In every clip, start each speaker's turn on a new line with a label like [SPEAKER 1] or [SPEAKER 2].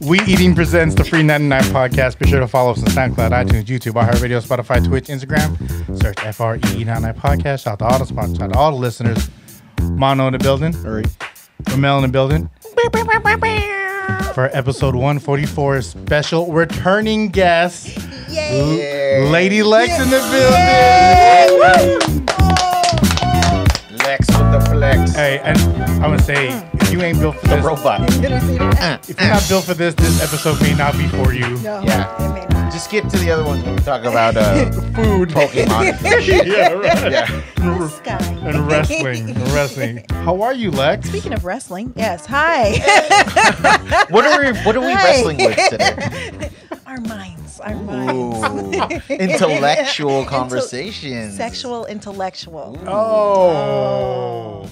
[SPEAKER 1] We Eating presents the Free 99 podcast. Be sure to follow us on SoundCloud, iTunes, YouTube, iHeartRadio, Spotify, Twitch, Instagram. Search FRE99 podcast. Shout out to all the sponsors, shout out to all the listeners. Mono in the building,
[SPEAKER 2] All right.
[SPEAKER 1] Ramel in the building. For episode 144 special returning guest,
[SPEAKER 3] Yay!
[SPEAKER 1] Lady Lex in the building.
[SPEAKER 2] Lex with the flex.
[SPEAKER 1] Hey, and I'm gonna say, if you ain't built for
[SPEAKER 2] The
[SPEAKER 1] this,
[SPEAKER 2] robot.
[SPEAKER 1] if you're not built for this, this episode may not be for you.
[SPEAKER 3] No,
[SPEAKER 2] Yeah.
[SPEAKER 3] it may Oh, not.
[SPEAKER 2] Just skip to the other ones when we talk about uh,
[SPEAKER 1] Food
[SPEAKER 2] Pokemon.
[SPEAKER 1] yeah, right.
[SPEAKER 2] yeah.
[SPEAKER 3] This guy.
[SPEAKER 1] and wrestling, and wrestling. How are you, Lex?
[SPEAKER 3] Speaking of wrestling, yes. Hi.
[SPEAKER 2] What are we, what are we
[SPEAKER 3] Hey.
[SPEAKER 2] wrestling with today?
[SPEAKER 3] our minds, our minds.
[SPEAKER 2] Ooh. Intellectual conversations.
[SPEAKER 3] Sexual, intellectual.
[SPEAKER 1] Oh.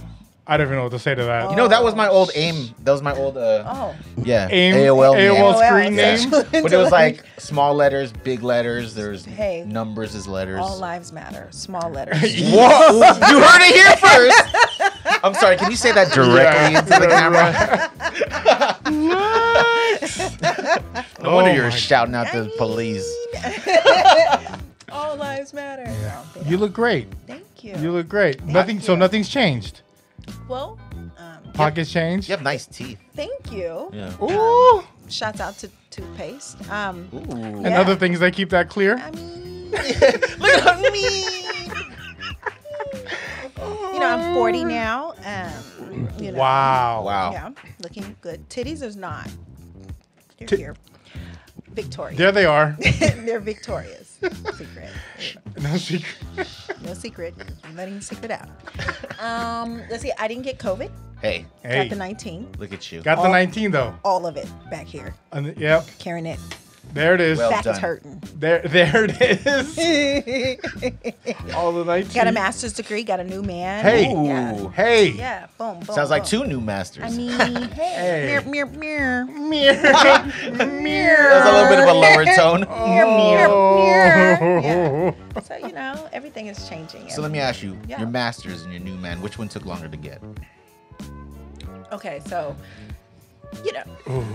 [SPEAKER 1] I don't even know what to say to that.
[SPEAKER 2] You know, that was my old aim. That was my old, uh,
[SPEAKER 3] Oh.
[SPEAKER 2] yeah,
[SPEAKER 1] AIM
[SPEAKER 2] AOL, name.
[SPEAKER 1] AOL screen
[SPEAKER 3] Yeah.
[SPEAKER 1] name.
[SPEAKER 3] Sexual
[SPEAKER 2] But it was
[SPEAKER 3] intellect-
[SPEAKER 2] like small letters, big letters. There's
[SPEAKER 3] Hey.
[SPEAKER 2] numbers as letters.
[SPEAKER 3] all lives matter. Small letters.
[SPEAKER 2] Whoa! you heard it here first. I'm sorry. Can you say that directly
[SPEAKER 1] Yeah.
[SPEAKER 2] into the camera? No wonder
[SPEAKER 1] Oh
[SPEAKER 2] you're
[SPEAKER 1] my-
[SPEAKER 2] shouting out to the police.
[SPEAKER 3] all lives matter. No, they
[SPEAKER 1] You
[SPEAKER 3] don't.
[SPEAKER 1] look great.
[SPEAKER 3] Thank you.
[SPEAKER 1] You look great. Nothing. So
[SPEAKER 3] you.
[SPEAKER 1] nothing's changed.
[SPEAKER 3] well. Um,
[SPEAKER 1] Pockets changed.
[SPEAKER 2] You have nice teeth.
[SPEAKER 3] thank you.
[SPEAKER 2] Yeah.
[SPEAKER 1] Ooh.
[SPEAKER 3] Shouts out to toothpaste. Um,
[SPEAKER 2] Ooh.
[SPEAKER 1] And
[SPEAKER 3] Yeah.
[SPEAKER 1] other things that keep that clear.
[SPEAKER 3] I mean,
[SPEAKER 2] Look at me.
[SPEAKER 3] you know, I'm 40 now. Um, you know,
[SPEAKER 1] Wow.
[SPEAKER 2] Oh, Wow.
[SPEAKER 3] Yeah, looking good. Titties is not. They're
[SPEAKER 1] Ti-
[SPEAKER 3] here. Victorious.
[SPEAKER 1] There they are.
[SPEAKER 3] They're, victorious. Secret.
[SPEAKER 1] No secret.
[SPEAKER 3] No secret. I'm letting the secret out. Um, let's see. I didn't get COVID.
[SPEAKER 2] Hey,
[SPEAKER 3] Got the Oh.
[SPEAKER 1] Hey,
[SPEAKER 3] 19.
[SPEAKER 2] look at you.
[SPEAKER 1] got the
[SPEAKER 3] All-
[SPEAKER 1] 19 though.
[SPEAKER 3] All of it back here.
[SPEAKER 1] And- yep.
[SPEAKER 3] Carrying it.
[SPEAKER 1] There it is.
[SPEAKER 2] Well-
[SPEAKER 3] Back is
[SPEAKER 2] done.
[SPEAKER 3] hurting.
[SPEAKER 1] There, there it is. All the 19.
[SPEAKER 3] got a master's degree. Got a new man.
[SPEAKER 1] Hey.
[SPEAKER 3] Yeah.
[SPEAKER 2] Ooh.
[SPEAKER 1] Hey.
[SPEAKER 3] Yeah. Boom. Boom.
[SPEAKER 2] Sounds like
[SPEAKER 3] boom.
[SPEAKER 2] two new masters.
[SPEAKER 3] I mean, hey.
[SPEAKER 1] Hey.
[SPEAKER 3] Mirror, mirror, mirror.
[SPEAKER 1] Mirror. Mirror.
[SPEAKER 2] That's a little bit of a lower tone.
[SPEAKER 3] Oh. mirror, mirror.
[SPEAKER 1] Oh.
[SPEAKER 3] So, you know, everything is changing.
[SPEAKER 2] So let me ask you,
[SPEAKER 3] Yeah.
[SPEAKER 2] your masters and your new man, which one took longer to get?
[SPEAKER 3] Okay, so you know,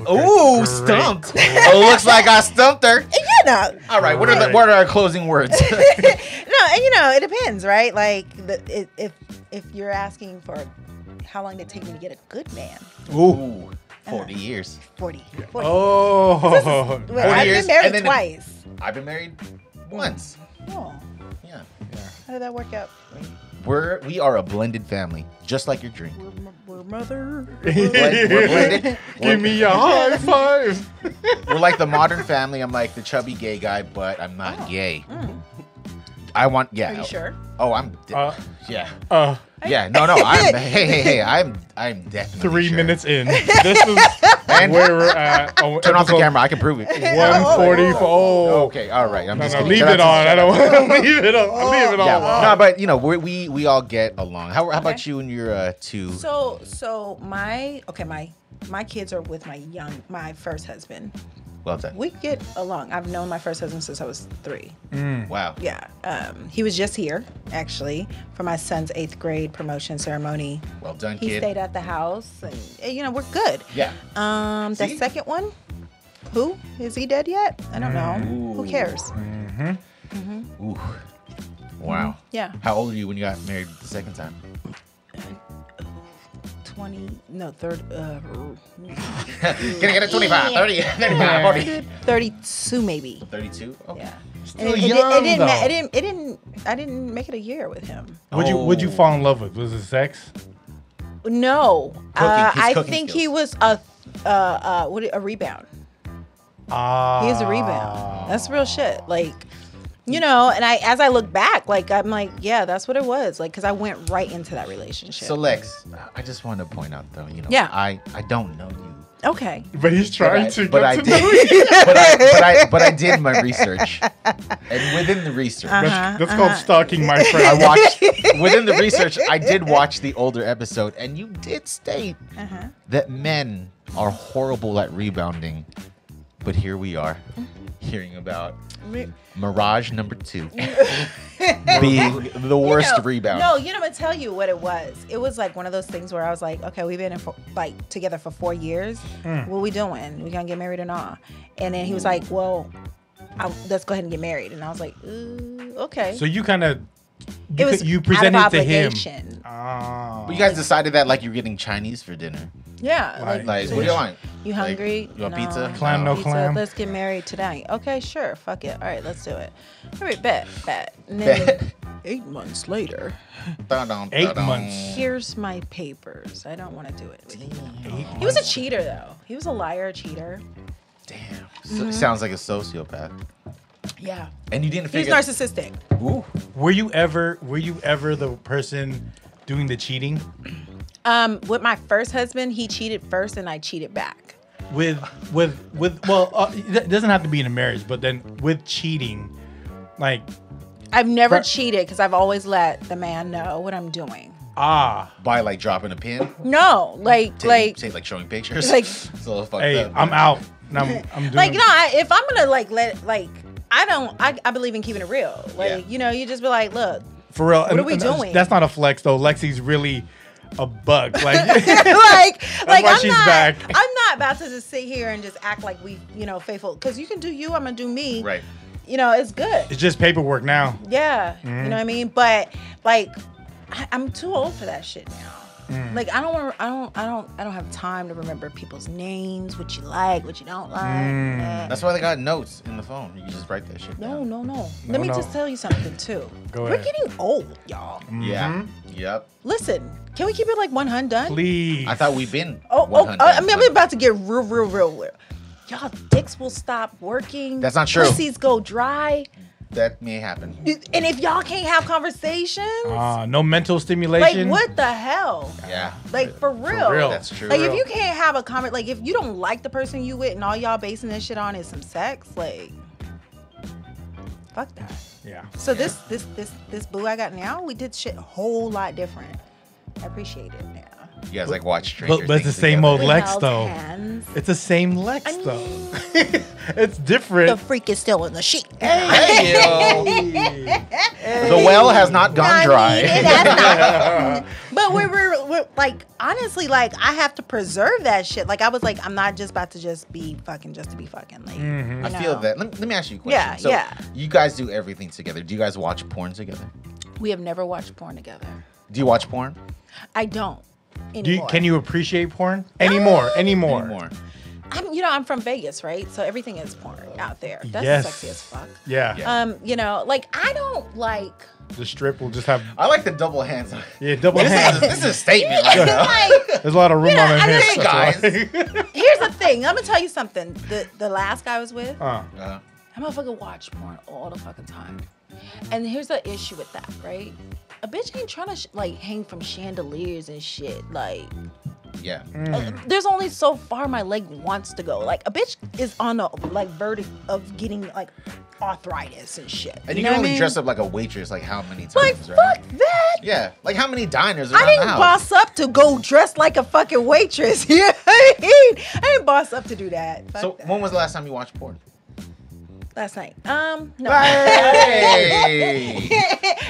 [SPEAKER 2] Ooh,
[SPEAKER 1] that's
[SPEAKER 2] stumped. oh, looks like I stumped her.
[SPEAKER 3] you know,
[SPEAKER 2] All right, what are
[SPEAKER 1] Right.
[SPEAKER 2] the what are our closing words?
[SPEAKER 3] no, and you know, it depends, right? Like, the, it, if if you're asking for how long did it take me to get a good man,
[SPEAKER 1] Ooh.
[SPEAKER 2] Ooh,
[SPEAKER 3] Uh.
[SPEAKER 2] 40 years.
[SPEAKER 3] forty. 40.
[SPEAKER 1] Oh.
[SPEAKER 3] Wait, I've
[SPEAKER 2] years,
[SPEAKER 3] been married
[SPEAKER 2] and then-
[SPEAKER 3] twice.
[SPEAKER 2] I've been married once.
[SPEAKER 3] Oh,
[SPEAKER 2] Yeah.
[SPEAKER 3] how did that work out?
[SPEAKER 2] We're we are a blended family, just like your drink.
[SPEAKER 3] We're, m- we're mother.
[SPEAKER 2] Blend- we're blended. We're,
[SPEAKER 1] Give me a high five.
[SPEAKER 2] we're like the modern family. I'm like the chubby gay guy, but I'm not
[SPEAKER 3] Oh.
[SPEAKER 2] gay.
[SPEAKER 3] Mm.
[SPEAKER 2] I want yeah.
[SPEAKER 3] Are you sure?
[SPEAKER 2] Oh, I'm de-
[SPEAKER 1] Uh,
[SPEAKER 2] yeah.
[SPEAKER 1] uh,
[SPEAKER 2] Yeah, no, no. I'm hey, hey, hey. I'm I'm definitely
[SPEAKER 1] three
[SPEAKER 2] sure.
[SPEAKER 1] minutes in. This is
[SPEAKER 2] And-
[SPEAKER 1] where we're at. Oh,
[SPEAKER 2] Turn off the
[SPEAKER 1] episode
[SPEAKER 2] camera. Oh, I can prove it.
[SPEAKER 1] 144.
[SPEAKER 2] Okay, all right. I'm
[SPEAKER 1] No,
[SPEAKER 2] just
[SPEAKER 1] no,
[SPEAKER 2] kidding.
[SPEAKER 1] leave
[SPEAKER 2] Shout out
[SPEAKER 1] it
[SPEAKER 2] to-
[SPEAKER 1] on. I don't want to leave it on. Leave it
[SPEAKER 2] Oh. Yeah,
[SPEAKER 1] on.
[SPEAKER 2] no, but you know, we we, we all get along. How, how about
[SPEAKER 3] Okay.
[SPEAKER 2] you and your uh, two?
[SPEAKER 3] So, so my okay, my my kids are with my young my first husband.
[SPEAKER 2] well done.
[SPEAKER 3] We get along. I've known my first husband since I was three.
[SPEAKER 2] Mm. Wow.
[SPEAKER 3] Yeah, um, he was just here actually for my son's eighth grade promotion ceremony.
[SPEAKER 2] Well done,
[SPEAKER 3] He
[SPEAKER 2] kid.
[SPEAKER 3] stayed at the house, and eh, you know we're good.
[SPEAKER 2] Yeah.
[SPEAKER 3] Um, the
[SPEAKER 2] See?
[SPEAKER 3] second one, who is he dead yet? I don't know. Who
[SPEAKER 2] Mm. Ooh.
[SPEAKER 3] cares?
[SPEAKER 2] Ooh. Wow.
[SPEAKER 3] Yeah,
[SPEAKER 2] How old were you when you got married the second time?
[SPEAKER 3] twenty. No, third. Uh,
[SPEAKER 2] Can I get a 25, 30, 35, 40?
[SPEAKER 3] thirty-two maybe.
[SPEAKER 2] 32? Okay.
[SPEAKER 3] Yeah.
[SPEAKER 1] Still
[SPEAKER 3] it, it, did-
[SPEAKER 1] young,
[SPEAKER 3] it didn't. ma-
[SPEAKER 1] though.
[SPEAKER 3] It didn't. It didn't. I didn't make it a year with him.
[SPEAKER 1] What'd you, what'd you
[SPEAKER 2] Oh.
[SPEAKER 1] fall in love with? Was it sex?
[SPEAKER 3] No, uh,
[SPEAKER 2] Cooking- his
[SPEAKER 3] I
[SPEAKER 2] cooking
[SPEAKER 3] think he
[SPEAKER 2] skills.
[SPEAKER 3] was a uh, uh, what a rebound.
[SPEAKER 1] Ah.
[SPEAKER 3] He is a
[SPEAKER 2] Ah.
[SPEAKER 3] rebound. That's real shit. Like, you know, and I as I look back, like I'm like, yeah, that's what it was. Like, cause I went right into that relationship.
[SPEAKER 2] So, Lex, I just want to point out, though, you know,
[SPEAKER 3] Yeah.
[SPEAKER 2] I, I don't know you.
[SPEAKER 3] okay.
[SPEAKER 1] But he's trying
[SPEAKER 2] But I-
[SPEAKER 1] to
[SPEAKER 2] but
[SPEAKER 1] get
[SPEAKER 2] I
[SPEAKER 1] to
[SPEAKER 2] did.
[SPEAKER 1] know you.
[SPEAKER 2] But I, but I, but I did my research. And within the research,
[SPEAKER 3] Uh-huh,
[SPEAKER 1] That's, that's called stalking, my friend.
[SPEAKER 2] I watched, within the research, I did watch the older episode, and you did state
[SPEAKER 3] Uh-huh.
[SPEAKER 2] that men are horrible at rebounding. But here we are. hearing about
[SPEAKER 3] Re-
[SPEAKER 2] Mirage number two being the worst
[SPEAKER 3] know-
[SPEAKER 2] rebound.
[SPEAKER 3] No, you know, I'm gonna tell you what it was. It was like one of those things where I was like, okay, we've been in for, like together for four years.
[SPEAKER 1] Hmm.
[SPEAKER 3] What we doing? We gonna get married or not? And then he was like, well, I, let's go ahead and get married. And I was like, ooh, okay.
[SPEAKER 1] So you kind of
[SPEAKER 3] it
[SPEAKER 1] you,
[SPEAKER 3] was
[SPEAKER 1] c- you
[SPEAKER 3] out of
[SPEAKER 1] presented it to him.
[SPEAKER 3] obligation.
[SPEAKER 1] Oh.
[SPEAKER 2] But you guys decided that like you're getting Chinese for dinner.
[SPEAKER 3] Yeah.
[SPEAKER 1] Right.
[SPEAKER 3] Like,
[SPEAKER 2] Like,
[SPEAKER 1] Yeah.
[SPEAKER 2] what do you want?
[SPEAKER 3] you
[SPEAKER 2] Like,
[SPEAKER 3] hungry?
[SPEAKER 2] you want pizza?
[SPEAKER 1] Clam, no
[SPEAKER 3] Pizza,
[SPEAKER 1] clam.
[SPEAKER 3] Let's get married today. Okay, sure. Fuck it. All right, let's do it. All right, bet, bet. And then eight months later,
[SPEAKER 2] Dun, dun,
[SPEAKER 1] Eight
[SPEAKER 2] dun, dun.
[SPEAKER 1] months.
[SPEAKER 3] here's my papers. I don't want to do it. He was a cheater, though. He
[SPEAKER 1] Mm.
[SPEAKER 3] was a liar, a cheater.
[SPEAKER 2] Damn. So, Sounds like a sociopath.
[SPEAKER 3] Yeah.
[SPEAKER 2] And you didn't
[SPEAKER 3] He was
[SPEAKER 2] figure.
[SPEAKER 3] narcissistic.
[SPEAKER 2] Ooh.
[SPEAKER 1] Were you ever were you ever the person doing the cheating
[SPEAKER 3] Um, with my first husband, he cheated first, and I cheated back.
[SPEAKER 1] with with with well uh, it doesn't have to be in a marriage, but then with cheating, like
[SPEAKER 3] I've never
[SPEAKER 1] Fir-
[SPEAKER 3] cheated because I've always let the man know what I'm doing.
[SPEAKER 1] ah
[SPEAKER 2] By like dropping a pin.
[SPEAKER 3] No, like,
[SPEAKER 2] Take,
[SPEAKER 3] like,
[SPEAKER 2] take, like showing pictures.
[SPEAKER 3] like-
[SPEAKER 2] it's a little fucked
[SPEAKER 1] hey
[SPEAKER 2] up.
[SPEAKER 1] I'm out and I'm I'm doing
[SPEAKER 3] like, no. I, if I'm gonna like let like. I don't. I, I believe in keeping it real. Like
[SPEAKER 2] Yeah.
[SPEAKER 3] you know, you just be like, look,
[SPEAKER 1] for real.
[SPEAKER 3] are we
[SPEAKER 1] that's-
[SPEAKER 3] doing?
[SPEAKER 1] That's not a flex though. Lexi's really a bug. Like
[SPEAKER 3] like, like
[SPEAKER 1] why
[SPEAKER 3] I'm
[SPEAKER 1] she's
[SPEAKER 3] not.
[SPEAKER 1] back.
[SPEAKER 3] I'm not about to just sit here and just act like we, you know, faithful. Because you can do you. I'm gonna do me.
[SPEAKER 2] Right.
[SPEAKER 3] You know, it's good.
[SPEAKER 1] it's just paperwork now.
[SPEAKER 3] Yeah, you know what I mean. But like, I, I'm too old for that shit now. Like I don't want. I don't. I don't. I don't have time to remember people's names, what you like, what you don't like. Uh,
[SPEAKER 2] That's why they got notes in the phone. You can just write that shit
[SPEAKER 3] no,
[SPEAKER 2] down.
[SPEAKER 3] no, no.
[SPEAKER 1] No,
[SPEAKER 3] Let me
[SPEAKER 1] no.
[SPEAKER 3] just tell you something too.
[SPEAKER 1] Go
[SPEAKER 3] We're
[SPEAKER 1] ahead.
[SPEAKER 3] getting old, y'all.
[SPEAKER 2] Yeah.
[SPEAKER 1] Mm-hmm.
[SPEAKER 2] Yep.
[SPEAKER 3] Listen, can we keep it like one hun done?
[SPEAKER 1] Please.
[SPEAKER 2] I thought we've been.
[SPEAKER 3] Oh, oh,
[SPEAKER 2] 100.
[SPEAKER 3] oh, I mean, I'm about to get real, real, real, real. Y'all dicks will stop working.
[SPEAKER 2] That's not true.
[SPEAKER 3] Pussies go dry.
[SPEAKER 2] that may happen.
[SPEAKER 3] And if y'all can't have conversations,
[SPEAKER 1] Ah, no mental
[SPEAKER 3] like
[SPEAKER 1] stimulation.
[SPEAKER 3] what the hell?
[SPEAKER 2] Yeah.
[SPEAKER 3] Like for real.
[SPEAKER 1] real.
[SPEAKER 2] That's true.
[SPEAKER 3] Like
[SPEAKER 1] real.
[SPEAKER 3] if you can't have a comment, like if you don't like the person you with and all y'all basing this shit on is some sex, like fuck that.
[SPEAKER 1] Yeah.
[SPEAKER 3] So this this this this boo I got now, we did shit a whole lot different. I appreciate it now.
[SPEAKER 2] You guys like watch Stranger
[SPEAKER 1] But, but it's the
[SPEAKER 2] Things
[SPEAKER 1] same
[SPEAKER 2] together.
[SPEAKER 1] old
[SPEAKER 3] We
[SPEAKER 1] Lex
[SPEAKER 3] held
[SPEAKER 1] though.
[SPEAKER 3] hands.
[SPEAKER 1] It's the same Lex
[SPEAKER 3] I mean-
[SPEAKER 1] though. it's
[SPEAKER 3] The
[SPEAKER 1] different.
[SPEAKER 3] freak is still in the sheet.
[SPEAKER 2] Hey, yo. The well has not
[SPEAKER 3] I
[SPEAKER 2] gone
[SPEAKER 3] mean, it
[SPEAKER 2] dry.
[SPEAKER 3] has not- but we're, we're, we're like honestly like I have to preserve that shit. Like I was like I'm not just about to just be fucking just to be fucking. Like
[SPEAKER 1] Mhm.
[SPEAKER 2] I
[SPEAKER 3] you
[SPEAKER 2] feel
[SPEAKER 3] know.
[SPEAKER 2] that. Let me, let me ask you a question.
[SPEAKER 3] Yeah,
[SPEAKER 2] so
[SPEAKER 3] yeah.
[SPEAKER 2] You guys do everything together. Do you guys watch porn together?
[SPEAKER 3] We have never watched porn together.
[SPEAKER 2] Do you watch porn
[SPEAKER 3] I don't anymore.
[SPEAKER 1] Do you, can you appreciate porn anymore? Anymore?
[SPEAKER 2] anymore?
[SPEAKER 3] I'm, you know, I'm from Vegas, right? So everything is porn out there. That's
[SPEAKER 1] Yes.
[SPEAKER 3] sexy as fuck.
[SPEAKER 1] Yeah.
[SPEAKER 2] Yeah.
[SPEAKER 3] Um, you know, like I don't like.
[SPEAKER 1] The strip will just have
[SPEAKER 2] I like the double hands.
[SPEAKER 1] yeah double
[SPEAKER 2] This is,
[SPEAKER 1] hands.
[SPEAKER 2] this is a statement right now.
[SPEAKER 3] like
[SPEAKER 1] There's a lot of room on
[SPEAKER 3] Yeah, I
[SPEAKER 1] that
[SPEAKER 3] mean-
[SPEAKER 1] hips. that's
[SPEAKER 2] Hey,
[SPEAKER 1] why.
[SPEAKER 3] here's the thing. I'm gonna tell you something. The the last guy I was with,
[SPEAKER 1] Uh,
[SPEAKER 2] Uh,
[SPEAKER 3] I'm gonna fucking watch porn all the fucking time. And here's the issue with that, right? A bitch ain't trying to sh- like hang from chandeliers and shit. Like,
[SPEAKER 2] yeah.
[SPEAKER 3] Mm. Uh, there's only so far my leg wants to go. Like, a bitch is on the like verdict of getting like arthritis and shit.
[SPEAKER 2] And you
[SPEAKER 3] you know
[SPEAKER 2] can
[SPEAKER 3] what I
[SPEAKER 2] only
[SPEAKER 3] mean?
[SPEAKER 2] dress up like a waitress like how many times,
[SPEAKER 3] Like,
[SPEAKER 2] right?
[SPEAKER 3] fuck that.
[SPEAKER 2] Yeah. Like how many diners around
[SPEAKER 3] I didn't
[SPEAKER 2] the house?
[SPEAKER 3] boss up to go dress like a fucking waitress. You know what I mean? I didn't boss up to do that. Fuck
[SPEAKER 2] so
[SPEAKER 3] that.
[SPEAKER 2] when was the last time you watched porn?
[SPEAKER 3] last night. Um, no.
[SPEAKER 2] Hey!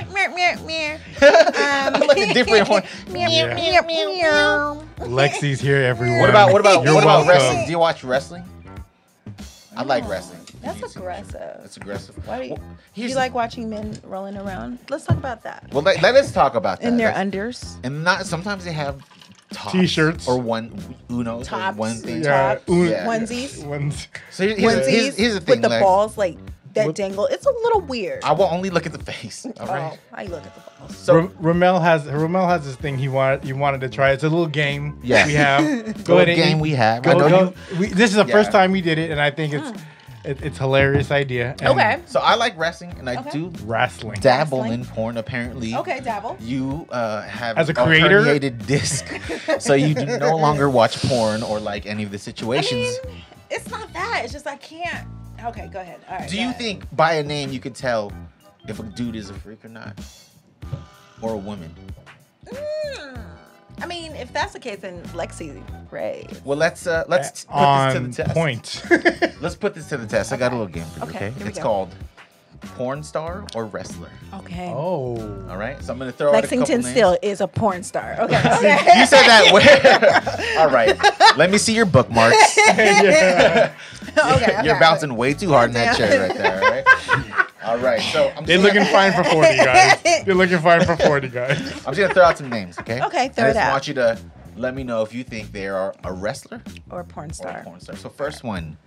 [SPEAKER 3] Meow, meow, meow.
[SPEAKER 2] like a different one.
[SPEAKER 3] Meow,
[SPEAKER 1] Yeah.
[SPEAKER 3] meow, meow, meow.
[SPEAKER 1] Lexi's here, everyone.
[SPEAKER 2] What about what about
[SPEAKER 1] You're
[SPEAKER 2] what about
[SPEAKER 1] welcome.
[SPEAKER 2] wrestling? Do you watch wrestling? I like wrestling.
[SPEAKER 3] That's
[SPEAKER 2] It's-
[SPEAKER 3] aggressive.
[SPEAKER 2] That's aggressive.
[SPEAKER 3] Why do you,
[SPEAKER 2] Well,
[SPEAKER 3] do you
[SPEAKER 2] here's-
[SPEAKER 3] like watching men rolling around? Let's talk about that.
[SPEAKER 2] Well, let, let us talk about that.
[SPEAKER 3] In their
[SPEAKER 2] That's-
[SPEAKER 3] unders.
[SPEAKER 2] and not sometimes they have tops
[SPEAKER 1] T-shirts.
[SPEAKER 2] or one uno
[SPEAKER 3] Tops.
[SPEAKER 2] one thing.
[SPEAKER 1] Yeah,
[SPEAKER 3] Tops,
[SPEAKER 1] un-
[SPEAKER 2] Yeah.
[SPEAKER 3] Onesies.
[SPEAKER 1] Ones-
[SPEAKER 2] So here's, here's,
[SPEAKER 3] Onesies
[SPEAKER 2] here's, here's the thing,
[SPEAKER 3] with the
[SPEAKER 2] Lex.
[SPEAKER 3] balls like that
[SPEAKER 1] What-
[SPEAKER 3] dangle. It's a little weird.
[SPEAKER 2] I will only look at the face. All right.
[SPEAKER 3] Oh, I look at the balls.
[SPEAKER 2] So
[SPEAKER 1] Ra- Ramel has Ramel has this thing he wanted you wanted to try. It's a little game.
[SPEAKER 2] Yeah.
[SPEAKER 1] we have. Go
[SPEAKER 2] Little
[SPEAKER 1] ahead and
[SPEAKER 2] game we have. I
[SPEAKER 1] Go,
[SPEAKER 2] know
[SPEAKER 1] go. We, this is the
[SPEAKER 2] Yeah.
[SPEAKER 1] first time we did it, and I think it's it, it's hilarious idea. And
[SPEAKER 3] Okay.
[SPEAKER 2] so I like wrestling and I
[SPEAKER 3] Okay.
[SPEAKER 2] do
[SPEAKER 1] wrestling.
[SPEAKER 2] dabble
[SPEAKER 3] Wrestling.
[SPEAKER 2] in porn apparently.
[SPEAKER 3] Okay, dabble.
[SPEAKER 2] You uh, have
[SPEAKER 1] As a creator?
[SPEAKER 2] herniated disc, so you do no longer watch porn or like any of the
[SPEAKER 3] I
[SPEAKER 2] situations.
[SPEAKER 3] mean, it's not that. It's just I can't. Okay, go ahead. All right.
[SPEAKER 2] Do
[SPEAKER 3] go
[SPEAKER 2] you
[SPEAKER 3] ahead.
[SPEAKER 2] think by a name you could tell if a dude is a freak or not? Or a woman?
[SPEAKER 3] Mm, I mean, if that's the case, then Lexi Ray.
[SPEAKER 2] Well, let's uh, let's put this to
[SPEAKER 1] Eh, on
[SPEAKER 2] the test.
[SPEAKER 1] point.
[SPEAKER 2] Let's put this to the test. I got a little game for you.
[SPEAKER 3] Okay,
[SPEAKER 2] Okay,
[SPEAKER 3] here we
[SPEAKER 2] it's
[SPEAKER 3] go.
[SPEAKER 2] called porn star or wrestler.
[SPEAKER 3] Okay.
[SPEAKER 1] oh.
[SPEAKER 2] All right, so I'm gonna throw out a couple
[SPEAKER 3] Lexington
[SPEAKER 2] names.
[SPEAKER 3] still is a porn star. Okay. okay.
[SPEAKER 2] you said that way. All right, let me see your bookmarks.
[SPEAKER 1] Yeah.
[SPEAKER 3] okay, okay.
[SPEAKER 2] You're bouncing way too hard in that chair right there. All right. All right. So I'm
[SPEAKER 1] They're
[SPEAKER 2] just,
[SPEAKER 1] looking
[SPEAKER 2] gonna,
[SPEAKER 1] fine for 40, guys. They're looking fine for 40, guys.
[SPEAKER 2] I'm just gonna throw out some names. Okay.
[SPEAKER 3] Okay, throw
[SPEAKER 2] I
[SPEAKER 3] it
[SPEAKER 2] just
[SPEAKER 3] out.
[SPEAKER 2] want you to let me know if you think they are a wrestler
[SPEAKER 3] Or porn
[SPEAKER 2] or a
[SPEAKER 3] star. Mm-hmm.
[SPEAKER 2] porn star. So first one,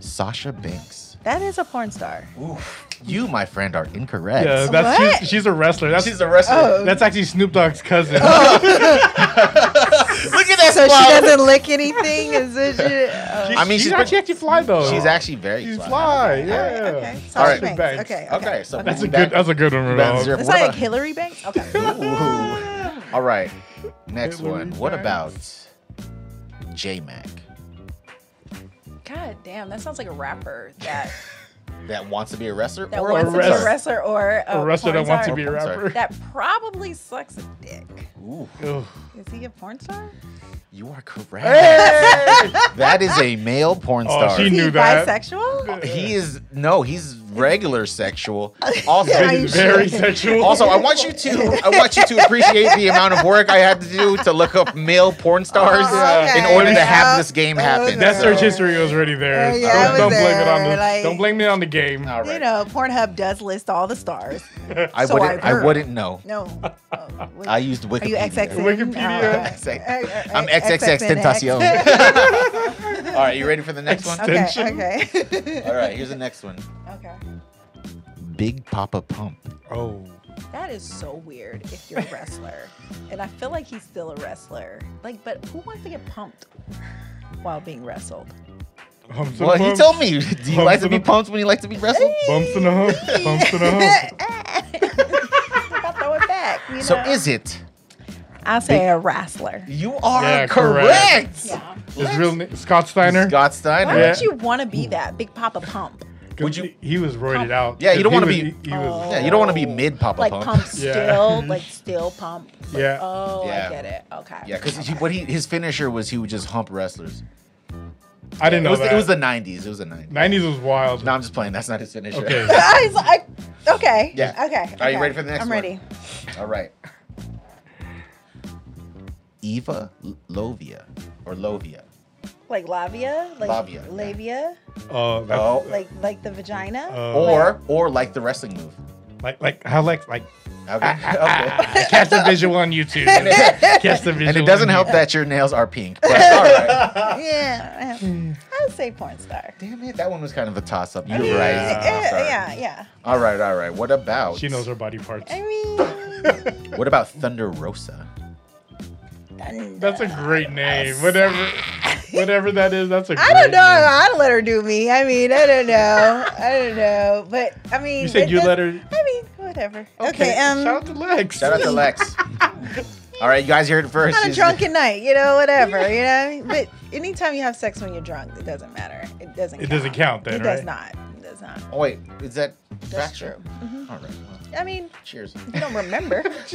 [SPEAKER 2] Sasha Banks.
[SPEAKER 3] That is a porn star.
[SPEAKER 2] Oof. You, my friend, are incorrect.
[SPEAKER 1] Yeah, that's she's,
[SPEAKER 3] What?
[SPEAKER 1] she's a wrestler. That's
[SPEAKER 2] She's a wrestler.
[SPEAKER 3] Oh.
[SPEAKER 1] that's actually Snoop Dogg's cousin.
[SPEAKER 2] Oh, Look at that
[SPEAKER 3] So she
[SPEAKER 2] smile.
[SPEAKER 3] doesn't lick anything. Is it? oh.
[SPEAKER 2] I mean,
[SPEAKER 1] she's,
[SPEAKER 2] she's
[SPEAKER 1] actually,
[SPEAKER 2] been-
[SPEAKER 1] actually fly though.
[SPEAKER 2] She's actually very
[SPEAKER 1] she's
[SPEAKER 2] fly.
[SPEAKER 1] fly. Yeah.
[SPEAKER 3] Okay.
[SPEAKER 2] All right.
[SPEAKER 3] Sasha Banks.
[SPEAKER 1] Banks.
[SPEAKER 3] Okay. Okay.
[SPEAKER 2] Okay, so
[SPEAKER 1] That's a
[SPEAKER 2] moving
[SPEAKER 1] good.
[SPEAKER 2] back-
[SPEAKER 1] That's a good one,
[SPEAKER 2] That's
[SPEAKER 1] Rodolph.
[SPEAKER 2] your-
[SPEAKER 3] It's
[SPEAKER 2] What
[SPEAKER 3] not like
[SPEAKER 2] about-
[SPEAKER 3] Hillary Banks. Okay.
[SPEAKER 2] Ooh. All right. Next
[SPEAKER 1] Hillary
[SPEAKER 2] one. What about
[SPEAKER 1] Banks.
[SPEAKER 2] J Mac
[SPEAKER 3] God damn, that sounds like a rapper that
[SPEAKER 2] that wants to be a wrestler
[SPEAKER 3] that
[SPEAKER 2] or
[SPEAKER 3] wants to be
[SPEAKER 1] wrestler.
[SPEAKER 3] a wrestler or a,
[SPEAKER 1] A wrestler
[SPEAKER 3] porn
[SPEAKER 1] that wants to
[SPEAKER 3] star
[SPEAKER 1] be a
[SPEAKER 2] Porn star.
[SPEAKER 1] rapper.
[SPEAKER 3] that probably sucks a dick.
[SPEAKER 2] Ooh,
[SPEAKER 1] Ugh.
[SPEAKER 3] Is he a porn star?
[SPEAKER 2] you are correct.
[SPEAKER 1] Hey!
[SPEAKER 2] That is a male porn
[SPEAKER 1] Oh,
[SPEAKER 2] star.
[SPEAKER 1] she
[SPEAKER 3] Is
[SPEAKER 1] knew
[SPEAKER 3] he
[SPEAKER 1] that.
[SPEAKER 3] bisexual?
[SPEAKER 2] he is no, he's regular sexual. Also,
[SPEAKER 3] I-
[SPEAKER 1] It's very sexual.
[SPEAKER 2] also, I want you to I want you to appreciate the amount of work I had to do to look up male porn stars
[SPEAKER 1] Oh,
[SPEAKER 2] in
[SPEAKER 1] okay.
[SPEAKER 2] order to have
[SPEAKER 3] Yeah.
[SPEAKER 2] this game happen.
[SPEAKER 1] that
[SPEAKER 3] That's
[SPEAKER 1] search
[SPEAKER 3] her
[SPEAKER 2] So-
[SPEAKER 3] just-
[SPEAKER 1] history was already there.
[SPEAKER 3] Oh, yeah,
[SPEAKER 1] don't
[SPEAKER 3] it
[SPEAKER 1] don't
[SPEAKER 3] was
[SPEAKER 1] blame it on the.
[SPEAKER 3] there, like-
[SPEAKER 1] don't blame it on the game.
[SPEAKER 2] All
[SPEAKER 3] You
[SPEAKER 2] right.
[SPEAKER 3] know, Pornhub does list all the stars.
[SPEAKER 2] I
[SPEAKER 3] so
[SPEAKER 2] wouldn't
[SPEAKER 3] I
[SPEAKER 2] I,
[SPEAKER 3] heard.
[SPEAKER 2] wouldn't know.
[SPEAKER 3] No. Oh, wait.
[SPEAKER 2] I used Wikipedia.
[SPEAKER 3] Are you XXN?
[SPEAKER 1] Wikipedia.
[SPEAKER 3] All right.
[SPEAKER 2] XXX. I'm XXX All right, you ready for the next one?
[SPEAKER 3] okay.
[SPEAKER 1] Extension.
[SPEAKER 3] Okay.
[SPEAKER 2] All right, here's the next one.
[SPEAKER 3] okay.
[SPEAKER 2] Big Papa Pump.
[SPEAKER 1] Oh,
[SPEAKER 3] That is so weird if you're a wrestler. and I feel like he's still a wrestler. Like, but who wants to get pumped while being wrestled?
[SPEAKER 1] bumps
[SPEAKER 2] Well,
[SPEAKER 1] and
[SPEAKER 2] he
[SPEAKER 1] bumps.
[SPEAKER 2] told me. Do you
[SPEAKER 1] Pumps
[SPEAKER 2] like to
[SPEAKER 1] in
[SPEAKER 2] be
[SPEAKER 1] the-
[SPEAKER 2] pumped when you like to be wrestled?
[SPEAKER 1] Bumps in the hump. Bumps in the hump.
[SPEAKER 3] I'll throw it back. You know?
[SPEAKER 2] So is it?
[SPEAKER 3] I'll say a wrestler.
[SPEAKER 2] You are
[SPEAKER 1] Yeah, correct.
[SPEAKER 2] correct.
[SPEAKER 3] Yeah.
[SPEAKER 1] His real name Scott Steiner.
[SPEAKER 2] Scott Steiner.
[SPEAKER 3] Why
[SPEAKER 1] Yeah.
[SPEAKER 3] would you want to be that big Papa Pump?
[SPEAKER 2] Would you-
[SPEAKER 1] He was roided out.
[SPEAKER 2] Yeah, you don't
[SPEAKER 1] He
[SPEAKER 2] wanna
[SPEAKER 1] was-
[SPEAKER 2] be-
[SPEAKER 1] He, he was.
[SPEAKER 2] Yeah, you don't want to be mid Papa
[SPEAKER 3] Oh. Like
[SPEAKER 2] Pump.
[SPEAKER 3] pump,
[SPEAKER 1] Yeah.
[SPEAKER 3] still, like still pump. Like,
[SPEAKER 1] Yeah.
[SPEAKER 3] Oh,
[SPEAKER 2] Yeah.
[SPEAKER 3] I get it. Okay.
[SPEAKER 2] Yeah, because what he his finisher was he would just hump wrestlers.
[SPEAKER 1] I didn't
[SPEAKER 2] it
[SPEAKER 1] know
[SPEAKER 2] was
[SPEAKER 1] that.
[SPEAKER 2] the, it was the nineties. It was the nineties.
[SPEAKER 1] nineties was wild.
[SPEAKER 2] No, I'm just playing. That's not his finisher.
[SPEAKER 1] Okay.
[SPEAKER 3] I was like, okay.
[SPEAKER 2] Yeah.
[SPEAKER 3] Okay.
[SPEAKER 2] Are you
[SPEAKER 3] okay.
[SPEAKER 2] ready for the next
[SPEAKER 3] I'm
[SPEAKER 2] one?
[SPEAKER 3] ready.
[SPEAKER 2] All right. Eva L- Lovia or Lovia.
[SPEAKER 3] Like Lavia? Like
[SPEAKER 2] Lavia, yeah.
[SPEAKER 3] Lavia?
[SPEAKER 1] Oh, that's,
[SPEAKER 2] Oh,
[SPEAKER 3] Like like the vagina?
[SPEAKER 1] Uh,
[SPEAKER 2] or or like the wrestling move.
[SPEAKER 1] like like how like like
[SPEAKER 2] Okay. okay.
[SPEAKER 1] catch the visual on YouTube. catch the visual.
[SPEAKER 2] And it doesn't
[SPEAKER 1] on
[SPEAKER 2] help that your nails are pink. But all right.
[SPEAKER 3] yeah.
[SPEAKER 1] uh,
[SPEAKER 3] I'd say porn star.
[SPEAKER 2] Damn it, that one was kind of a toss up. You're
[SPEAKER 1] Yeah.
[SPEAKER 2] right.
[SPEAKER 1] Uh,
[SPEAKER 2] I'm
[SPEAKER 3] yeah,
[SPEAKER 2] sorry.
[SPEAKER 3] yeah, yeah.
[SPEAKER 2] All right, all right. What about
[SPEAKER 1] YouTube. She knows her body parts.
[SPEAKER 3] I mean,
[SPEAKER 2] What about Thunder Rosa?
[SPEAKER 1] That's a great name. Whatever, whatever that is, that's a. Great
[SPEAKER 3] I don't know.
[SPEAKER 1] Name.
[SPEAKER 3] I'd let her do me. I mean, I don't know. I don't know. But I mean,
[SPEAKER 1] You said
[SPEAKER 3] it
[SPEAKER 1] you
[SPEAKER 3] does-
[SPEAKER 1] let her.
[SPEAKER 3] I mean, whatever. Okay. um,
[SPEAKER 1] Shout out to Lex.
[SPEAKER 2] Shout out to Lex. All right, you guys heard it first.
[SPEAKER 3] on a
[SPEAKER 2] She's-
[SPEAKER 3] drunken night, you know, whatever, you know. But anytime you have sex when you're drunk, it doesn't matter. It doesn't.
[SPEAKER 1] It doesn't count then,
[SPEAKER 3] It
[SPEAKER 1] right?
[SPEAKER 3] does not. It does not.
[SPEAKER 2] Oh wait, is that
[SPEAKER 3] That's
[SPEAKER 2] factual?
[SPEAKER 3] true. Mm-hmm.
[SPEAKER 2] All right. Well,
[SPEAKER 3] I mean,
[SPEAKER 2] cheers.
[SPEAKER 3] if you don't remember.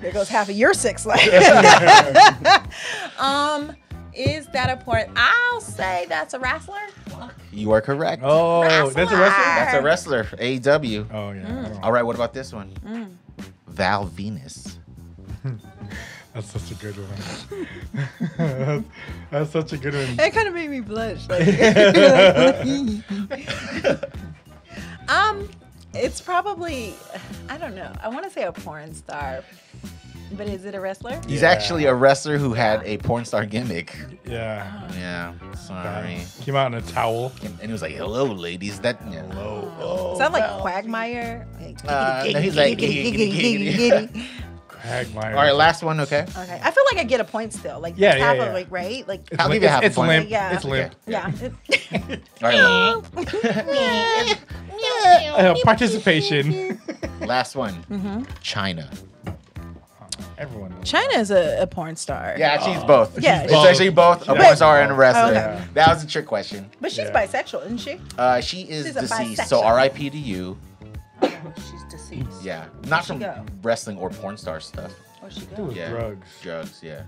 [SPEAKER 3] there goes half of your six life. um, is that a porn? I'll say that's a wrestler.
[SPEAKER 2] You are correct.
[SPEAKER 1] Oh, that's a wrestler.
[SPEAKER 2] That's a E wrestler. AEW.
[SPEAKER 1] Oh yeah.
[SPEAKER 3] Mm.
[SPEAKER 2] All right, what about this one? Val Venus.
[SPEAKER 1] That's such a good one. that's, that's such a good one.
[SPEAKER 3] It kind of made me blush. like- um, it's probably, I don't know. I want to say a porn star, but is it a wrestler?
[SPEAKER 2] He's
[SPEAKER 1] Yeah.
[SPEAKER 2] actually a wrestler who had a porn star gimmick.
[SPEAKER 1] Yeah.
[SPEAKER 2] Yeah, sorry.
[SPEAKER 1] Came out in a towel.
[SPEAKER 2] And he was like, "Hello, ladies." That. Yeah.
[SPEAKER 1] Hello.
[SPEAKER 3] Sound like Quagmire?
[SPEAKER 2] Oh, Uh, no, he's like, "Giggity, giggity, giggity, giggity."
[SPEAKER 1] Quagmire.
[SPEAKER 2] All right, last one. Okay.
[SPEAKER 3] Okay, I feel like I get a point still. Like
[SPEAKER 1] Yeah,
[SPEAKER 3] the top
[SPEAKER 1] yeah, yeah.
[SPEAKER 3] of like right, like
[SPEAKER 1] It's
[SPEAKER 2] I'll
[SPEAKER 1] limp.
[SPEAKER 2] give you half
[SPEAKER 1] It's,
[SPEAKER 2] a
[SPEAKER 1] it's
[SPEAKER 2] point.
[SPEAKER 1] limp.
[SPEAKER 3] Yeah.
[SPEAKER 1] It's limp.
[SPEAKER 3] yeah.
[SPEAKER 2] All right.
[SPEAKER 1] Uh, participation.
[SPEAKER 2] Last one.
[SPEAKER 3] Mm-hmm.
[SPEAKER 2] China.
[SPEAKER 1] Everyone. knows.
[SPEAKER 3] China is a, a porn star.
[SPEAKER 2] Yeah, actually, it's both.
[SPEAKER 3] Yeah.
[SPEAKER 2] it's
[SPEAKER 1] uh, Both.
[SPEAKER 2] actually both a
[SPEAKER 1] Yeah. Oh,
[SPEAKER 2] porn star and a wrestler.
[SPEAKER 1] Okay.
[SPEAKER 2] That was a trick question.
[SPEAKER 3] but she's
[SPEAKER 1] Yeah.
[SPEAKER 3] bisexual, isn't she?
[SPEAKER 2] Uh, she is
[SPEAKER 3] She's a
[SPEAKER 2] deceased,
[SPEAKER 3] bisexual.
[SPEAKER 2] so R.I.P. to you.
[SPEAKER 3] she's deceased.
[SPEAKER 2] Yeah, not
[SPEAKER 3] she
[SPEAKER 2] from
[SPEAKER 3] go?
[SPEAKER 2] wrestling or porn star stuff.
[SPEAKER 3] Oh, where she
[SPEAKER 1] It
[SPEAKER 3] go?
[SPEAKER 1] was
[SPEAKER 2] Yeah.
[SPEAKER 1] drugs.
[SPEAKER 2] Drugs, yeah.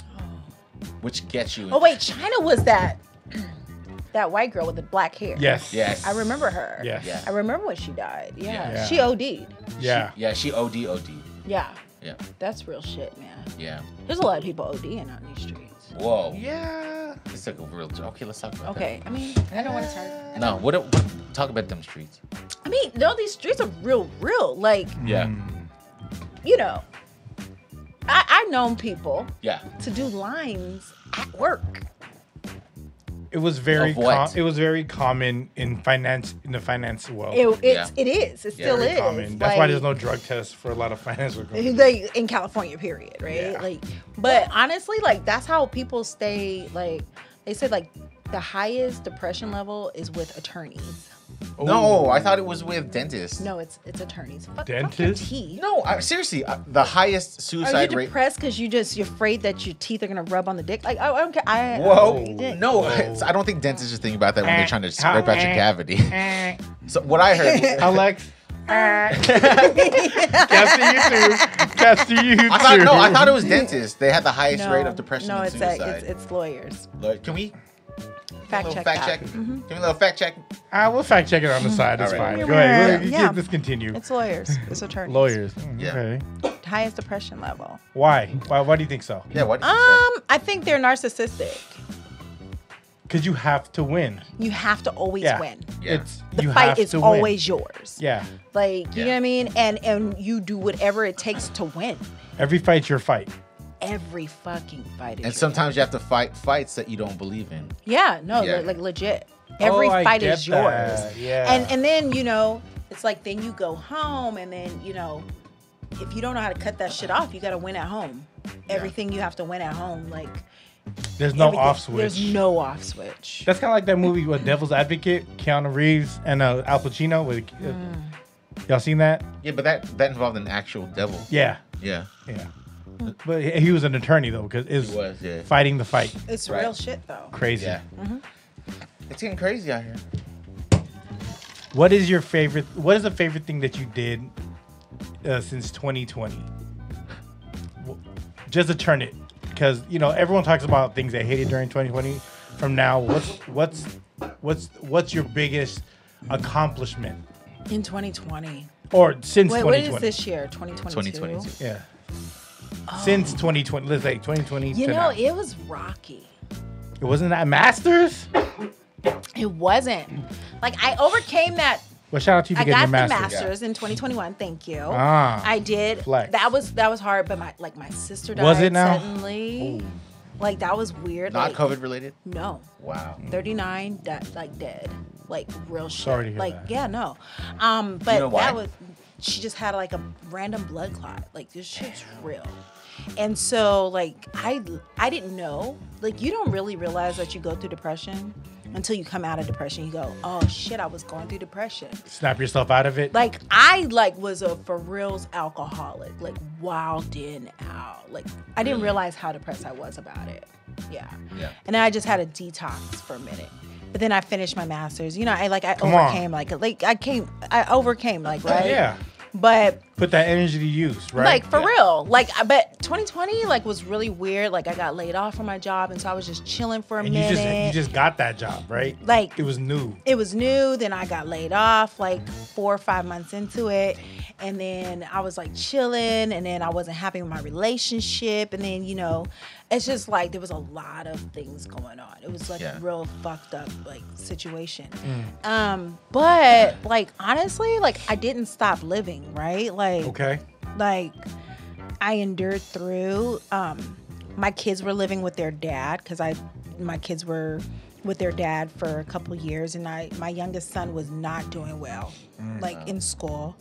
[SPEAKER 2] Which gets you.
[SPEAKER 3] Oh wait, China was that that white girl with the black hair.
[SPEAKER 1] Yes.
[SPEAKER 2] Yes.
[SPEAKER 3] I remember her.
[SPEAKER 1] Yes.
[SPEAKER 2] Yeah.
[SPEAKER 3] I remember when she died. Yeah.
[SPEAKER 1] Yeah.
[SPEAKER 3] She OD'd.
[SPEAKER 1] Yeah.
[SPEAKER 2] Yeah, she OD OD.
[SPEAKER 3] Yeah.
[SPEAKER 2] Yeah,
[SPEAKER 3] That's real shit, man.
[SPEAKER 2] yeah.
[SPEAKER 3] There's a lot of people ODing out in these streets.
[SPEAKER 2] Whoa.
[SPEAKER 1] Yeah.
[SPEAKER 2] It's like a real. Okay, let's talk about
[SPEAKER 3] Okay. I mean, I
[SPEAKER 2] Uh,
[SPEAKER 3] don't want to start.
[SPEAKER 2] that. No, what, what? Talk about them streets.
[SPEAKER 3] I mean, no, these streets are real, real. Like,
[SPEAKER 1] Hmm.
[SPEAKER 2] Yeah.
[SPEAKER 3] you know, I, I've known people
[SPEAKER 2] Yeah.
[SPEAKER 3] to do lines at work.
[SPEAKER 1] It was very
[SPEAKER 2] Of what?
[SPEAKER 1] com- it was very common in finance in the finance world.
[SPEAKER 3] It, it's,
[SPEAKER 2] Yeah.
[SPEAKER 3] it is. It
[SPEAKER 2] Yeah,
[SPEAKER 3] still
[SPEAKER 1] very
[SPEAKER 3] is.
[SPEAKER 1] common. That's why
[SPEAKER 3] Like,
[SPEAKER 1] there's no drug test for a lot of financial companies.
[SPEAKER 3] they in California, period, right?
[SPEAKER 1] Yeah.
[SPEAKER 3] Like, but honestly, like that's how people stay. Like, they said like the highest depression level is with attorneys.
[SPEAKER 2] No, I thought it was with dentists.
[SPEAKER 3] No, it's it's attorneys. Fuck,
[SPEAKER 1] Dentist?
[SPEAKER 3] Fuck your teeth.
[SPEAKER 2] No, I, seriously, uh, the highest
[SPEAKER 3] Are you
[SPEAKER 2] suicide rate.
[SPEAKER 3] depressed because you just you're afraid that your teeth are gonna rub on the dick? Like, oh, I don't care. I,
[SPEAKER 2] Whoa.
[SPEAKER 3] I dick.
[SPEAKER 2] No, I don't think dentists are thinking about that when they're trying to
[SPEAKER 1] How-
[SPEAKER 2] scrape out your cavity. So what I heard,
[SPEAKER 1] Oh. Alex.
[SPEAKER 3] Uh.
[SPEAKER 1] Cast to YouTube. Cast to YouTube.
[SPEAKER 2] I thought no, I thought it was dentists. They had the highest rate of depression
[SPEAKER 3] No,
[SPEAKER 2] and
[SPEAKER 3] it's,
[SPEAKER 2] suicide.
[SPEAKER 3] a, it's it's lawyers.
[SPEAKER 2] Like, can we
[SPEAKER 3] Fact
[SPEAKER 2] little
[SPEAKER 3] check.
[SPEAKER 2] fact
[SPEAKER 3] that. Mm-hmm.
[SPEAKER 2] check? Can we a little fact check?
[SPEAKER 1] I will Uh, fact check it on the side. It's
[SPEAKER 2] All right.
[SPEAKER 1] fine. Go ahead.
[SPEAKER 3] Yeah.
[SPEAKER 1] We'll-
[SPEAKER 3] Yeah.
[SPEAKER 1] Let's continue.
[SPEAKER 3] It's lawyers. It's attorneys.
[SPEAKER 1] Lawyers. Mm,
[SPEAKER 2] Yeah.
[SPEAKER 1] Okay.
[SPEAKER 3] Highest depression level.
[SPEAKER 1] Why? Why? Why do you think so?
[SPEAKER 2] Yeah, what? did you say?
[SPEAKER 3] Um, I think they're narcissistic.
[SPEAKER 1] Because you have to win.
[SPEAKER 3] You have to always
[SPEAKER 1] Yeah.
[SPEAKER 3] win.
[SPEAKER 2] Yeah.
[SPEAKER 1] It's
[SPEAKER 3] The
[SPEAKER 1] you have
[SPEAKER 3] fight is
[SPEAKER 1] to win.
[SPEAKER 3] always yours.
[SPEAKER 1] Yeah.
[SPEAKER 3] Like,
[SPEAKER 2] Yeah.
[SPEAKER 3] you know what I mean? And and you do whatever it takes to win.
[SPEAKER 1] Every fight's your fight.
[SPEAKER 3] Every fucking fight is
[SPEAKER 2] And
[SPEAKER 3] yours.
[SPEAKER 2] sometimes you have to fight fights that you don't believe in.
[SPEAKER 3] Yeah, no,
[SPEAKER 2] Yeah.
[SPEAKER 3] Like, like legit. Every
[SPEAKER 1] Oh, I
[SPEAKER 3] fight
[SPEAKER 1] get
[SPEAKER 3] is
[SPEAKER 1] that.
[SPEAKER 3] yours.
[SPEAKER 1] Yeah.
[SPEAKER 3] And and then, you know, it's like then you go home and then, you know, if you don't know how to cut that shit off, you gotta win at home. Everything you have to win at home. Like
[SPEAKER 1] There's no
[SPEAKER 3] everything-
[SPEAKER 1] off switch.
[SPEAKER 3] There's no off switch.
[SPEAKER 1] That's kind of like that movie with Devil's Advocate, Keanu Reeves and uh, Al Pacino. With uh,
[SPEAKER 3] Mm.
[SPEAKER 1] y'all seen that?
[SPEAKER 2] Yeah, but that that involved an actual devil.
[SPEAKER 1] Yeah,
[SPEAKER 2] Yeah.
[SPEAKER 1] yeah. But he he was an attorney though, because
[SPEAKER 2] It
[SPEAKER 1] is
[SPEAKER 2] was, yeah.
[SPEAKER 1] fighting the fight.
[SPEAKER 3] It's
[SPEAKER 2] Right.
[SPEAKER 3] real shit though.
[SPEAKER 1] Crazy.
[SPEAKER 2] Yeah.
[SPEAKER 3] Mm-hmm.
[SPEAKER 2] It's getting crazy out here.
[SPEAKER 1] What is your favorite? What is the favorite thing that you did uh, since 2020? W- Just to turn it, because you know everyone talks about things they hated during 2020. From now, what's what's what's what's your biggest accomplishment,
[SPEAKER 3] In 2020.
[SPEAKER 1] or since
[SPEAKER 3] Wait,
[SPEAKER 1] 2020?
[SPEAKER 3] what is this year? 2022.
[SPEAKER 2] 2022.
[SPEAKER 1] Yeah. Since 2020, let's say 2020.
[SPEAKER 3] Oh. You
[SPEAKER 1] to
[SPEAKER 3] know,
[SPEAKER 1] now.
[SPEAKER 3] it was rocky.
[SPEAKER 1] It wasn't that Masters.
[SPEAKER 3] It wasn't. Like I overcame that.
[SPEAKER 1] Well, shout out to you for
[SPEAKER 3] I
[SPEAKER 1] getting
[SPEAKER 3] got
[SPEAKER 1] your
[SPEAKER 3] the
[SPEAKER 1] Masters.
[SPEAKER 3] masters in 2021. Thank you.
[SPEAKER 1] Ah.
[SPEAKER 3] I did.
[SPEAKER 1] Flex.
[SPEAKER 3] That was that was hard, but my like my sister died
[SPEAKER 1] Was it now?
[SPEAKER 3] suddenly. Like that was weird.
[SPEAKER 2] Not
[SPEAKER 3] like,
[SPEAKER 2] COVID related.
[SPEAKER 3] No.
[SPEAKER 2] Wow.
[SPEAKER 3] 39 de- like dead. Like real shit.
[SPEAKER 1] Sorry to hear
[SPEAKER 3] like
[SPEAKER 1] that.
[SPEAKER 3] yeah, no. Um but
[SPEAKER 2] know why?
[SPEAKER 3] that was she just had like a random blood clot. Like this shit's real. And so like I I didn't know. Like you don't really realize that you go through depression until you come out of depression. You go, "Oh shit, I was going through depression."
[SPEAKER 1] Snap yourself out of it.
[SPEAKER 3] Like I like was a for reals alcoholic, like wild in out. Like I
[SPEAKER 1] Mm.
[SPEAKER 3] didn't realize how depressed I was about it. Yeah.
[SPEAKER 2] Yeah.
[SPEAKER 3] And then I just had a detox for a minute. But then I finished my masters. You know, I like I
[SPEAKER 1] Come on. Oh,
[SPEAKER 3] overcame like like I came I overcame like right.
[SPEAKER 1] yeah.
[SPEAKER 3] But
[SPEAKER 1] Put that energy to use, right?
[SPEAKER 3] like for
[SPEAKER 2] Yeah.
[SPEAKER 3] real, like I- but 2020 like was really weird. Like I got laid off from my job, and so I was just chilling for a
[SPEAKER 1] and you
[SPEAKER 3] minute.
[SPEAKER 1] just you just got that job, right?
[SPEAKER 3] Like-
[SPEAKER 1] it was new.
[SPEAKER 3] it was new. Then I got laid off like four or five months into it. And then I was like chilling. And then I wasn't happy with my relationship. And then, you know, it's just like there was a lot of things going on. It was like
[SPEAKER 2] Yeah.
[SPEAKER 3] a real fucked up like situation. Um, but like honestly, like I didn't stop living, right? Like
[SPEAKER 1] Okay.
[SPEAKER 3] like I endured through. Um, my kids were living with their dad because I, my kids were with their dad for a couple years, and I, my youngest son was not doing well,
[SPEAKER 1] Mm.
[SPEAKER 3] like in school.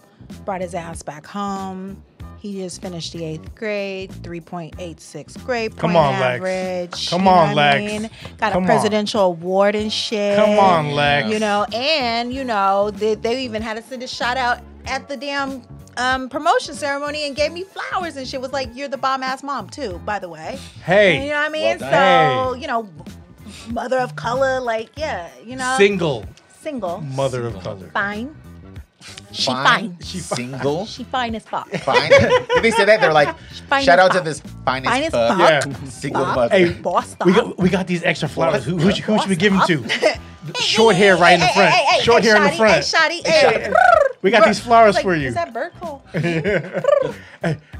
[SPEAKER 3] Brought his ass back home. He just finished the eighth grade, three point eight six grade
[SPEAKER 1] Come
[SPEAKER 3] point
[SPEAKER 1] on, Lex.
[SPEAKER 3] average. you
[SPEAKER 1] Come
[SPEAKER 3] know
[SPEAKER 1] on,
[SPEAKER 3] what
[SPEAKER 1] Lex.
[SPEAKER 3] Got
[SPEAKER 1] Come on.
[SPEAKER 3] a presidential award and shit.
[SPEAKER 1] Come on, Lex.
[SPEAKER 3] You know, and you know, they, they even had us send a shout out at the damn um, promotion ceremony and gave me flowers and shit. Was like, you're the bomb ass mom too, by the way.
[SPEAKER 1] Hey.
[SPEAKER 3] you know what I
[SPEAKER 1] well
[SPEAKER 3] mean? so
[SPEAKER 1] done.
[SPEAKER 3] you know, mother of color, like yeah, you know,
[SPEAKER 1] Single
[SPEAKER 3] single,
[SPEAKER 1] mother of color.
[SPEAKER 3] fine, She fine.
[SPEAKER 1] She fine.
[SPEAKER 2] single.
[SPEAKER 3] She fine as fuck.
[SPEAKER 2] fine. Did they say that? They're like,
[SPEAKER 3] fine
[SPEAKER 2] shout
[SPEAKER 3] as
[SPEAKER 2] out to
[SPEAKER 3] fuck.
[SPEAKER 2] this fine
[SPEAKER 3] Fine
[SPEAKER 2] as
[SPEAKER 3] as
[SPEAKER 2] fuck
[SPEAKER 1] Yeah.
[SPEAKER 3] fuck.
[SPEAKER 2] single
[SPEAKER 3] Fuck.
[SPEAKER 2] mother.
[SPEAKER 1] Hey,
[SPEAKER 3] Boss stop.
[SPEAKER 1] we got we got these extra flowers. Who, who, should- who should we give them to? The Short
[SPEAKER 3] Hey,
[SPEAKER 1] hair right in the
[SPEAKER 3] hey,
[SPEAKER 1] front.
[SPEAKER 3] hey, hey,
[SPEAKER 1] Short
[SPEAKER 3] hey,
[SPEAKER 1] hair in the
[SPEAKER 3] shawty,
[SPEAKER 1] front.
[SPEAKER 3] Hey, shawty, hey.
[SPEAKER 1] We got these flowers for you.
[SPEAKER 3] Is that bird call?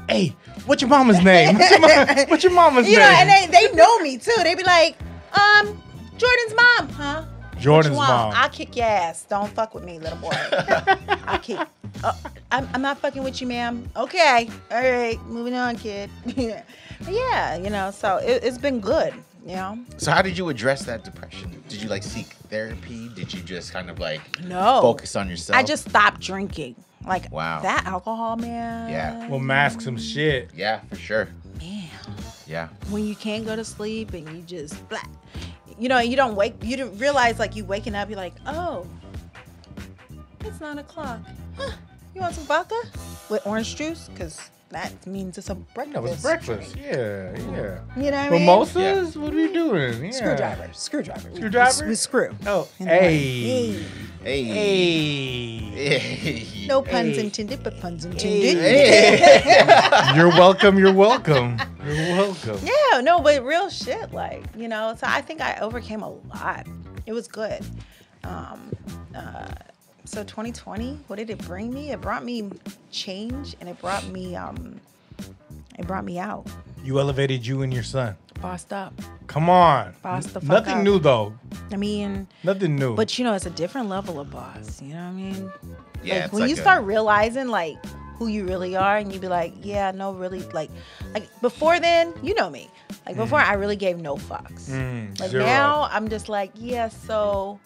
[SPEAKER 1] Hey, what's your mama's name? What's your, mama, what's your mama's
[SPEAKER 3] You know,
[SPEAKER 1] name?
[SPEAKER 3] and they, they know me too. They be like, um, Jordan's mom, huh?
[SPEAKER 1] Jordan's mom.
[SPEAKER 3] I kick your ass. Don't fuck with me, little boy. I kick. Uh, I'm, I'm not fucking with you, ma'am. Okay. All right. Moving on, kid. but yeah, you know, so it, it's been good. You know,
[SPEAKER 2] So how did you address that depression? Did you like seek therapy? Did you just kind of like
[SPEAKER 3] no.
[SPEAKER 2] focus on yourself?
[SPEAKER 3] Oh. I just stopped drinking. Like
[SPEAKER 2] Wow.
[SPEAKER 3] that alcohol, man.
[SPEAKER 2] Yeah.
[SPEAKER 1] We'll mask some shit.
[SPEAKER 2] yeah, for sure.
[SPEAKER 3] Man,
[SPEAKER 2] Yeah.
[SPEAKER 3] when you can't go to sleep and you just black, you know, you don't wake, you don't realize like you waking up, you're like, oh, it's nine o'clock. Huh, you want some vodka with orange juice? Cause that means it's a breakfast.
[SPEAKER 1] That was breakfast. Yeah, yeah.
[SPEAKER 3] You know what I mean?
[SPEAKER 1] Mimosas? What are we doing? Yeah.
[SPEAKER 3] Screwdriver, screwdriver, We-
[SPEAKER 1] Screwdriver?
[SPEAKER 3] We, screw.
[SPEAKER 1] Oh,
[SPEAKER 3] In the morning.
[SPEAKER 1] hey.
[SPEAKER 3] Hey.
[SPEAKER 2] Hey.
[SPEAKER 1] Hey.
[SPEAKER 2] Hey.
[SPEAKER 3] No puns
[SPEAKER 1] Hey.
[SPEAKER 3] intended, but puns intended.
[SPEAKER 2] Hey.
[SPEAKER 1] You're welcome. You're welcome. You're welcome.
[SPEAKER 3] Yeah, no, but real shit, like you know. So I think I overcame a lot. It was good. Um, uh, so 2020, what did it bring me? It brought me change, and it brought me, um, it brought me out.
[SPEAKER 1] You elevated you and your son.
[SPEAKER 3] Bossed up.
[SPEAKER 1] Come on.
[SPEAKER 3] Boss the fuck
[SPEAKER 1] Nothing
[SPEAKER 3] up.
[SPEAKER 1] new though.
[SPEAKER 3] I mean,
[SPEAKER 1] Nothing new.
[SPEAKER 3] but you know, it's a different level of boss. You know what I mean?
[SPEAKER 2] Yeah,
[SPEAKER 3] like
[SPEAKER 2] it's
[SPEAKER 3] when you
[SPEAKER 2] a-
[SPEAKER 3] start realizing like who you really are and you be like yeah no really like like before then you know me
[SPEAKER 2] Mm.
[SPEAKER 3] like before i really gave no fucks
[SPEAKER 1] Mm,
[SPEAKER 3] like
[SPEAKER 1] zero.
[SPEAKER 3] now i'm just like yeah so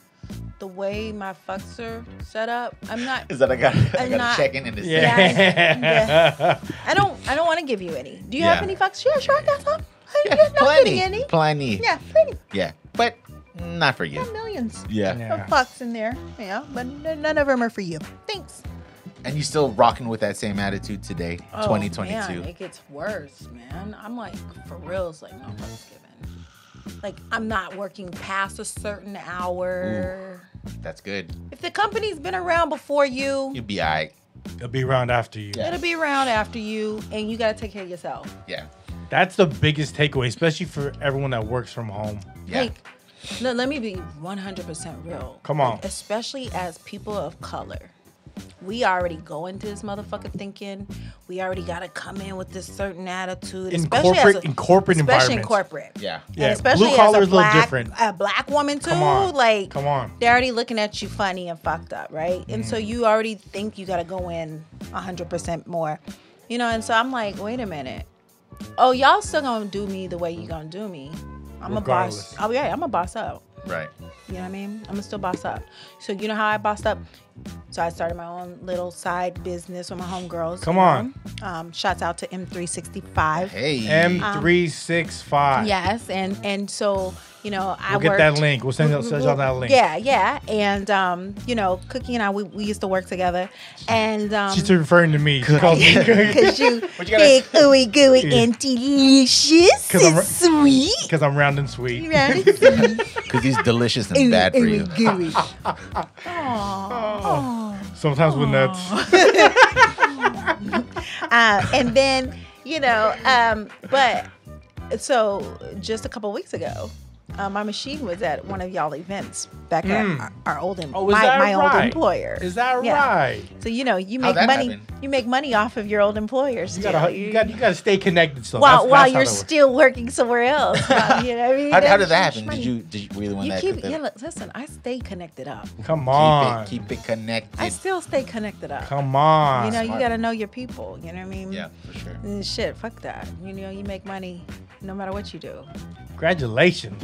[SPEAKER 3] the way my fucks are set up i'm not
[SPEAKER 2] Is that I got I
[SPEAKER 3] I'm
[SPEAKER 2] got
[SPEAKER 3] not-
[SPEAKER 2] to check in and it's
[SPEAKER 1] yeah.
[SPEAKER 3] Yeah. i don't i don't want to give you any do you
[SPEAKER 2] Yeah.
[SPEAKER 3] have any fucks yeah sure i got some I-
[SPEAKER 2] Yeah,
[SPEAKER 3] yeah, not
[SPEAKER 2] plenty.
[SPEAKER 3] getting any
[SPEAKER 2] Plenty.
[SPEAKER 3] yeah plenty
[SPEAKER 2] Yeah. But not for you.
[SPEAKER 3] got millions
[SPEAKER 2] Yeah.
[SPEAKER 1] Yeah.
[SPEAKER 3] of fucks in there yeah but n- none of them are for you thanks
[SPEAKER 2] And you still rocking with that same attitude today,
[SPEAKER 3] Oh,
[SPEAKER 2] 2022.
[SPEAKER 3] Man, it gets worse, man. I'm like, for real, it's like no fucks given. Like, I'm not working past a certain hour.
[SPEAKER 2] That's good.
[SPEAKER 3] If the company's been around before you,
[SPEAKER 2] You'll be all right.
[SPEAKER 1] It'll be around after you.
[SPEAKER 2] Yeah.
[SPEAKER 3] it'll be around after you, and you gotta take care of yourself.
[SPEAKER 2] Yeah.
[SPEAKER 1] That's the biggest takeaway, especially for everyone that works from home.
[SPEAKER 2] Yeah.
[SPEAKER 3] Like, no, let me be 100% real.
[SPEAKER 1] Come on.
[SPEAKER 3] Especially as people of color. We already go into this motherfucker thinking we already gotta come in with this certain attitude.
[SPEAKER 1] In
[SPEAKER 3] especially as
[SPEAKER 1] corporate-
[SPEAKER 3] a-
[SPEAKER 1] in corporate
[SPEAKER 3] especially in
[SPEAKER 1] environments.
[SPEAKER 3] corporate.
[SPEAKER 2] yeah.
[SPEAKER 1] Yeah,
[SPEAKER 3] and especially
[SPEAKER 1] blue collar
[SPEAKER 3] as
[SPEAKER 1] is a
[SPEAKER 3] a
[SPEAKER 1] little
[SPEAKER 3] black,
[SPEAKER 1] different.
[SPEAKER 3] a black woman too.
[SPEAKER 1] Come on,
[SPEAKER 3] Like,
[SPEAKER 1] come on. Mm.
[SPEAKER 3] they're already looking at you funny and fucked up, right? And so you already think you got to go in hundred percent more, you know. And so I'm like, wait a minute. Oh, y'all still gonna do me the way you gonna do me? I'm
[SPEAKER 1] Regardless.
[SPEAKER 3] a boss. Oh yeah, I'm a boss up.
[SPEAKER 2] Right.
[SPEAKER 3] You know what I mean? I'm gonna still boss up. So you know how I bossed up? So I started my own little side business with my homegirls.
[SPEAKER 1] Come
[SPEAKER 3] you
[SPEAKER 1] on.
[SPEAKER 3] know? Um, shouts out to M365.
[SPEAKER 2] Hey.
[SPEAKER 3] uh,
[SPEAKER 1] M365.
[SPEAKER 3] Yes, and and so you know I
[SPEAKER 1] We'll get
[SPEAKER 3] worked-
[SPEAKER 1] that link. We'll send, you
[SPEAKER 3] we-
[SPEAKER 1] send
[SPEAKER 3] we-
[SPEAKER 1] y'all that link.
[SPEAKER 3] Yeah, yeah, and um, you know, Cookie and I we, we used to work together, and um,
[SPEAKER 1] She's referring to me. She calls me
[SPEAKER 3] because you
[SPEAKER 2] What you gotta-
[SPEAKER 3] big ooey gooey
[SPEAKER 1] Yeah.
[SPEAKER 3] and delicious
[SPEAKER 1] 'Cause I'm
[SPEAKER 3] and sweet.
[SPEAKER 1] because I'm round and sweet.
[SPEAKER 3] Right? Ooey,
[SPEAKER 2] Because he's delicious and bad for you.
[SPEAKER 3] ooey gooey. Aw.
[SPEAKER 1] Oh. Sometimes with nuts.
[SPEAKER 3] Uh, and then you know, um, but so just a couple weeks ago. Uh, my machine was at one of y'all events back
[SPEAKER 1] Mm.
[SPEAKER 3] at our, our old em-
[SPEAKER 1] Oh, is
[SPEAKER 3] my,
[SPEAKER 1] that
[SPEAKER 3] my old
[SPEAKER 1] right?
[SPEAKER 3] employer.
[SPEAKER 1] Is that
[SPEAKER 3] Yeah.
[SPEAKER 1] right?
[SPEAKER 3] So you know, you
[SPEAKER 2] How'd that
[SPEAKER 3] make money.
[SPEAKER 2] happen?
[SPEAKER 3] You make money off of your old employers.
[SPEAKER 1] You
[SPEAKER 3] too.
[SPEAKER 1] gotta, you gotta, you gotta stay connected. So
[SPEAKER 3] while
[SPEAKER 1] that's,
[SPEAKER 3] while
[SPEAKER 1] that's how
[SPEAKER 3] you're
[SPEAKER 1] that works.
[SPEAKER 3] still working somewhere else. While, you know what I mean?
[SPEAKER 2] How, how
[SPEAKER 3] That's
[SPEAKER 2] did that
[SPEAKER 3] just
[SPEAKER 2] happen?
[SPEAKER 3] money.
[SPEAKER 2] Did you did you really want
[SPEAKER 3] You
[SPEAKER 2] that?
[SPEAKER 3] keep yeah. Look, listen, I stay connected up.
[SPEAKER 1] Come on,
[SPEAKER 2] keep it keep it connected.
[SPEAKER 3] I still stay connected up.
[SPEAKER 1] come on.
[SPEAKER 3] you know,
[SPEAKER 2] smart.
[SPEAKER 3] you gotta know your people. You know what I mean?
[SPEAKER 2] yeah, for sure.
[SPEAKER 3] And shit, fuck that. You know, you make money no matter what you do.
[SPEAKER 1] Congratulations.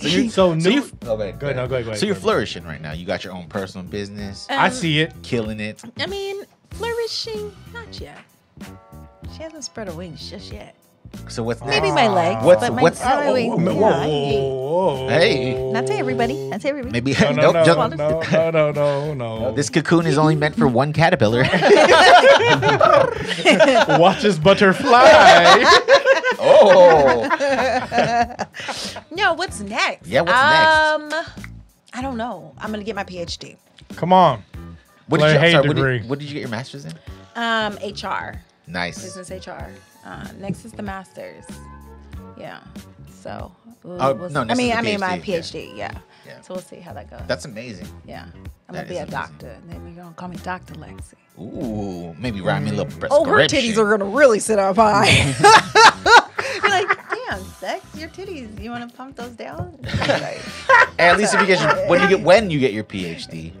[SPEAKER 2] So you
[SPEAKER 1] So
[SPEAKER 2] so
[SPEAKER 1] new-
[SPEAKER 2] you oh, wait,
[SPEAKER 1] Go ahead, no, go ahead, go ahead,
[SPEAKER 2] So you're
[SPEAKER 1] go ahead.
[SPEAKER 2] flourishing right now. You got your own personal business,
[SPEAKER 1] I
[SPEAKER 3] Um,
[SPEAKER 1] see it.
[SPEAKER 2] killing it.
[SPEAKER 3] I mean, flourishing, not yet. She hasn't spread her wings just yet.
[SPEAKER 2] So what's next?
[SPEAKER 3] Maybe my legs,
[SPEAKER 2] What's-
[SPEAKER 3] but my
[SPEAKER 2] what's-
[SPEAKER 3] not my
[SPEAKER 2] oh,
[SPEAKER 3] wings.
[SPEAKER 1] whoa,
[SPEAKER 3] Yeah, I ain't-
[SPEAKER 1] whoa, whoa.
[SPEAKER 2] Hey.
[SPEAKER 3] Not to everybody. Not to everybody.
[SPEAKER 2] Maybe
[SPEAKER 1] No, no,
[SPEAKER 2] nope,
[SPEAKER 1] no,
[SPEAKER 2] jump-
[SPEAKER 1] no, no, no, no,
[SPEAKER 3] Oh.
[SPEAKER 1] no.
[SPEAKER 2] This cocoon is only meant for one caterpillar.
[SPEAKER 1] Watch this butterfly.
[SPEAKER 2] oh,
[SPEAKER 3] Oh. No, what's next?
[SPEAKER 2] Yeah, what's next?
[SPEAKER 3] um, I don't know. I'm gonna get my PhD.
[SPEAKER 1] Come on.
[SPEAKER 2] What
[SPEAKER 1] Blair
[SPEAKER 2] did, you, I'm
[SPEAKER 1] Hay
[SPEAKER 2] sorry, what,
[SPEAKER 1] degree.
[SPEAKER 2] did, what did you get your master's in?
[SPEAKER 3] Um, HR,
[SPEAKER 2] Nice.
[SPEAKER 3] business HR. Uh, next is the masters. Yeah. So. we'll-
[SPEAKER 2] Oh,
[SPEAKER 3] we'll
[SPEAKER 2] no,
[SPEAKER 3] see. I
[SPEAKER 2] next is
[SPEAKER 3] mean,
[SPEAKER 2] the
[SPEAKER 3] I mean my
[SPEAKER 2] PhD,
[SPEAKER 3] PhD. Yeah.
[SPEAKER 2] Yeah.
[SPEAKER 3] So we'll see how that goes.
[SPEAKER 2] That's amazing.
[SPEAKER 3] yeah. I'm
[SPEAKER 2] that
[SPEAKER 3] gonna be
[SPEAKER 2] is
[SPEAKER 3] a
[SPEAKER 2] amazing.
[SPEAKER 3] doctor, and then you're gonna call me Doctor Lexi.
[SPEAKER 2] Ooh, maybe write me a little prescription.
[SPEAKER 3] Oh, her titties are gonna really sit up high. You're like, damn, sex, your titties. You wanna pump those down? Like,
[SPEAKER 2] At least if you get your, when you get when you get your PhD,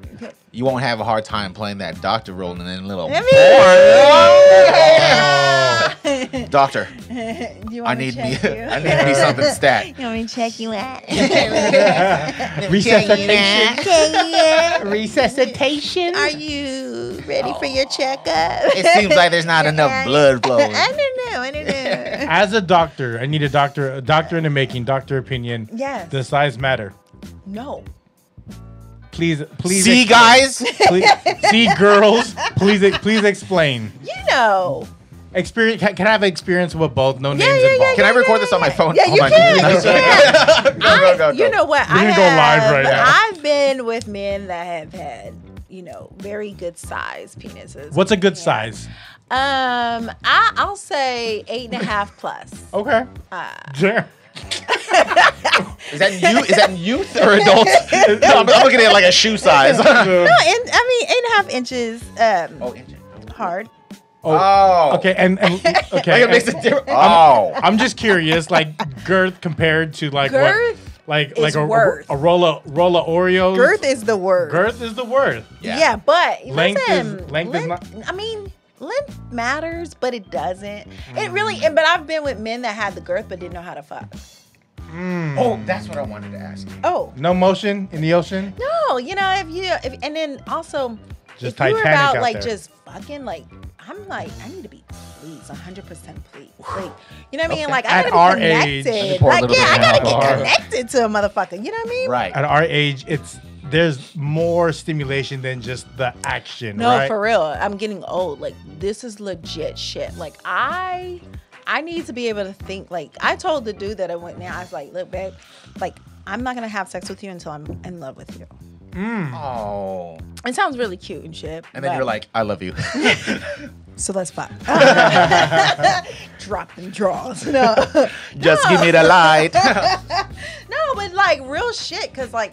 [SPEAKER 2] you won't have a hard time playing that doctor role and then little
[SPEAKER 3] Let
[SPEAKER 2] doctor.
[SPEAKER 3] me. you
[SPEAKER 2] I
[SPEAKER 3] want me
[SPEAKER 2] need
[SPEAKER 3] to
[SPEAKER 2] me.
[SPEAKER 3] check you?
[SPEAKER 2] I need me something stat.
[SPEAKER 3] You want me to check you out?
[SPEAKER 1] Resuscitation.
[SPEAKER 3] Check you out.
[SPEAKER 1] Resuscitation.
[SPEAKER 3] Are you ready for your checkup?
[SPEAKER 2] It seems like there's not enough blood flowing.
[SPEAKER 3] I don't know. I don't know.
[SPEAKER 1] As a doctor, I need a doctor, a doctor in the making, doctor opinion.
[SPEAKER 3] Yes.
[SPEAKER 1] The size matter.
[SPEAKER 3] no.
[SPEAKER 1] Please, please.
[SPEAKER 2] See,
[SPEAKER 1] explain.
[SPEAKER 2] guys,
[SPEAKER 1] Please, see, girls. Please, ex- please explain.
[SPEAKER 3] You know.
[SPEAKER 1] Experience. Can, can I have experience with both? No names
[SPEAKER 3] yeah, yeah,
[SPEAKER 1] involved.
[SPEAKER 2] can I record this on my phone?
[SPEAKER 3] Yeah, you can, you
[SPEAKER 2] can.
[SPEAKER 3] I, you know what? I
[SPEAKER 1] We're gonna go live
[SPEAKER 3] have-
[SPEAKER 1] right now.
[SPEAKER 3] I've been with men that have had, you know, very good size penises.
[SPEAKER 1] What's a good
[SPEAKER 3] Yeah.
[SPEAKER 1] size?
[SPEAKER 3] Um, I, I'll say eight and a half plus.
[SPEAKER 1] Okay.
[SPEAKER 3] Uh,
[SPEAKER 1] Sure.
[SPEAKER 2] Is that you? Is that youth or adult? no, I'm, I'm looking at it like a shoe size.
[SPEAKER 3] No, and I mean eight and a half inches um,
[SPEAKER 2] oh, engine.
[SPEAKER 3] hard.
[SPEAKER 1] oh.
[SPEAKER 2] Oh.
[SPEAKER 1] Okay. And, and okay.
[SPEAKER 2] Like it makes a
[SPEAKER 1] and-
[SPEAKER 2] difference. Oh.
[SPEAKER 1] I'm just curious, like girth compared to like what,
[SPEAKER 3] Girth
[SPEAKER 1] like
[SPEAKER 3] is
[SPEAKER 1] like a,
[SPEAKER 3] worth.
[SPEAKER 1] a roll of roll of Oreos.
[SPEAKER 3] Girth is the word.
[SPEAKER 1] Girth is the word.
[SPEAKER 3] Yeah, but
[SPEAKER 1] Length is-
[SPEAKER 3] listen,
[SPEAKER 1] length is
[SPEAKER 3] I mean, length matters, but it doesn't. It
[SPEAKER 1] Mm.
[SPEAKER 3] really. And, but I've been with men that had the girth but didn't know how to fuck.
[SPEAKER 2] Oh, that's what I wanted to ask. you.
[SPEAKER 3] Oh
[SPEAKER 1] No motion in the ocean.
[SPEAKER 3] no, you know if you if and then also
[SPEAKER 1] Just
[SPEAKER 3] if you were
[SPEAKER 1] Titanic
[SPEAKER 3] about
[SPEAKER 1] out
[SPEAKER 3] like
[SPEAKER 1] there.
[SPEAKER 3] just fucking like I'm like I need to be please 100 percent please like you know what I mean
[SPEAKER 2] Okay.
[SPEAKER 3] like
[SPEAKER 1] At
[SPEAKER 3] I
[SPEAKER 1] our
[SPEAKER 3] gotta be
[SPEAKER 1] age-
[SPEAKER 3] connected
[SPEAKER 2] Let me pour a
[SPEAKER 3] like
[SPEAKER 2] little
[SPEAKER 3] yeah I
[SPEAKER 2] bit
[SPEAKER 3] gotta
[SPEAKER 1] of alcohol.
[SPEAKER 3] get connected to a motherfucker you know what I mean
[SPEAKER 2] Right.
[SPEAKER 1] At our age, it's there's more stimulation than just the action,
[SPEAKER 3] No,
[SPEAKER 1] right?
[SPEAKER 3] for real. I'm getting old. Like this is legit shit. Like I I need to be able to think like I told the dude that I went now, I was like, look, babe, like I'm not gonna have sex with you until I'm in love with you.
[SPEAKER 2] Oh.
[SPEAKER 3] It sounds really cute and shit.
[SPEAKER 2] And then
[SPEAKER 3] but-
[SPEAKER 2] you're like, I love you.
[SPEAKER 3] so let's fuck. Drop them draws. No.
[SPEAKER 2] Just give me the light.
[SPEAKER 3] no, but like real shit, cause like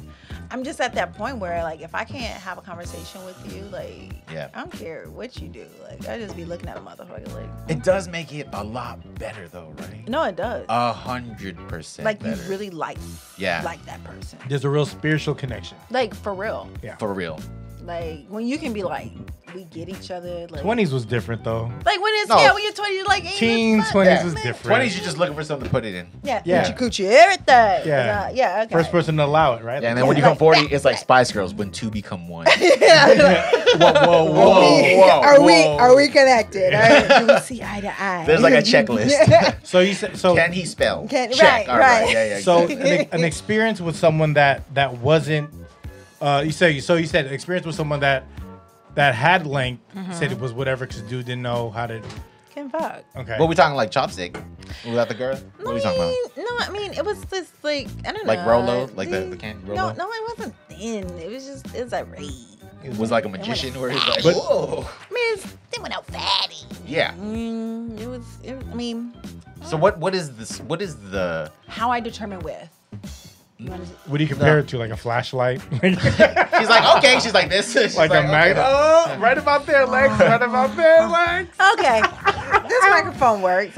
[SPEAKER 3] I'm just at that point where like if I can't have a conversation with you, like
[SPEAKER 2] Yeah.
[SPEAKER 3] I don't care what you do. Like I just be looking at a motherfucker like
[SPEAKER 2] it does make it a lot better though, right?
[SPEAKER 3] no, it does.
[SPEAKER 2] A hundred percent.
[SPEAKER 3] like you
[SPEAKER 2] Oh, better.
[SPEAKER 3] really like
[SPEAKER 2] Yeah.
[SPEAKER 3] like that person
[SPEAKER 1] There's a real spiritual connection.
[SPEAKER 3] like for real
[SPEAKER 2] for real.
[SPEAKER 3] like when you can be like we get each other like
[SPEAKER 1] Twenties was different though.
[SPEAKER 3] like when it's
[SPEAKER 2] No.
[SPEAKER 3] yeah when you're 20 you're like hey,
[SPEAKER 1] Teen
[SPEAKER 3] this fuck,
[SPEAKER 1] twenties
[SPEAKER 2] Yeah.
[SPEAKER 1] is
[SPEAKER 3] man.
[SPEAKER 1] different.
[SPEAKER 2] Twenties, you're just looking for something to put it in.
[SPEAKER 3] yeah,
[SPEAKER 1] Yeah.
[SPEAKER 3] yeah. coochie everything
[SPEAKER 1] Yeah.
[SPEAKER 3] yeah yeah okay.
[SPEAKER 1] First person to allow it, right?
[SPEAKER 2] Yeah, and then when you come forty, it's like Spice Girls when two become one.
[SPEAKER 1] whoa, whoa, whoa.
[SPEAKER 2] Are we- are we
[SPEAKER 3] connected Are- do we see eye to eye
[SPEAKER 2] There's like a checklist.
[SPEAKER 1] so you said so
[SPEAKER 2] Can he spell?
[SPEAKER 3] Can- right,
[SPEAKER 2] All
[SPEAKER 3] right.
[SPEAKER 2] Yeah, yeah.
[SPEAKER 1] so
[SPEAKER 2] exactly.
[SPEAKER 1] an, an experience with someone that that wasn't uh you say so you said experience with someone that that had length said it was whatever because dude didn't know how to
[SPEAKER 3] can fuck
[SPEAKER 1] okay
[SPEAKER 2] What we talking like chopstick? Without the girl? What
[SPEAKER 3] I
[SPEAKER 2] are we
[SPEAKER 3] mean,
[SPEAKER 2] talking about?
[SPEAKER 3] No, I mean it was this like I don't
[SPEAKER 2] Like
[SPEAKER 3] know.
[SPEAKER 2] Rolo? Like the- the can- Rolo?
[SPEAKER 3] No, no, it wasn't thin. It was just it was a raid.
[SPEAKER 1] Mm.
[SPEAKER 2] It was like a magician where he's like,
[SPEAKER 1] But-
[SPEAKER 2] whoa.
[SPEAKER 3] I mean, it's, they went out fatty.
[SPEAKER 2] Yeah.
[SPEAKER 3] Mm, it was. It, was- I mean,
[SPEAKER 2] So what what is this what is the
[SPEAKER 3] how I determine with. You wanna-
[SPEAKER 1] what do you compare
[SPEAKER 2] No.
[SPEAKER 1] it to like a flashlight like,
[SPEAKER 2] She's like, okay, she's like this. She's
[SPEAKER 1] like a mag
[SPEAKER 2] okay.
[SPEAKER 1] oh right about there legs right about there legs
[SPEAKER 3] Okay, this microphone works.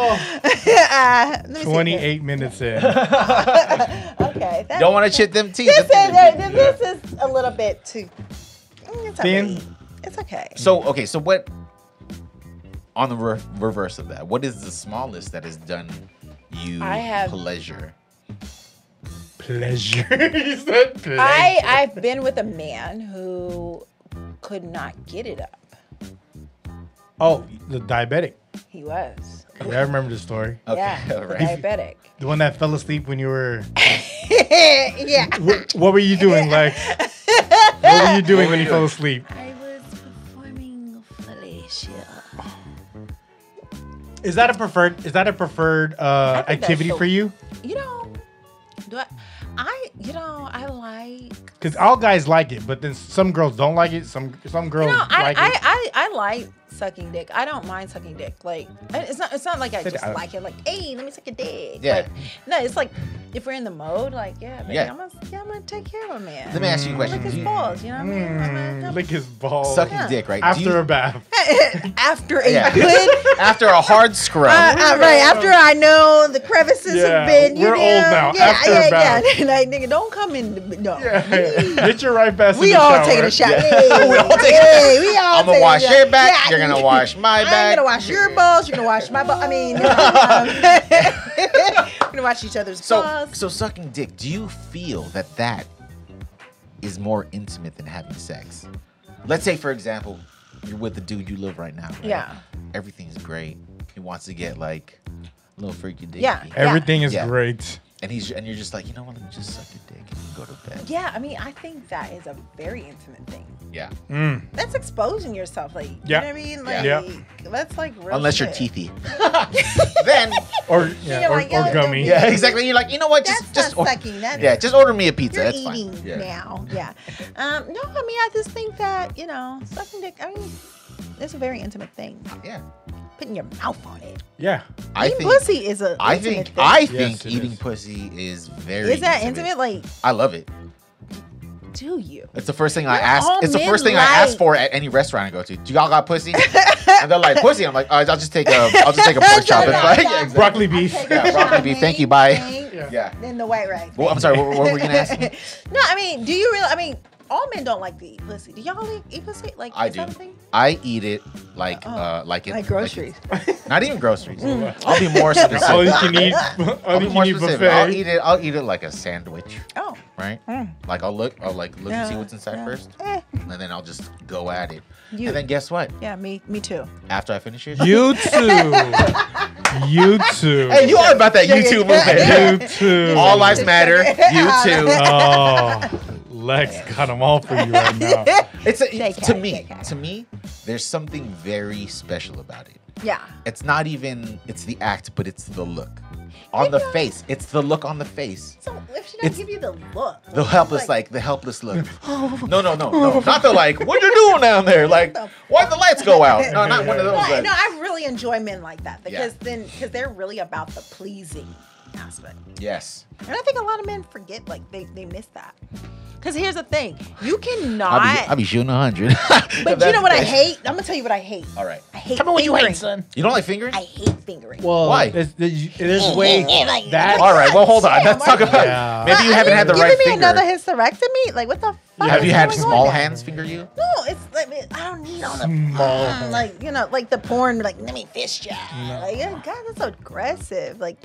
[SPEAKER 3] Uh, let me see.
[SPEAKER 1] 28 Oh. minutes in
[SPEAKER 3] Okay. That,
[SPEAKER 2] Don't want to chit them teeth.
[SPEAKER 3] This is uh, this is a little bit too. mm, It's okay.
[SPEAKER 1] Thin?
[SPEAKER 3] It's okay.
[SPEAKER 2] So okay, so what? On the re- reverse of that, what is the smallest that has done you
[SPEAKER 3] I have-
[SPEAKER 2] pleasure?
[SPEAKER 1] pleasure you said pleasure
[SPEAKER 3] I I've been with a man who could not get it up.
[SPEAKER 1] oh the diabetic
[SPEAKER 3] He was.
[SPEAKER 1] yeah i remember the story
[SPEAKER 3] yeah,
[SPEAKER 2] all right.
[SPEAKER 3] diabetic.
[SPEAKER 1] the one that fell asleep when you were
[SPEAKER 3] yeah.
[SPEAKER 1] what, what were you doing lex what were you doing when you fell asleep
[SPEAKER 3] I was performing fellatio.
[SPEAKER 1] Is that a preferred? Is that a preferred uh,
[SPEAKER 3] I think that's
[SPEAKER 1] activity
[SPEAKER 3] so-
[SPEAKER 1] for you?
[SPEAKER 3] You know, Do I? I you know I like
[SPEAKER 1] Because all guys like it, but then some girls don't like it. Some some
[SPEAKER 3] you
[SPEAKER 1] girls
[SPEAKER 3] know I,
[SPEAKER 1] like
[SPEAKER 3] I,
[SPEAKER 1] it.
[SPEAKER 3] I I like sucking dick. I don't mind sucking dick. Like I- it's not it's not like I
[SPEAKER 1] Said
[SPEAKER 3] just
[SPEAKER 1] I-
[SPEAKER 3] like it. Like hey, let me suck a dick.
[SPEAKER 2] Yeah.
[SPEAKER 3] Like, no, it's like if we're in the mode, like yeah, baby,
[SPEAKER 2] Yeah.
[SPEAKER 3] I'm gonna yeah, I'm gonna take care of a man.
[SPEAKER 2] Let me ask you a question.
[SPEAKER 3] Lick his
[SPEAKER 2] Do you-
[SPEAKER 3] balls. You know what I mean? I'm
[SPEAKER 1] Mm,
[SPEAKER 3] gonna-
[SPEAKER 1] lick his balls
[SPEAKER 2] Sucking
[SPEAKER 3] Yeah.
[SPEAKER 2] dick, right? Do
[SPEAKER 1] after
[SPEAKER 2] you-
[SPEAKER 1] a bath.
[SPEAKER 3] after a
[SPEAKER 2] Yeah.
[SPEAKER 3] good
[SPEAKER 2] after a hard scrub.
[SPEAKER 3] Uh, uh, right after I know the crevices
[SPEAKER 1] Yeah,
[SPEAKER 3] have been. You
[SPEAKER 1] we're
[SPEAKER 3] know,
[SPEAKER 1] old now,
[SPEAKER 3] Yeah,
[SPEAKER 1] after
[SPEAKER 3] yeah,
[SPEAKER 1] about-
[SPEAKER 3] yeah. like nigga, don't come in. the- No,
[SPEAKER 1] Yeah. Get your right back.
[SPEAKER 3] we
[SPEAKER 1] in the
[SPEAKER 3] all
[SPEAKER 1] shower.
[SPEAKER 3] taking a shower.
[SPEAKER 2] Yeah.
[SPEAKER 3] Yeah, yeah,
[SPEAKER 2] We all
[SPEAKER 3] yeah,
[SPEAKER 2] taking a-
[SPEAKER 3] yeah, we all
[SPEAKER 2] I'm gonna
[SPEAKER 3] taking a
[SPEAKER 2] wash
[SPEAKER 3] shower.
[SPEAKER 2] your back.
[SPEAKER 3] Yeah.
[SPEAKER 2] You're gonna wash my
[SPEAKER 3] I'm
[SPEAKER 2] back.
[SPEAKER 3] gonna wash your balls. You're gonna wash my balls. I mean, you know, um, we're gonna wash each other's
[SPEAKER 2] So,
[SPEAKER 3] balls.
[SPEAKER 2] so sucking dick. Do you feel that that is more intimate than having sex? Let's say, for example, you're with the dude you love right now. right?
[SPEAKER 3] Yeah.
[SPEAKER 2] Everything's great. He wants to get like a little freaky dick.
[SPEAKER 3] Yeah.
[SPEAKER 1] Everything is
[SPEAKER 2] Yeah.
[SPEAKER 1] great.
[SPEAKER 2] And he's and you're just like, you know what? Let me just suck your dick and go to bed.
[SPEAKER 3] yeah, I mean, I think that is a very intimate thing.
[SPEAKER 2] Yeah.
[SPEAKER 1] Mm.
[SPEAKER 3] That's exposing yourself, like
[SPEAKER 1] Yeah.
[SPEAKER 3] you know what I mean.
[SPEAKER 2] Yeah.
[SPEAKER 3] Like that's like real
[SPEAKER 2] Unless you're
[SPEAKER 3] shit.
[SPEAKER 2] teethy. then
[SPEAKER 1] Or yeah,
[SPEAKER 3] know,
[SPEAKER 1] or,
[SPEAKER 3] like,
[SPEAKER 1] or
[SPEAKER 3] yo,
[SPEAKER 1] gummy.
[SPEAKER 2] yeah, exactly. You're like, you know what?
[SPEAKER 3] That's
[SPEAKER 2] Just just oh,
[SPEAKER 3] not
[SPEAKER 2] or-
[SPEAKER 3] sucking. That's
[SPEAKER 2] yeah, just order me a pizza.
[SPEAKER 3] you're
[SPEAKER 2] That's
[SPEAKER 3] eating
[SPEAKER 2] fine. Yeah.
[SPEAKER 3] now. Yeah. Um, no, I mean, I just think that you know, sucking dick. I mean, it's a very intimate thing.
[SPEAKER 2] Yeah.
[SPEAKER 3] Putting your mouth on it.
[SPEAKER 1] Yeah.
[SPEAKER 2] I
[SPEAKER 3] Eating
[SPEAKER 2] think
[SPEAKER 3] pussy is a.
[SPEAKER 2] I
[SPEAKER 3] intimate
[SPEAKER 2] think
[SPEAKER 3] thing.
[SPEAKER 2] I
[SPEAKER 1] Yes,
[SPEAKER 2] think
[SPEAKER 1] it
[SPEAKER 2] eating
[SPEAKER 1] is.
[SPEAKER 2] pussy is very
[SPEAKER 3] Is that intimate? Like,
[SPEAKER 2] I love it.
[SPEAKER 3] do you?
[SPEAKER 2] It's the first thing I
[SPEAKER 3] Not
[SPEAKER 2] ask.
[SPEAKER 3] all
[SPEAKER 2] It's the
[SPEAKER 3] men
[SPEAKER 2] first thing
[SPEAKER 3] like-
[SPEAKER 2] I ask for at any restaurant I go to. Do y'all got pussy? and they're like pussy. I'm like, "Uh, I'll just take a, I'll just take a pork chop. It's like, yeah, exactly.
[SPEAKER 1] Broccoli beef.
[SPEAKER 3] I take
[SPEAKER 2] Yeah,
[SPEAKER 3] the
[SPEAKER 2] broccoli beef. Thank you, bye.
[SPEAKER 3] thing,
[SPEAKER 1] Yeah.
[SPEAKER 2] yeah.
[SPEAKER 3] Then the white rice.
[SPEAKER 2] Well, I'm sorry. What, what were we gonna ask? you?
[SPEAKER 3] no, I mean, do you really? I mean, all men don't like to eat pussy. Do y'all eat, eat pussy? Like,
[SPEAKER 2] I
[SPEAKER 3] is that
[SPEAKER 2] do.
[SPEAKER 3] a thing?
[SPEAKER 2] I eat it like,
[SPEAKER 3] Oh.
[SPEAKER 2] uh, like it,
[SPEAKER 3] Like groceries. Mm.
[SPEAKER 2] it's- not even groceries. I'll be more
[SPEAKER 1] All you
[SPEAKER 2] specific.
[SPEAKER 1] can eat.
[SPEAKER 2] I'll
[SPEAKER 1] All
[SPEAKER 2] be
[SPEAKER 1] you
[SPEAKER 2] more
[SPEAKER 1] can eat
[SPEAKER 2] specific. I'll
[SPEAKER 1] buffet.
[SPEAKER 2] eat it. I'll eat it like a sandwich,
[SPEAKER 3] Oh.
[SPEAKER 2] right?
[SPEAKER 3] Mm.
[SPEAKER 2] Like I'll look, I'll like look and see
[SPEAKER 3] Yeah,
[SPEAKER 2] what's inside
[SPEAKER 3] yeah.
[SPEAKER 2] first,
[SPEAKER 3] Eh,
[SPEAKER 2] and then I'll just go at it.
[SPEAKER 3] you.
[SPEAKER 2] And then guess what?
[SPEAKER 3] yeah, me, me too.
[SPEAKER 2] After I finish it,
[SPEAKER 1] You too. you too.
[SPEAKER 2] hey, you are about that YouTube movement.
[SPEAKER 1] You too.
[SPEAKER 2] All lives matter. You too.
[SPEAKER 1] Oh, Lex got them all for you right now.
[SPEAKER 2] It's a,
[SPEAKER 3] Shake
[SPEAKER 2] to
[SPEAKER 3] hat,
[SPEAKER 2] me.
[SPEAKER 3] shake hat.
[SPEAKER 2] To me, there's something very special about it.
[SPEAKER 3] Yeah.
[SPEAKER 2] It's not even it's the act, but it's the look on the
[SPEAKER 3] Yeah.
[SPEAKER 2] face. It's the look on the face.
[SPEAKER 3] So if she
[SPEAKER 2] It's-
[SPEAKER 3] doesn't give you the look,
[SPEAKER 2] The
[SPEAKER 3] like, Oh.
[SPEAKER 2] helpless, like the helpless look. No, no, no, no. Not the like. What you doing down there? Like, why the lights go out? No, not one of those.
[SPEAKER 3] No, I-
[SPEAKER 2] Like,
[SPEAKER 3] no, I really enjoy men like that because
[SPEAKER 2] Yeah.
[SPEAKER 3] then because they're really about the pleasing aspect,
[SPEAKER 2] yes.
[SPEAKER 3] and I think a lot of men forget like they they miss that. Because here's the thing, you
[SPEAKER 2] I'll
[SPEAKER 3] cannot.
[SPEAKER 2] be, I'll be shooting a hundred.
[SPEAKER 3] but you know what I hate? I'm gonna tell you what I hate.
[SPEAKER 2] All right.
[SPEAKER 3] I hate.
[SPEAKER 4] Tell me what you
[SPEAKER 3] fingering.
[SPEAKER 4] hate, son.
[SPEAKER 2] You don't like fingering?
[SPEAKER 3] I hate fingering.
[SPEAKER 1] Well,
[SPEAKER 2] Why?
[SPEAKER 1] There's, there's, there's way that
[SPEAKER 2] All right. Well, hold on.
[SPEAKER 3] Damn,
[SPEAKER 2] Let's talk
[SPEAKER 3] why-
[SPEAKER 2] about.
[SPEAKER 1] Yeah.
[SPEAKER 2] Maybe you
[SPEAKER 3] Are
[SPEAKER 2] haven't had the right
[SPEAKER 3] giving Uh, me
[SPEAKER 2] finger.
[SPEAKER 3] another hysterectomy? Like what the fuck?
[SPEAKER 2] Have you
[SPEAKER 3] is
[SPEAKER 2] had
[SPEAKER 3] going on
[SPEAKER 2] small
[SPEAKER 3] there?
[SPEAKER 2] hands finger you?
[SPEAKER 3] No, it's like I don't need all the
[SPEAKER 1] Small
[SPEAKER 3] Mm,
[SPEAKER 1] hand.
[SPEAKER 3] like you know, like the porn, like let me fist ya. Like yeah, God, that's so aggressive. Like,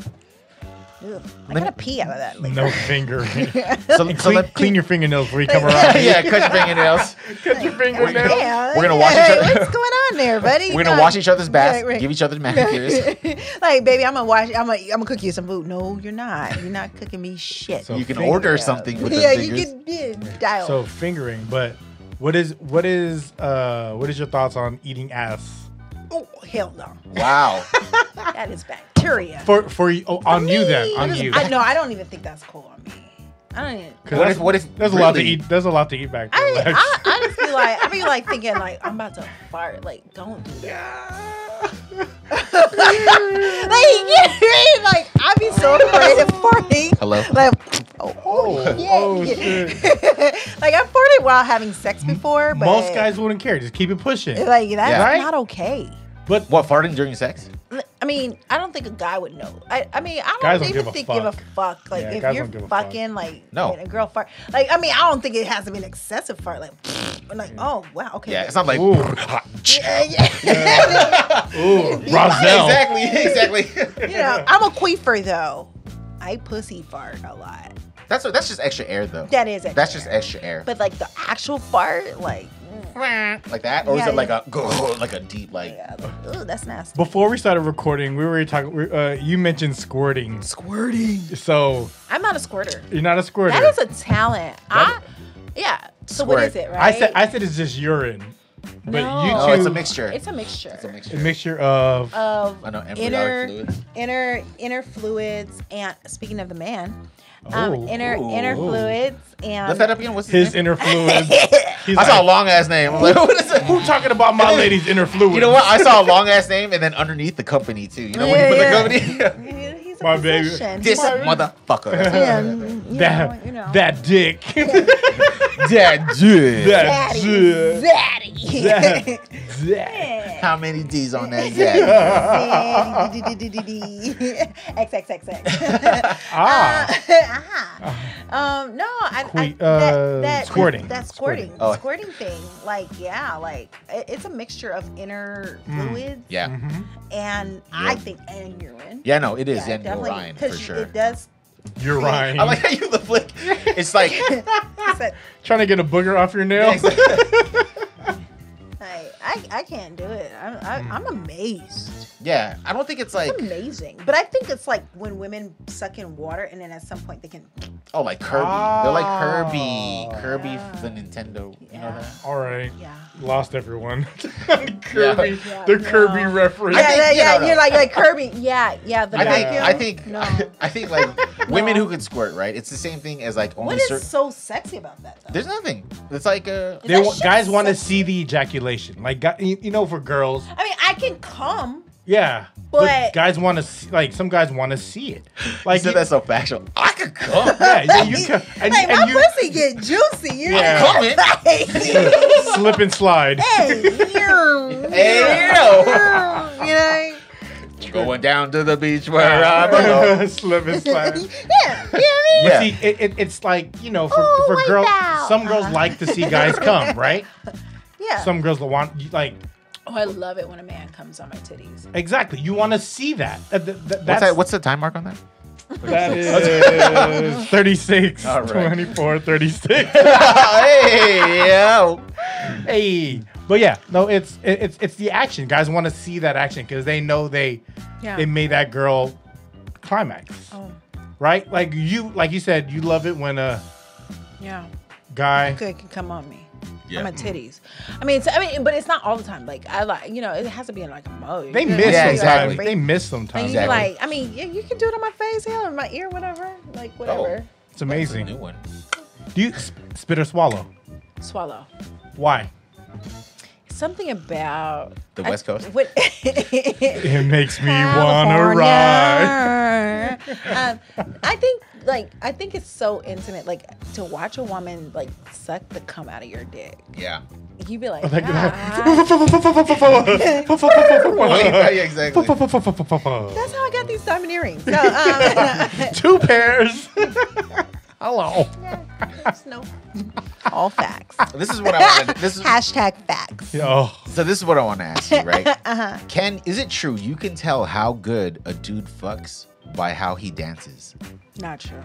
[SPEAKER 3] ugh, I gotta pee out of that. Like,
[SPEAKER 1] no finger.
[SPEAKER 2] So,
[SPEAKER 1] And
[SPEAKER 2] so
[SPEAKER 1] clean,
[SPEAKER 2] let,
[SPEAKER 1] clean your fingernails before you come
[SPEAKER 2] yeah,
[SPEAKER 1] around.
[SPEAKER 2] yeah, cut your fingernails.
[SPEAKER 1] Cut your fingernails.
[SPEAKER 3] yeah,
[SPEAKER 2] We're gonna
[SPEAKER 3] yeah,
[SPEAKER 2] wash each
[SPEAKER 3] like,
[SPEAKER 2] other-
[SPEAKER 3] What's going on there, buddy?
[SPEAKER 2] We're gonna wash each other's baths,
[SPEAKER 3] Right, right.
[SPEAKER 2] give each other manicures.
[SPEAKER 3] like, baby, I'm gonna wash. I'm gonna. I'm gonna cook you some food. No, you're not. You're not cooking me shit.
[SPEAKER 1] So
[SPEAKER 2] you can
[SPEAKER 1] finger-
[SPEAKER 2] order something with
[SPEAKER 3] yeah,
[SPEAKER 2] the
[SPEAKER 3] you
[SPEAKER 2] fingers.
[SPEAKER 3] can yeah, dial.
[SPEAKER 1] So fingering, but what is what is uh what is your thoughts on eating ass
[SPEAKER 3] oh hell no,
[SPEAKER 2] Wow.
[SPEAKER 3] that is bacteria.
[SPEAKER 1] for for you oh, on you then
[SPEAKER 3] Me,
[SPEAKER 1] on
[SPEAKER 3] that
[SPEAKER 1] you?
[SPEAKER 3] is- I know. I don't even think that's cool on me. I don't even.
[SPEAKER 1] 'Cause
[SPEAKER 2] What
[SPEAKER 1] that's-
[SPEAKER 2] if- what if
[SPEAKER 1] there's a lot to
[SPEAKER 2] really-
[SPEAKER 1] eat? There's a lot to eat back there.
[SPEAKER 3] I,
[SPEAKER 1] Lex.
[SPEAKER 3] I, I just be like, I be like thinking like I'm about to fart. Like, don't do that. like, you know, like I be so afraid of farting.
[SPEAKER 2] Hello.
[SPEAKER 3] Like, oh, oh, yeah,
[SPEAKER 1] oh,
[SPEAKER 3] yeah.
[SPEAKER 1] shit.
[SPEAKER 3] like I farted while having sex before, but
[SPEAKER 1] Most guys wouldn't care. Just keep it pushing.
[SPEAKER 3] like that's
[SPEAKER 2] Yeah.
[SPEAKER 1] Right?
[SPEAKER 3] not okay.
[SPEAKER 1] But
[SPEAKER 2] What farting during sex?
[SPEAKER 3] I mean, I don't think a guy would know. I, I mean, I don't,
[SPEAKER 1] Guys don't
[SPEAKER 3] even
[SPEAKER 1] give a
[SPEAKER 3] think give a
[SPEAKER 1] fuck.
[SPEAKER 3] fuck. Like
[SPEAKER 1] Yeah,
[SPEAKER 3] if
[SPEAKER 1] guys
[SPEAKER 3] you're
[SPEAKER 1] don't give a fuck.
[SPEAKER 3] fucking like
[SPEAKER 2] No.
[SPEAKER 3] when a girl fart. Like I mean, I don't think it has to be an excessive fart. Like like oh wow okay.
[SPEAKER 2] Yeah, it's not like.
[SPEAKER 1] Ooh.
[SPEAKER 3] yeah, yeah.
[SPEAKER 1] ooh, Roselle.
[SPEAKER 2] exactly. Exactly.
[SPEAKER 3] you know, I'm a queefer though. I pussy fart a lot.
[SPEAKER 2] that's that's just extra air though.
[SPEAKER 3] That is it.
[SPEAKER 2] That's just extra air.
[SPEAKER 3] But like the actual fart, like
[SPEAKER 2] like that, or is
[SPEAKER 3] Yeah,
[SPEAKER 2] it like
[SPEAKER 3] yeah.
[SPEAKER 2] a like a deep like?
[SPEAKER 3] yeah, like, ooh, that's nasty.
[SPEAKER 1] Before we started recording, we were talking. we- Uh, you mentioned squirting,
[SPEAKER 3] Squirting.
[SPEAKER 1] so
[SPEAKER 3] I'm not a squirter.
[SPEAKER 1] you're not a squirter.
[SPEAKER 3] That is a talent. I yeah. So what
[SPEAKER 2] Squirt.
[SPEAKER 3] is it, right?
[SPEAKER 1] I said I said it's just urine. But
[SPEAKER 3] No.
[SPEAKER 1] you two,
[SPEAKER 2] No, Oh, it's a mixture.
[SPEAKER 3] It's a mixture.
[SPEAKER 2] It's a mixture.
[SPEAKER 1] a mixture of
[SPEAKER 3] of
[SPEAKER 2] I know
[SPEAKER 3] inner
[SPEAKER 2] embryonic fluid.
[SPEAKER 3] inner inner fluids and speaking of the man, um,
[SPEAKER 1] Oh.
[SPEAKER 3] inner inner
[SPEAKER 2] Ooh.
[SPEAKER 3] fluids and
[SPEAKER 2] Lift that up again. What's
[SPEAKER 1] his
[SPEAKER 2] his,
[SPEAKER 3] Uh,
[SPEAKER 2] name?
[SPEAKER 1] inner fluids. He's
[SPEAKER 2] I saw a
[SPEAKER 1] like,
[SPEAKER 2] long ass name. I'm like, what is that?
[SPEAKER 1] who talking about my lady's inner fluids?
[SPEAKER 2] You know what? I saw a long ass name and then underneath the company too. You know when you
[SPEAKER 3] Yeah,
[SPEAKER 2] put the company?
[SPEAKER 3] He- He's a
[SPEAKER 1] My baby.
[SPEAKER 3] possession.
[SPEAKER 2] this
[SPEAKER 3] He's a-
[SPEAKER 2] motherfucker.
[SPEAKER 3] Yeah, mm, you
[SPEAKER 1] that
[SPEAKER 3] know, you know.
[SPEAKER 1] that dick.
[SPEAKER 2] Dad, dude.
[SPEAKER 1] that
[SPEAKER 3] Daddy,
[SPEAKER 1] dick.
[SPEAKER 3] daddy.
[SPEAKER 1] That dick.
[SPEAKER 3] Yeah.
[SPEAKER 2] How many D's on that dad?
[SPEAKER 3] Daddy, dee, dee, dee, dee, dee. X X X X.
[SPEAKER 1] Ah.
[SPEAKER 3] Uh, Ah. Um, no, I,
[SPEAKER 1] Que-
[SPEAKER 3] I that,
[SPEAKER 1] uh,
[SPEAKER 3] that,
[SPEAKER 1] squirting.
[SPEAKER 3] that squirting,
[SPEAKER 2] Oh.
[SPEAKER 3] squirting thing. Like, yeah, like it, it's a mixture of inner
[SPEAKER 1] Mm.
[SPEAKER 3] fluids
[SPEAKER 2] Yeah.
[SPEAKER 1] Mhm.
[SPEAKER 3] and I
[SPEAKER 2] Yep.
[SPEAKER 3] think and urine.
[SPEAKER 2] Yeah, no, it is
[SPEAKER 3] Yeah,
[SPEAKER 2] yeah, Ryan for
[SPEAKER 3] you-
[SPEAKER 2] sure.
[SPEAKER 3] It does.
[SPEAKER 1] You're right.
[SPEAKER 2] I like how you look like it's like
[SPEAKER 3] it's a-
[SPEAKER 1] Trying to get a booger off your nail.
[SPEAKER 3] I, I, I can't do it. I'm, I, I'm amazed.
[SPEAKER 2] yeah. I don't think it's like
[SPEAKER 3] It's amazing. But I think it's like when women suck in water and then at some point they can.
[SPEAKER 2] oh like Kirby. They're like Kirby,
[SPEAKER 1] Oh.
[SPEAKER 2] Kirby
[SPEAKER 3] Yeah.
[SPEAKER 2] the Nintendo. You know
[SPEAKER 3] Yeah.
[SPEAKER 2] that?
[SPEAKER 1] All right.
[SPEAKER 3] Yeah.
[SPEAKER 1] Lost everyone. Kirby.
[SPEAKER 3] Yeah.
[SPEAKER 1] The
[SPEAKER 3] Yeah.
[SPEAKER 1] Kirby
[SPEAKER 3] Yeah.
[SPEAKER 1] reference.
[SPEAKER 3] Yeah,
[SPEAKER 2] think- yeah,
[SPEAKER 3] yeah, yeah.
[SPEAKER 2] no, no.
[SPEAKER 3] You're like like Kirby. Yeah, yeah. The
[SPEAKER 2] I think
[SPEAKER 1] Yeah.
[SPEAKER 2] I think
[SPEAKER 3] No.
[SPEAKER 2] I think like women who can squirt, right? It's the same thing as like only
[SPEAKER 3] What
[SPEAKER 2] certain
[SPEAKER 3] is so sexy about that though?
[SPEAKER 2] There's nothing. It's like uh
[SPEAKER 3] Is
[SPEAKER 1] They
[SPEAKER 3] that
[SPEAKER 1] wa-
[SPEAKER 3] shit
[SPEAKER 1] guys want to
[SPEAKER 3] sexy?
[SPEAKER 1] see the ejaculation. Like gu- you you know for girls,
[SPEAKER 3] I mean, I can come.
[SPEAKER 1] yeah.
[SPEAKER 3] But-
[SPEAKER 1] guys want to like some guys want to see it. Like
[SPEAKER 2] you said that's so factual. I could come.
[SPEAKER 1] yeah, yeah, you can, and,
[SPEAKER 3] like
[SPEAKER 1] and
[SPEAKER 3] my
[SPEAKER 1] you
[SPEAKER 3] pussy get juicy. You
[SPEAKER 1] Yeah.
[SPEAKER 3] know?
[SPEAKER 2] Coming.
[SPEAKER 3] Like,
[SPEAKER 1] slip and slide.
[SPEAKER 3] hey, you,
[SPEAKER 2] Hey,
[SPEAKER 3] you know.
[SPEAKER 2] Going down to the beach where I belong.
[SPEAKER 1] slip and
[SPEAKER 3] yeah,
[SPEAKER 1] slide.
[SPEAKER 3] you know what I mean?
[SPEAKER 1] But
[SPEAKER 2] Yeah.
[SPEAKER 1] see, it, it, it's like you know, for
[SPEAKER 3] Oh,
[SPEAKER 1] for
[SPEAKER 3] wipe
[SPEAKER 1] girls,
[SPEAKER 3] out.
[SPEAKER 1] some girls
[SPEAKER 3] Uh-huh.
[SPEAKER 1] like to see guys come, right?
[SPEAKER 3] Yeah.
[SPEAKER 1] Some girls want like
[SPEAKER 3] oh, I love it when a man comes on my titties.
[SPEAKER 1] exactly. You want to see that. That- that- that-
[SPEAKER 2] What's
[SPEAKER 1] that's
[SPEAKER 2] that? What's the time mark on that?
[SPEAKER 1] that is 36,
[SPEAKER 2] All right.
[SPEAKER 1] 24, 36.
[SPEAKER 2] hey, yo.
[SPEAKER 1] hey, but yeah, no, it's it- it's it's the action. Guys want to see that action because they know they
[SPEAKER 3] Yeah.
[SPEAKER 1] they made that girl climax,
[SPEAKER 3] oh,
[SPEAKER 1] right? Like you, like you said, you love it when a
[SPEAKER 3] yeah.
[SPEAKER 1] guy.
[SPEAKER 3] Good can come on me.
[SPEAKER 2] Yeah. Mm-hmm.
[SPEAKER 3] I'm a titties. I mean, so, I mean, but it's not all the time. Like I like, you know, it has to be in like a mode.
[SPEAKER 1] They
[SPEAKER 3] You know,
[SPEAKER 1] miss
[SPEAKER 2] Yeah,
[SPEAKER 1] sometimes.
[SPEAKER 2] exactly.
[SPEAKER 1] They miss sometimes.
[SPEAKER 3] And you
[SPEAKER 2] Exactly.
[SPEAKER 3] like, I mean, you, you can do it on my face, hell, in my ear, whatever, like whatever.
[SPEAKER 2] Oh.
[SPEAKER 1] It's amazing.
[SPEAKER 2] New one.
[SPEAKER 1] Do you sp- spit or swallow?
[SPEAKER 3] Swallow.
[SPEAKER 1] Why?
[SPEAKER 3] Something about
[SPEAKER 2] The
[SPEAKER 3] I-
[SPEAKER 2] West Coast?
[SPEAKER 3] What,
[SPEAKER 1] It makes me wanna ride.
[SPEAKER 3] California. um, I think like I think it's so intimate. Like to watch a woman like suck the cum out of your dick.
[SPEAKER 2] Yeah.
[SPEAKER 3] You'd be like,
[SPEAKER 1] Like
[SPEAKER 3] "Ah."
[SPEAKER 2] yeah,
[SPEAKER 1] that.
[SPEAKER 2] exactly.
[SPEAKER 3] that's how I got these diamond earrings. So, um,
[SPEAKER 1] Two pairs. Hello.
[SPEAKER 3] There's no all facts.
[SPEAKER 2] This is what I want to this is
[SPEAKER 3] Hashtag facts.
[SPEAKER 1] Oh,
[SPEAKER 2] So this is what I want to ask you, right?
[SPEAKER 3] Uh-huh.
[SPEAKER 2] Can is it true you can tell how good a dude fucks by how he dances?
[SPEAKER 3] Not true.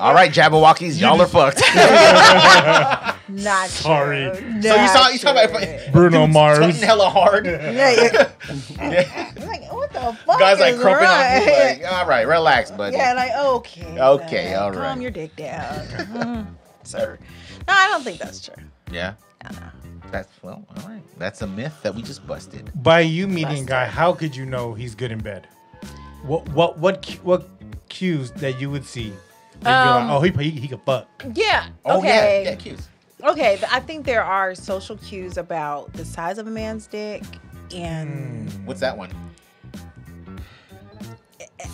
[SPEAKER 2] All right, Jabberwockies, y'all are fucked.
[SPEAKER 3] Not
[SPEAKER 1] Sorry.
[SPEAKER 3] True.
[SPEAKER 2] so you
[SPEAKER 3] Not
[SPEAKER 2] saw you saw
[SPEAKER 3] true.
[SPEAKER 2] my
[SPEAKER 1] Bruno Mars.
[SPEAKER 2] hella hard.
[SPEAKER 3] Yeah, yeah.
[SPEAKER 2] Yeah.
[SPEAKER 3] Like what the fuck?
[SPEAKER 2] Guys like
[SPEAKER 3] is
[SPEAKER 2] crumping on you,
[SPEAKER 3] right?
[SPEAKER 2] like, all right, relax, buddy.
[SPEAKER 3] Yeah, like okay.
[SPEAKER 2] Okay,
[SPEAKER 3] all
[SPEAKER 2] all
[SPEAKER 3] right. Calm
[SPEAKER 2] right.
[SPEAKER 3] your dick down, Mm, sir. No, I don't think that's true.
[SPEAKER 2] Yeah.
[SPEAKER 3] No, no.
[SPEAKER 2] That's well, all right. That's a myth that we just busted.
[SPEAKER 1] By you meeting a
[SPEAKER 3] Busted.
[SPEAKER 1] guy, how could you know he's good in bed? What what what cu- what cues that you would see? That you'd be like, oh, he, he he could fuck.
[SPEAKER 3] Yeah.
[SPEAKER 2] Oh
[SPEAKER 3] Okay.
[SPEAKER 2] yeah, yeah, cute.
[SPEAKER 3] Okay. th- I think there are social cues about the size of a man's dick, and
[SPEAKER 2] What's that one? Hmm.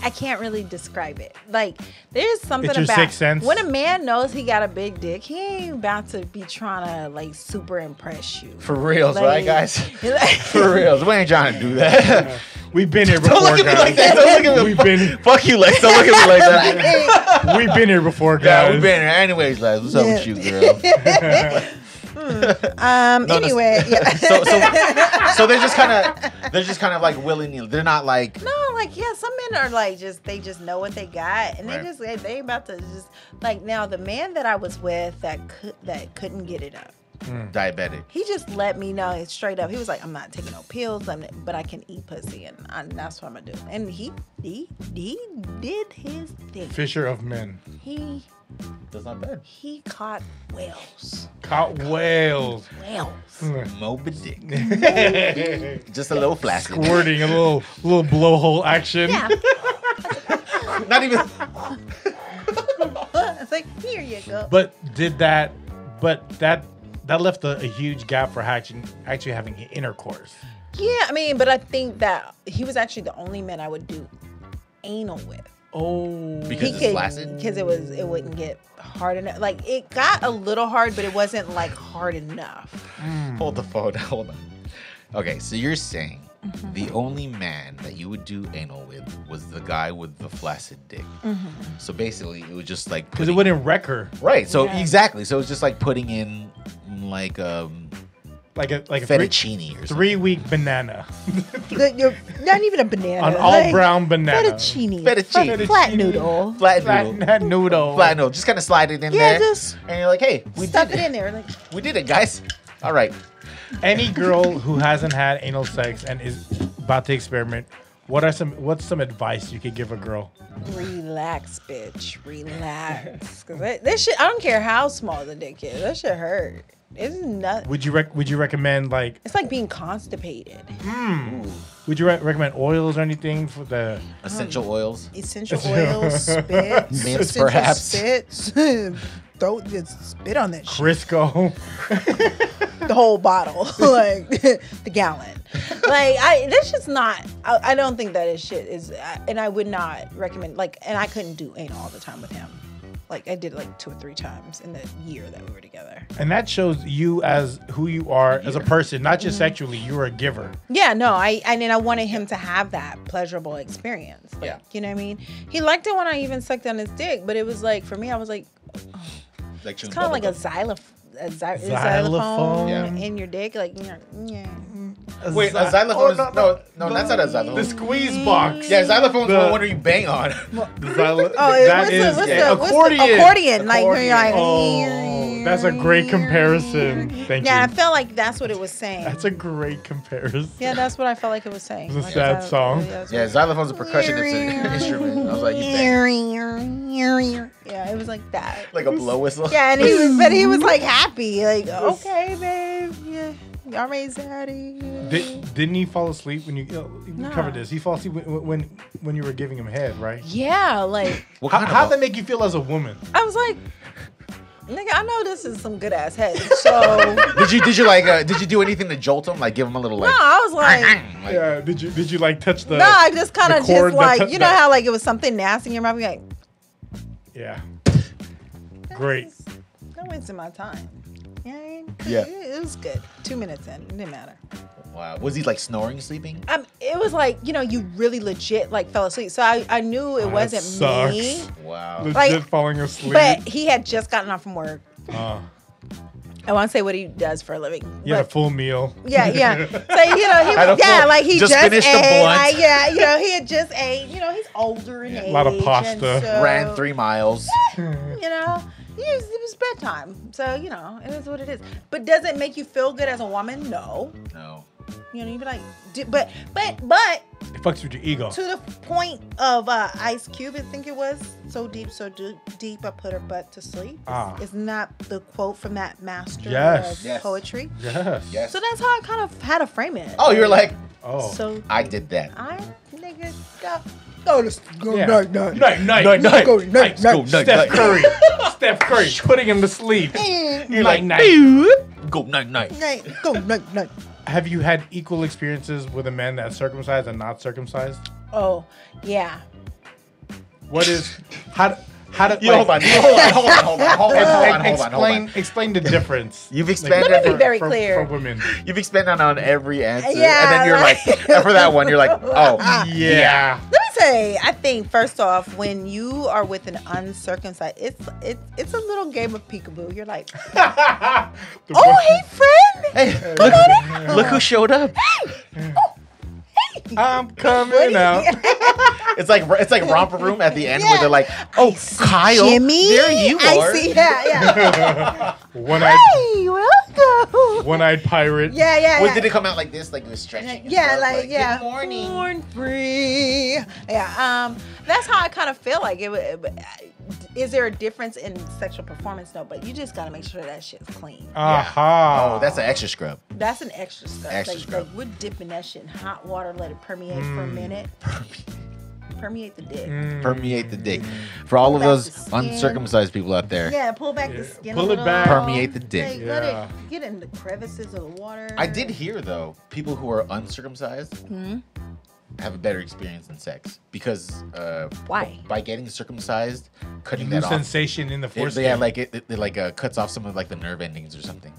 [SPEAKER 3] I can't really describe it. Like there's something
[SPEAKER 1] It's your
[SPEAKER 3] about
[SPEAKER 1] sixth sense?
[SPEAKER 3] when a man knows he got a big dick, he ain't about to be trying to like super impress you.
[SPEAKER 2] For reals, right,
[SPEAKER 3] Like-
[SPEAKER 2] guys? For reals, we ain't trying to do that.
[SPEAKER 1] We've been here before,
[SPEAKER 2] Don't look at me
[SPEAKER 1] guys.
[SPEAKER 2] like that. Don't look at me.
[SPEAKER 1] We've been
[SPEAKER 2] Fuck you, Lex. Don't look at me like that.
[SPEAKER 3] Like,
[SPEAKER 1] we've been here before, guys.
[SPEAKER 2] Yeah, we've been here. Anyways, Lex, what's up with you, girl?
[SPEAKER 3] um.
[SPEAKER 2] No, no,
[SPEAKER 3] anyway, yeah.
[SPEAKER 2] So, so, so they're just kind of, they're just kind of like willy nilly. They're not like,
[SPEAKER 3] No, like yeah, some men are like just they just know what they got, and
[SPEAKER 2] Right.
[SPEAKER 3] they just they, they about to just like now the man that I was with that could that couldn't get it up.
[SPEAKER 1] Hmm.
[SPEAKER 2] diabetic.
[SPEAKER 3] He just let me know straight up. He was like, "I'm not taking no pills, I'm, but I can eat pussy, and I, that's what I'm gonna do." And he he he did his thing.
[SPEAKER 1] Fisher of men.
[SPEAKER 3] He
[SPEAKER 2] That's not bad.
[SPEAKER 3] He caught whales.
[SPEAKER 1] Caught whales.
[SPEAKER 3] Whales.
[SPEAKER 2] Moby Dick.
[SPEAKER 1] Squirting
[SPEAKER 2] Just a little flaccid.
[SPEAKER 1] a little little blowhole action.
[SPEAKER 3] Yeah.
[SPEAKER 2] Not even.
[SPEAKER 3] it's like, here you go.
[SPEAKER 1] But did that? But that that left a, a huge gap for hatching actually having intercourse.
[SPEAKER 3] yeah, I mean, but I think that he was actually the only man I would do anal with.
[SPEAKER 1] Oh,
[SPEAKER 2] Because
[SPEAKER 3] he
[SPEAKER 2] it's
[SPEAKER 3] could
[SPEAKER 2] flaccid?
[SPEAKER 3] because it was it wouldn't get hard enough. Like it got a little hard, but it wasn't like hard enough.
[SPEAKER 2] Hold the phone. Hold on. Okay, so you're saying
[SPEAKER 3] Mm-hmm.
[SPEAKER 2] the only man that you would do anal with was the guy with the flaccid dick.
[SPEAKER 3] Mm-hmm.
[SPEAKER 2] So basically, it was just like
[SPEAKER 1] because it wouldn't wreck her
[SPEAKER 2] right. So
[SPEAKER 3] Yeah.
[SPEAKER 2] exactly. So it was just like putting in like um
[SPEAKER 1] like a like a three,
[SPEAKER 2] fettuccine or something.
[SPEAKER 1] three week banana,
[SPEAKER 3] Like, you're- not even a
[SPEAKER 1] an
[SPEAKER 3] banana.
[SPEAKER 1] all
[SPEAKER 3] like,
[SPEAKER 1] brown banana,
[SPEAKER 3] Fettuccine.
[SPEAKER 2] Fettuccine.
[SPEAKER 3] flat- Flat noodle.
[SPEAKER 2] Flat
[SPEAKER 1] flat
[SPEAKER 2] noodle.
[SPEAKER 1] nut noodle.
[SPEAKER 2] Flat noodle. Just kind of slide it in
[SPEAKER 3] Yeah,
[SPEAKER 2] there.
[SPEAKER 3] just
[SPEAKER 2] and you're like, hey, we
[SPEAKER 3] stuff
[SPEAKER 2] did
[SPEAKER 3] it
[SPEAKER 2] it.
[SPEAKER 3] in there. Like
[SPEAKER 2] We did it, guys. All right.
[SPEAKER 1] Any girl who hasn't had anal sex and is about to experiment, what are some what's some advice you could give a girl?
[SPEAKER 3] relax, bitch. Relax. 'Cause that, that shit. I don't care how small the dick is. That shit hurt. It's nothing.
[SPEAKER 1] Would you rec- would you recommend like
[SPEAKER 3] It's like being constipated.
[SPEAKER 1] would you re- recommend oils or anything for the
[SPEAKER 2] Essential
[SPEAKER 3] Mm.
[SPEAKER 2] oils.
[SPEAKER 3] Essential oils, spits,
[SPEAKER 2] Mints,
[SPEAKER 3] essential
[SPEAKER 2] perhaps.
[SPEAKER 3] spits. Throw just spit on that shit.
[SPEAKER 1] Crisco?
[SPEAKER 3] the whole bottle, like the gallon. Like I, that's just not. I, I don't think that is shit is, I- and I would not recommend. Like, and I couldn't do anal all the time with him. Like I did like two or three times in the year that we were together.
[SPEAKER 1] and that shows you as who you are as a person, not
[SPEAKER 2] Mm-hmm.
[SPEAKER 1] just sexually. You are a giver.
[SPEAKER 3] Yeah, no, I I mean I wanted him to have that pleasurable experience. Like,
[SPEAKER 2] Yeah.
[SPEAKER 3] you know what I mean. He liked it when I even sucked on his dick, but it was like for me, I was like
[SPEAKER 2] Like chewing
[SPEAKER 3] it's kind of like a
[SPEAKER 2] bubblegum.
[SPEAKER 3] xylophone. A xy-
[SPEAKER 1] Xylophone.
[SPEAKER 3] xylophone
[SPEAKER 2] Yeah.
[SPEAKER 3] in your dick, like yeah, yeah.
[SPEAKER 2] Wait, a xylophone is- Oh, no, no, that's not a xylophone.
[SPEAKER 1] The squeeze box.
[SPEAKER 2] Yeah, xylophone's
[SPEAKER 1] The-
[SPEAKER 2] the one where you bang on.
[SPEAKER 1] The xylo-
[SPEAKER 3] Oh, it-
[SPEAKER 1] that
[SPEAKER 3] what's,
[SPEAKER 1] is
[SPEAKER 3] the, what's,
[SPEAKER 2] yeah,
[SPEAKER 3] the,
[SPEAKER 1] accordion.
[SPEAKER 3] what's the accordion? Like, where you're like,
[SPEAKER 1] Oh, that's a great comparison. Thank
[SPEAKER 3] Yeah, I
[SPEAKER 1] you.
[SPEAKER 3] felt like that's what it was saying.
[SPEAKER 1] That's a great comparison.
[SPEAKER 3] yeah, that's what I felt like it was saying.
[SPEAKER 1] It's a
[SPEAKER 3] Like,
[SPEAKER 1] sad
[SPEAKER 3] that's-
[SPEAKER 1] song.
[SPEAKER 3] that's
[SPEAKER 2] yeah,
[SPEAKER 3] what-
[SPEAKER 2] xylophone's a percussion instru- instrument. I was like, you bang.
[SPEAKER 3] Yeah, it was like that.
[SPEAKER 2] Like a blow whistle.
[SPEAKER 3] Yeah, and he was, but he was like happy, like okay, babe, yeah, y'all raise daddy.
[SPEAKER 1] Did, didn't he fall asleep when you, you
[SPEAKER 3] Nah.
[SPEAKER 1] covered this? He fall asleep when, when when you were giving him head, right?
[SPEAKER 3] Yeah, like
[SPEAKER 2] What
[SPEAKER 1] How,
[SPEAKER 2] kind of
[SPEAKER 1] how'd
[SPEAKER 2] blow-
[SPEAKER 1] that make you feel as a woman?
[SPEAKER 3] I was like, nigga, I know this is some good ass head. So no,
[SPEAKER 2] Did you did you like uh, did you do anything to jolt him? Like give him a little like.
[SPEAKER 3] I was like.
[SPEAKER 2] like,
[SPEAKER 1] yeah. Did you did you like touch the?
[SPEAKER 3] No, I just kind
[SPEAKER 1] the
[SPEAKER 3] of
[SPEAKER 1] cord
[SPEAKER 3] just
[SPEAKER 1] that
[SPEAKER 3] like
[SPEAKER 1] cut
[SPEAKER 3] you know
[SPEAKER 1] the-
[SPEAKER 3] how like it was something nasty in your mouth. You're like,
[SPEAKER 1] Yeah. Great.
[SPEAKER 3] no wasting my time. You know what I mean?
[SPEAKER 2] Yeah.
[SPEAKER 3] it, it was good. Two minutes in, it didn't matter.
[SPEAKER 2] Wow. Was he like snoring, sleeping?
[SPEAKER 3] Um, it was like you know you really legit like fell asleep. So I, I knew it
[SPEAKER 1] Oh, that
[SPEAKER 3] wasn't me,
[SPEAKER 1] sucks.
[SPEAKER 2] Wow.
[SPEAKER 1] Uh, Legit
[SPEAKER 3] Like,
[SPEAKER 1] falling asleep.
[SPEAKER 3] but he had just gotten off from work.
[SPEAKER 1] Uh,
[SPEAKER 3] Oh, I won't say what he does for a living.
[SPEAKER 1] you had a
[SPEAKER 3] but-
[SPEAKER 1] full meal.
[SPEAKER 3] yeah, yeah. So you know, he
[SPEAKER 2] I
[SPEAKER 3] was,
[SPEAKER 2] don't
[SPEAKER 3] yeah,
[SPEAKER 2] know.
[SPEAKER 3] like he
[SPEAKER 2] Just
[SPEAKER 3] just,
[SPEAKER 2] finished the
[SPEAKER 3] ate.
[SPEAKER 2] blunt.
[SPEAKER 3] Like, yeah, you know, he had just ate. You know, he's older in
[SPEAKER 2] Yeah.
[SPEAKER 3] age.
[SPEAKER 1] Lot of
[SPEAKER 3] and
[SPEAKER 1] pasta.
[SPEAKER 3] so-
[SPEAKER 2] Ran three miles.
[SPEAKER 3] you know it was, it was bedtime so you know it is what it is but does it make you feel good as a woman no
[SPEAKER 2] No.
[SPEAKER 3] you know you'd be like "D- but but but
[SPEAKER 1] It fucks with your ego.
[SPEAKER 3] to the point of uh, ice cube i think it was so deep so do- deep i put her butt to sleep
[SPEAKER 1] Ah.
[SPEAKER 3] it's not the quote from that master
[SPEAKER 1] Yes.
[SPEAKER 3] of
[SPEAKER 2] Yes.
[SPEAKER 3] poetry
[SPEAKER 1] Yes.
[SPEAKER 2] Yes.
[SPEAKER 3] so that's how i kind of had to frame it
[SPEAKER 2] Oh, you're like
[SPEAKER 1] Oh.
[SPEAKER 3] so
[SPEAKER 2] I did that.
[SPEAKER 3] i nigga got
[SPEAKER 4] Go to go
[SPEAKER 1] Yeah.
[SPEAKER 4] night night.
[SPEAKER 1] Night, night,
[SPEAKER 4] Night, night. Go, night,
[SPEAKER 1] Night,
[SPEAKER 4] night.
[SPEAKER 1] go, Steph Curry. Steph Curry putting him to sleep.
[SPEAKER 3] Mm,
[SPEAKER 1] You're like, night.
[SPEAKER 4] Night.
[SPEAKER 2] Go night night.
[SPEAKER 4] Night. Go night night.
[SPEAKER 1] Have you had equal experiences with a man that's circumcised and not circumcised?
[SPEAKER 3] oh yeah
[SPEAKER 1] What is how? do- How do
[SPEAKER 2] You
[SPEAKER 1] like,
[SPEAKER 2] hold on. You hold on. Hold on. Hold on. Hold on. Hold
[SPEAKER 1] ex- ex-
[SPEAKER 2] on. Hold on. Hold on.
[SPEAKER 1] explain explain the difference.
[SPEAKER 2] You've
[SPEAKER 1] Like,
[SPEAKER 2] expanded Let me be
[SPEAKER 1] for-
[SPEAKER 3] very
[SPEAKER 1] for-
[SPEAKER 3] clear.
[SPEAKER 1] for women.
[SPEAKER 2] You've expanded on every answer, and
[SPEAKER 3] Yeah,
[SPEAKER 2] then you're like,
[SPEAKER 3] like-
[SPEAKER 2] and for that one, you're like, oh,
[SPEAKER 1] Yeah.
[SPEAKER 3] Let me say, I think first off, when you are with an uncircumcised, it's it's it's a little game of peekaboo. You're like,
[SPEAKER 1] The
[SPEAKER 3] oh
[SPEAKER 1] one-
[SPEAKER 3] hey friend,
[SPEAKER 2] hey, look, look who showed up.
[SPEAKER 1] I'm coming out.
[SPEAKER 2] It's like it's like romper room at the end where
[SPEAKER 3] Yeah.
[SPEAKER 2] they're like, oh, Kyle,
[SPEAKER 3] Jimmy,
[SPEAKER 2] there you
[SPEAKER 3] I
[SPEAKER 2] are.
[SPEAKER 3] see, yeah, yeah.
[SPEAKER 1] One eyed
[SPEAKER 3] hey, welcome.
[SPEAKER 1] one eyed pirate.
[SPEAKER 3] Yeah, yeah,
[SPEAKER 2] What
[SPEAKER 3] yeah.
[SPEAKER 2] did it come out like this? Like it was stretching. and
[SPEAKER 3] yeah,
[SPEAKER 2] stuff,
[SPEAKER 3] like, yeah.
[SPEAKER 2] Good morning.
[SPEAKER 3] Born free. Yeah. Um. That's how I kind of feel like it. wa- it wa- is there a difference in sexual performance? No, but you just gotta make sure that shit's clean.
[SPEAKER 1] Aha.
[SPEAKER 2] Oh, that's an extra scrub.
[SPEAKER 3] That's an extra stuff.
[SPEAKER 2] Extra
[SPEAKER 3] like,
[SPEAKER 2] scrub. Mm.
[SPEAKER 3] like we're dipping that shit in hot water, let it permeate for a minute. permeate the dick.
[SPEAKER 2] Permeate the dick. For all of
[SPEAKER 3] Back to
[SPEAKER 2] those
[SPEAKER 3] skin.
[SPEAKER 2] uncircumcised people out there,
[SPEAKER 3] Yeah, pull back the
[SPEAKER 1] Yeah.
[SPEAKER 3] skin.
[SPEAKER 1] Pull
[SPEAKER 3] a
[SPEAKER 1] it
[SPEAKER 3] little.
[SPEAKER 1] back.
[SPEAKER 2] Permeate the dick.
[SPEAKER 3] Like, let it
[SPEAKER 1] Yeah.
[SPEAKER 3] get in the crevices of the water.
[SPEAKER 2] I did hear though, people who are uncircumcised
[SPEAKER 3] Hmm?
[SPEAKER 2] have a better experience in sex because uh,
[SPEAKER 3] Why?
[SPEAKER 2] by getting circumcised, cutting
[SPEAKER 1] New
[SPEAKER 2] that off,
[SPEAKER 1] sensation in the
[SPEAKER 2] they,
[SPEAKER 1] foreskin.
[SPEAKER 2] they have like it, it, it, like uh, cuts off some of like the nerve endings or something.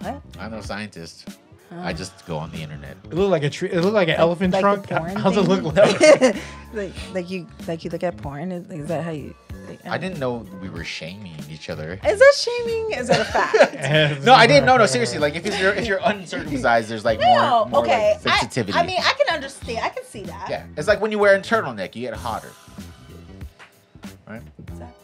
[SPEAKER 3] What?
[SPEAKER 2] I'm no scientist. I just go on the internet.
[SPEAKER 1] it looked like a tree. It looked like an elephant
[SPEAKER 3] Like
[SPEAKER 1] trunk.
[SPEAKER 3] the porn
[SPEAKER 1] How's it
[SPEAKER 3] thing?
[SPEAKER 1] look like?
[SPEAKER 3] like, like you, like you look at porn. Is, is that how you? like,
[SPEAKER 2] I didn't know we were shaming each other.
[SPEAKER 3] Is that shaming? Is that a fact?
[SPEAKER 2] No, I didn't. No, no, seriously. Like if you're if you're uncircumcised, there's like
[SPEAKER 3] no.
[SPEAKER 2] more, more
[SPEAKER 3] okay.
[SPEAKER 2] like, sensitivity.
[SPEAKER 3] I, I mean, I can understand. I can see that.
[SPEAKER 2] yeah, it's like when you wear a turtleneck, you get hotter. Right?
[SPEAKER 3] Is that-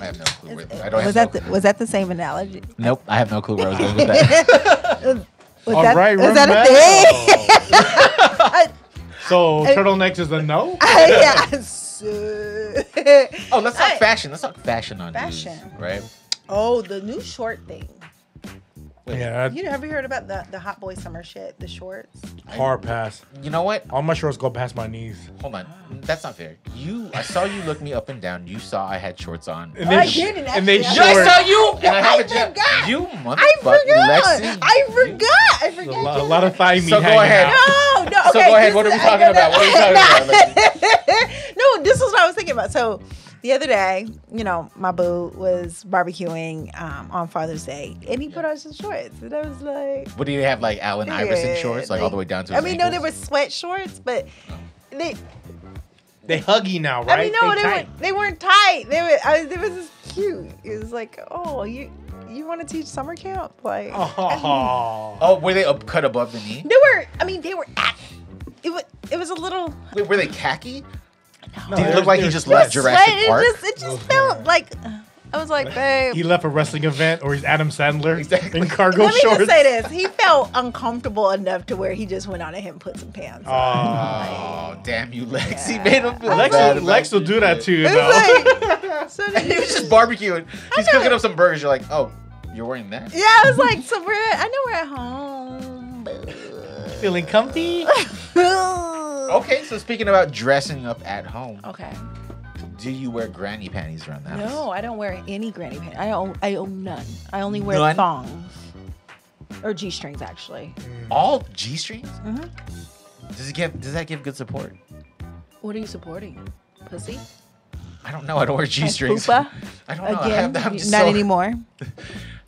[SPEAKER 2] I have no clue. Where, I don't
[SPEAKER 3] was
[SPEAKER 2] have
[SPEAKER 3] that
[SPEAKER 2] no,
[SPEAKER 3] the, was that the same analogy?
[SPEAKER 2] Nope, I have no clue where I was going with that.
[SPEAKER 3] Was
[SPEAKER 1] All
[SPEAKER 3] that,
[SPEAKER 1] right,
[SPEAKER 3] is that a thing?
[SPEAKER 1] Romero.
[SPEAKER 3] I,
[SPEAKER 1] so turtlenecks is a no.
[SPEAKER 3] I, yeah. So-
[SPEAKER 2] oh, let's talk
[SPEAKER 3] I-
[SPEAKER 2] fashion. Let's talk fashion on fashion,
[SPEAKER 3] Fashion.
[SPEAKER 2] right?
[SPEAKER 3] oh, the new short thing.
[SPEAKER 1] Yeah,
[SPEAKER 3] You know, have you heard about the the hot boy summer shit? The shorts.
[SPEAKER 1] hard pass.
[SPEAKER 2] You know what?
[SPEAKER 1] All my shorts go past my knees.
[SPEAKER 2] Hold on, that's not fair. You, I saw you look me up and down. You saw I had shorts on.
[SPEAKER 1] And
[SPEAKER 3] Oh, I
[SPEAKER 1] sh-
[SPEAKER 3] didn't
[SPEAKER 1] And they
[SPEAKER 3] actually.
[SPEAKER 2] Yeah, I
[SPEAKER 1] short.
[SPEAKER 2] saw you. And I, have
[SPEAKER 3] I
[SPEAKER 2] a jet-
[SPEAKER 3] forgot.
[SPEAKER 2] You motherfucker,
[SPEAKER 3] I forgot.
[SPEAKER 2] Lexi.
[SPEAKER 3] I forgot. I
[SPEAKER 1] A
[SPEAKER 3] forgot.
[SPEAKER 1] lot, a
[SPEAKER 3] you-
[SPEAKER 1] lot of thigh meat.
[SPEAKER 2] So go
[SPEAKER 1] hanging
[SPEAKER 2] ahead.
[SPEAKER 1] out.
[SPEAKER 3] No, no.
[SPEAKER 2] So
[SPEAKER 3] Okay,
[SPEAKER 2] go ahead.
[SPEAKER 3] this
[SPEAKER 2] What are
[SPEAKER 3] is-
[SPEAKER 2] we
[SPEAKER 3] I
[SPEAKER 2] talking
[SPEAKER 3] know
[SPEAKER 2] about? What are we talking about? Lexi?
[SPEAKER 3] no, this is what I was thinking about. So the other day, you know, my boo was barbecuing um, on Father's Day, and he put on some shorts, and I was like,
[SPEAKER 2] What do you have, like Allen Iverson
[SPEAKER 3] "Yeah,"
[SPEAKER 2] shorts, like all the way down to?
[SPEAKER 3] I
[SPEAKER 2] His Oh.
[SPEAKER 3] mean, no, they were sweat shorts, but they.
[SPEAKER 1] They huggy now,
[SPEAKER 3] I
[SPEAKER 1] right?
[SPEAKER 3] mean, no,
[SPEAKER 1] They
[SPEAKER 3] they,
[SPEAKER 1] tight.
[SPEAKER 3] weren't. They weren't tight. They were. I, it was just cute. It was like, oh, you you want to teach summer camp? Like,
[SPEAKER 1] Oh.
[SPEAKER 2] Oh, were they up, cut above the knee?
[SPEAKER 3] they were. I mean, they were. At, it was. It was a little.
[SPEAKER 2] Wait, were they khaki?
[SPEAKER 1] No,
[SPEAKER 2] Did he
[SPEAKER 1] there's-
[SPEAKER 2] look like he
[SPEAKER 1] there's-
[SPEAKER 2] just left
[SPEAKER 3] sweat.
[SPEAKER 2] Jurassic Park?
[SPEAKER 3] It just, it just felt like. I was like, babe.
[SPEAKER 1] He left a wrestling event, or he's Adam Sandler
[SPEAKER 2] Exactly.
[SPEAKER 1] in cargo
[SPEAKER 3] Let me
[SPEAKER 1] shorts.
[SPEAKER 3] just say this: he felt uncomfortable enough to where he just went on ahead and put some pants. on.
[SPEAKER 1] Ah. Aw.
[SPEAKER 2] Oh, damn you, Lex. He made him feel
[SPEAKER 1] Lex,
[SPEAKER 2] bad.
[SPEAKER 1] will- Lex will do that to you.
[SPEAKER 3] It
[SPEAKER 1] though.
[SPEAKER 3] was like, so did
[SPEAKER 2] he
[SPEAKER 3] you-
[SPEAKER 2] was just barbecuing. He's
[SPEAKER 3] know.
[SPEAKER 2] cooking up some burgers. You're like, oh, you're wearing that?
[SPEAKER 3] yeah, I was like, so we're. I know we're at home. but-
[SPEAKER 1] Feeling comfy?
[SPEAKER 2] Okay, so speaking about dressing up at home,
[SPEAKER 3] Okay.
[SPEAKER 2] do you wear granny panties around the house?
[SPEAKER 3] Oh. No, I don't wear any granny pants. I own. I own none. I only wear
[SPEAKER 2] None?
[SPEAKER 3] thongs or g strings. Actually,
[SPEAKER 2] All G strings?
[SPEAKER 3] Mhm.
[SPEAKER 2] Does it give? Does that give good support?
[SPEAKER 3] what are you supporting? Pussy.
[SPEAKER 2] I don't know. I don't wear G strings.
[SPEAKER 3] Fupa?
[SPEAKER 2] I don't know. I
[SPEAKER 3] Again,
[SPEAKER 2] have, I'm just
[SPEAKER 3] not
[SPEAKER 2] so-
[SPEAKER 3] anymore.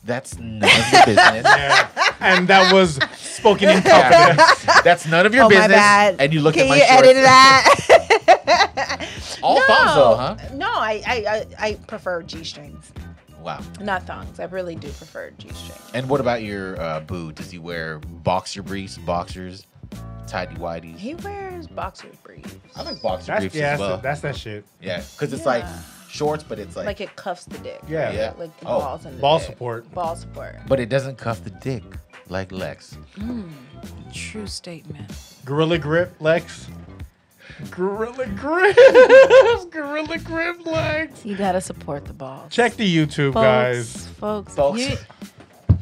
[SPEAKER 2] That's none of your business.
[SPEAKER 1] Yeah. And that was spoken in confidence.
[SPEAKER 2] Yeah. That's none of your
[SPEAKER 3] oh
[SPEAKER 2] business.
[SPEAKER 3] my bad.
[SPEAKER 2] And you look
[SPEAKER 3] Can
[SPEAKER 2] at my
[SPEAKER 3] you
[SPEAKER 2] shorts.
[SPEAKER 3] edit that?
[SPEAKER 2] All thumbs though, huh?
[SPEAKER 3] No, I I, I, I prefer G strings,
[SPEAKER 2] Wow.
[SPEAKER 3] not thongs. I really do prefer G strings.
[SPEAKER 2] And what about your uh, boo? Does he wear boxer briefs, boxers, tidy whities?
[SPEAKER 3] He wears boxers briefs.
[SPEAKER 2] I like boxer
[SPEAKER 1] That's,
[SPEAKER 2] briefs
[SPEAKER 1] yeah,
[SPEAKER 2] as
[SPEAKER 1] that's,
[SPEAKER 2] well.
[SPEAKER 1] that's that shit.
[SPEAKER 2] yeah, because it's like
[SPEAKER 3] Yeah.
[SPEAKER 2] shorts, but it's like,
[SPEAKER 3] Like it cuffs the dick.
[SPEAKER 1] Yeah.
[SPEAKER 2] Yeah.
[SPEAKER 3] Like the
[SPEAKER 2] Oh,
[SPEAKER 3] balls and the
[SPEAKER 1] ball
[SPEAKER 3] dick.
[SPEAKER 1] support.
[SPEAKER 3] Ball support.
[SPEAKER 2] but it doesn't cuff the dick like Lex.
[SPEAKER 3] True statement.
[SPEAKER 1] Gorilla grip, Lex. Gorilla grip. Gorilla grip, Lex.
[SPEAKER 3] You gotta support the balls.
[SPEAKER 1] Check the YouTube,
[SPEAKER 3] folks,
[SPEAKER 1] guys.
[SPEAKER 3] folks,
[SPEAKER 2] Folks.
[SPEAKER 3] you-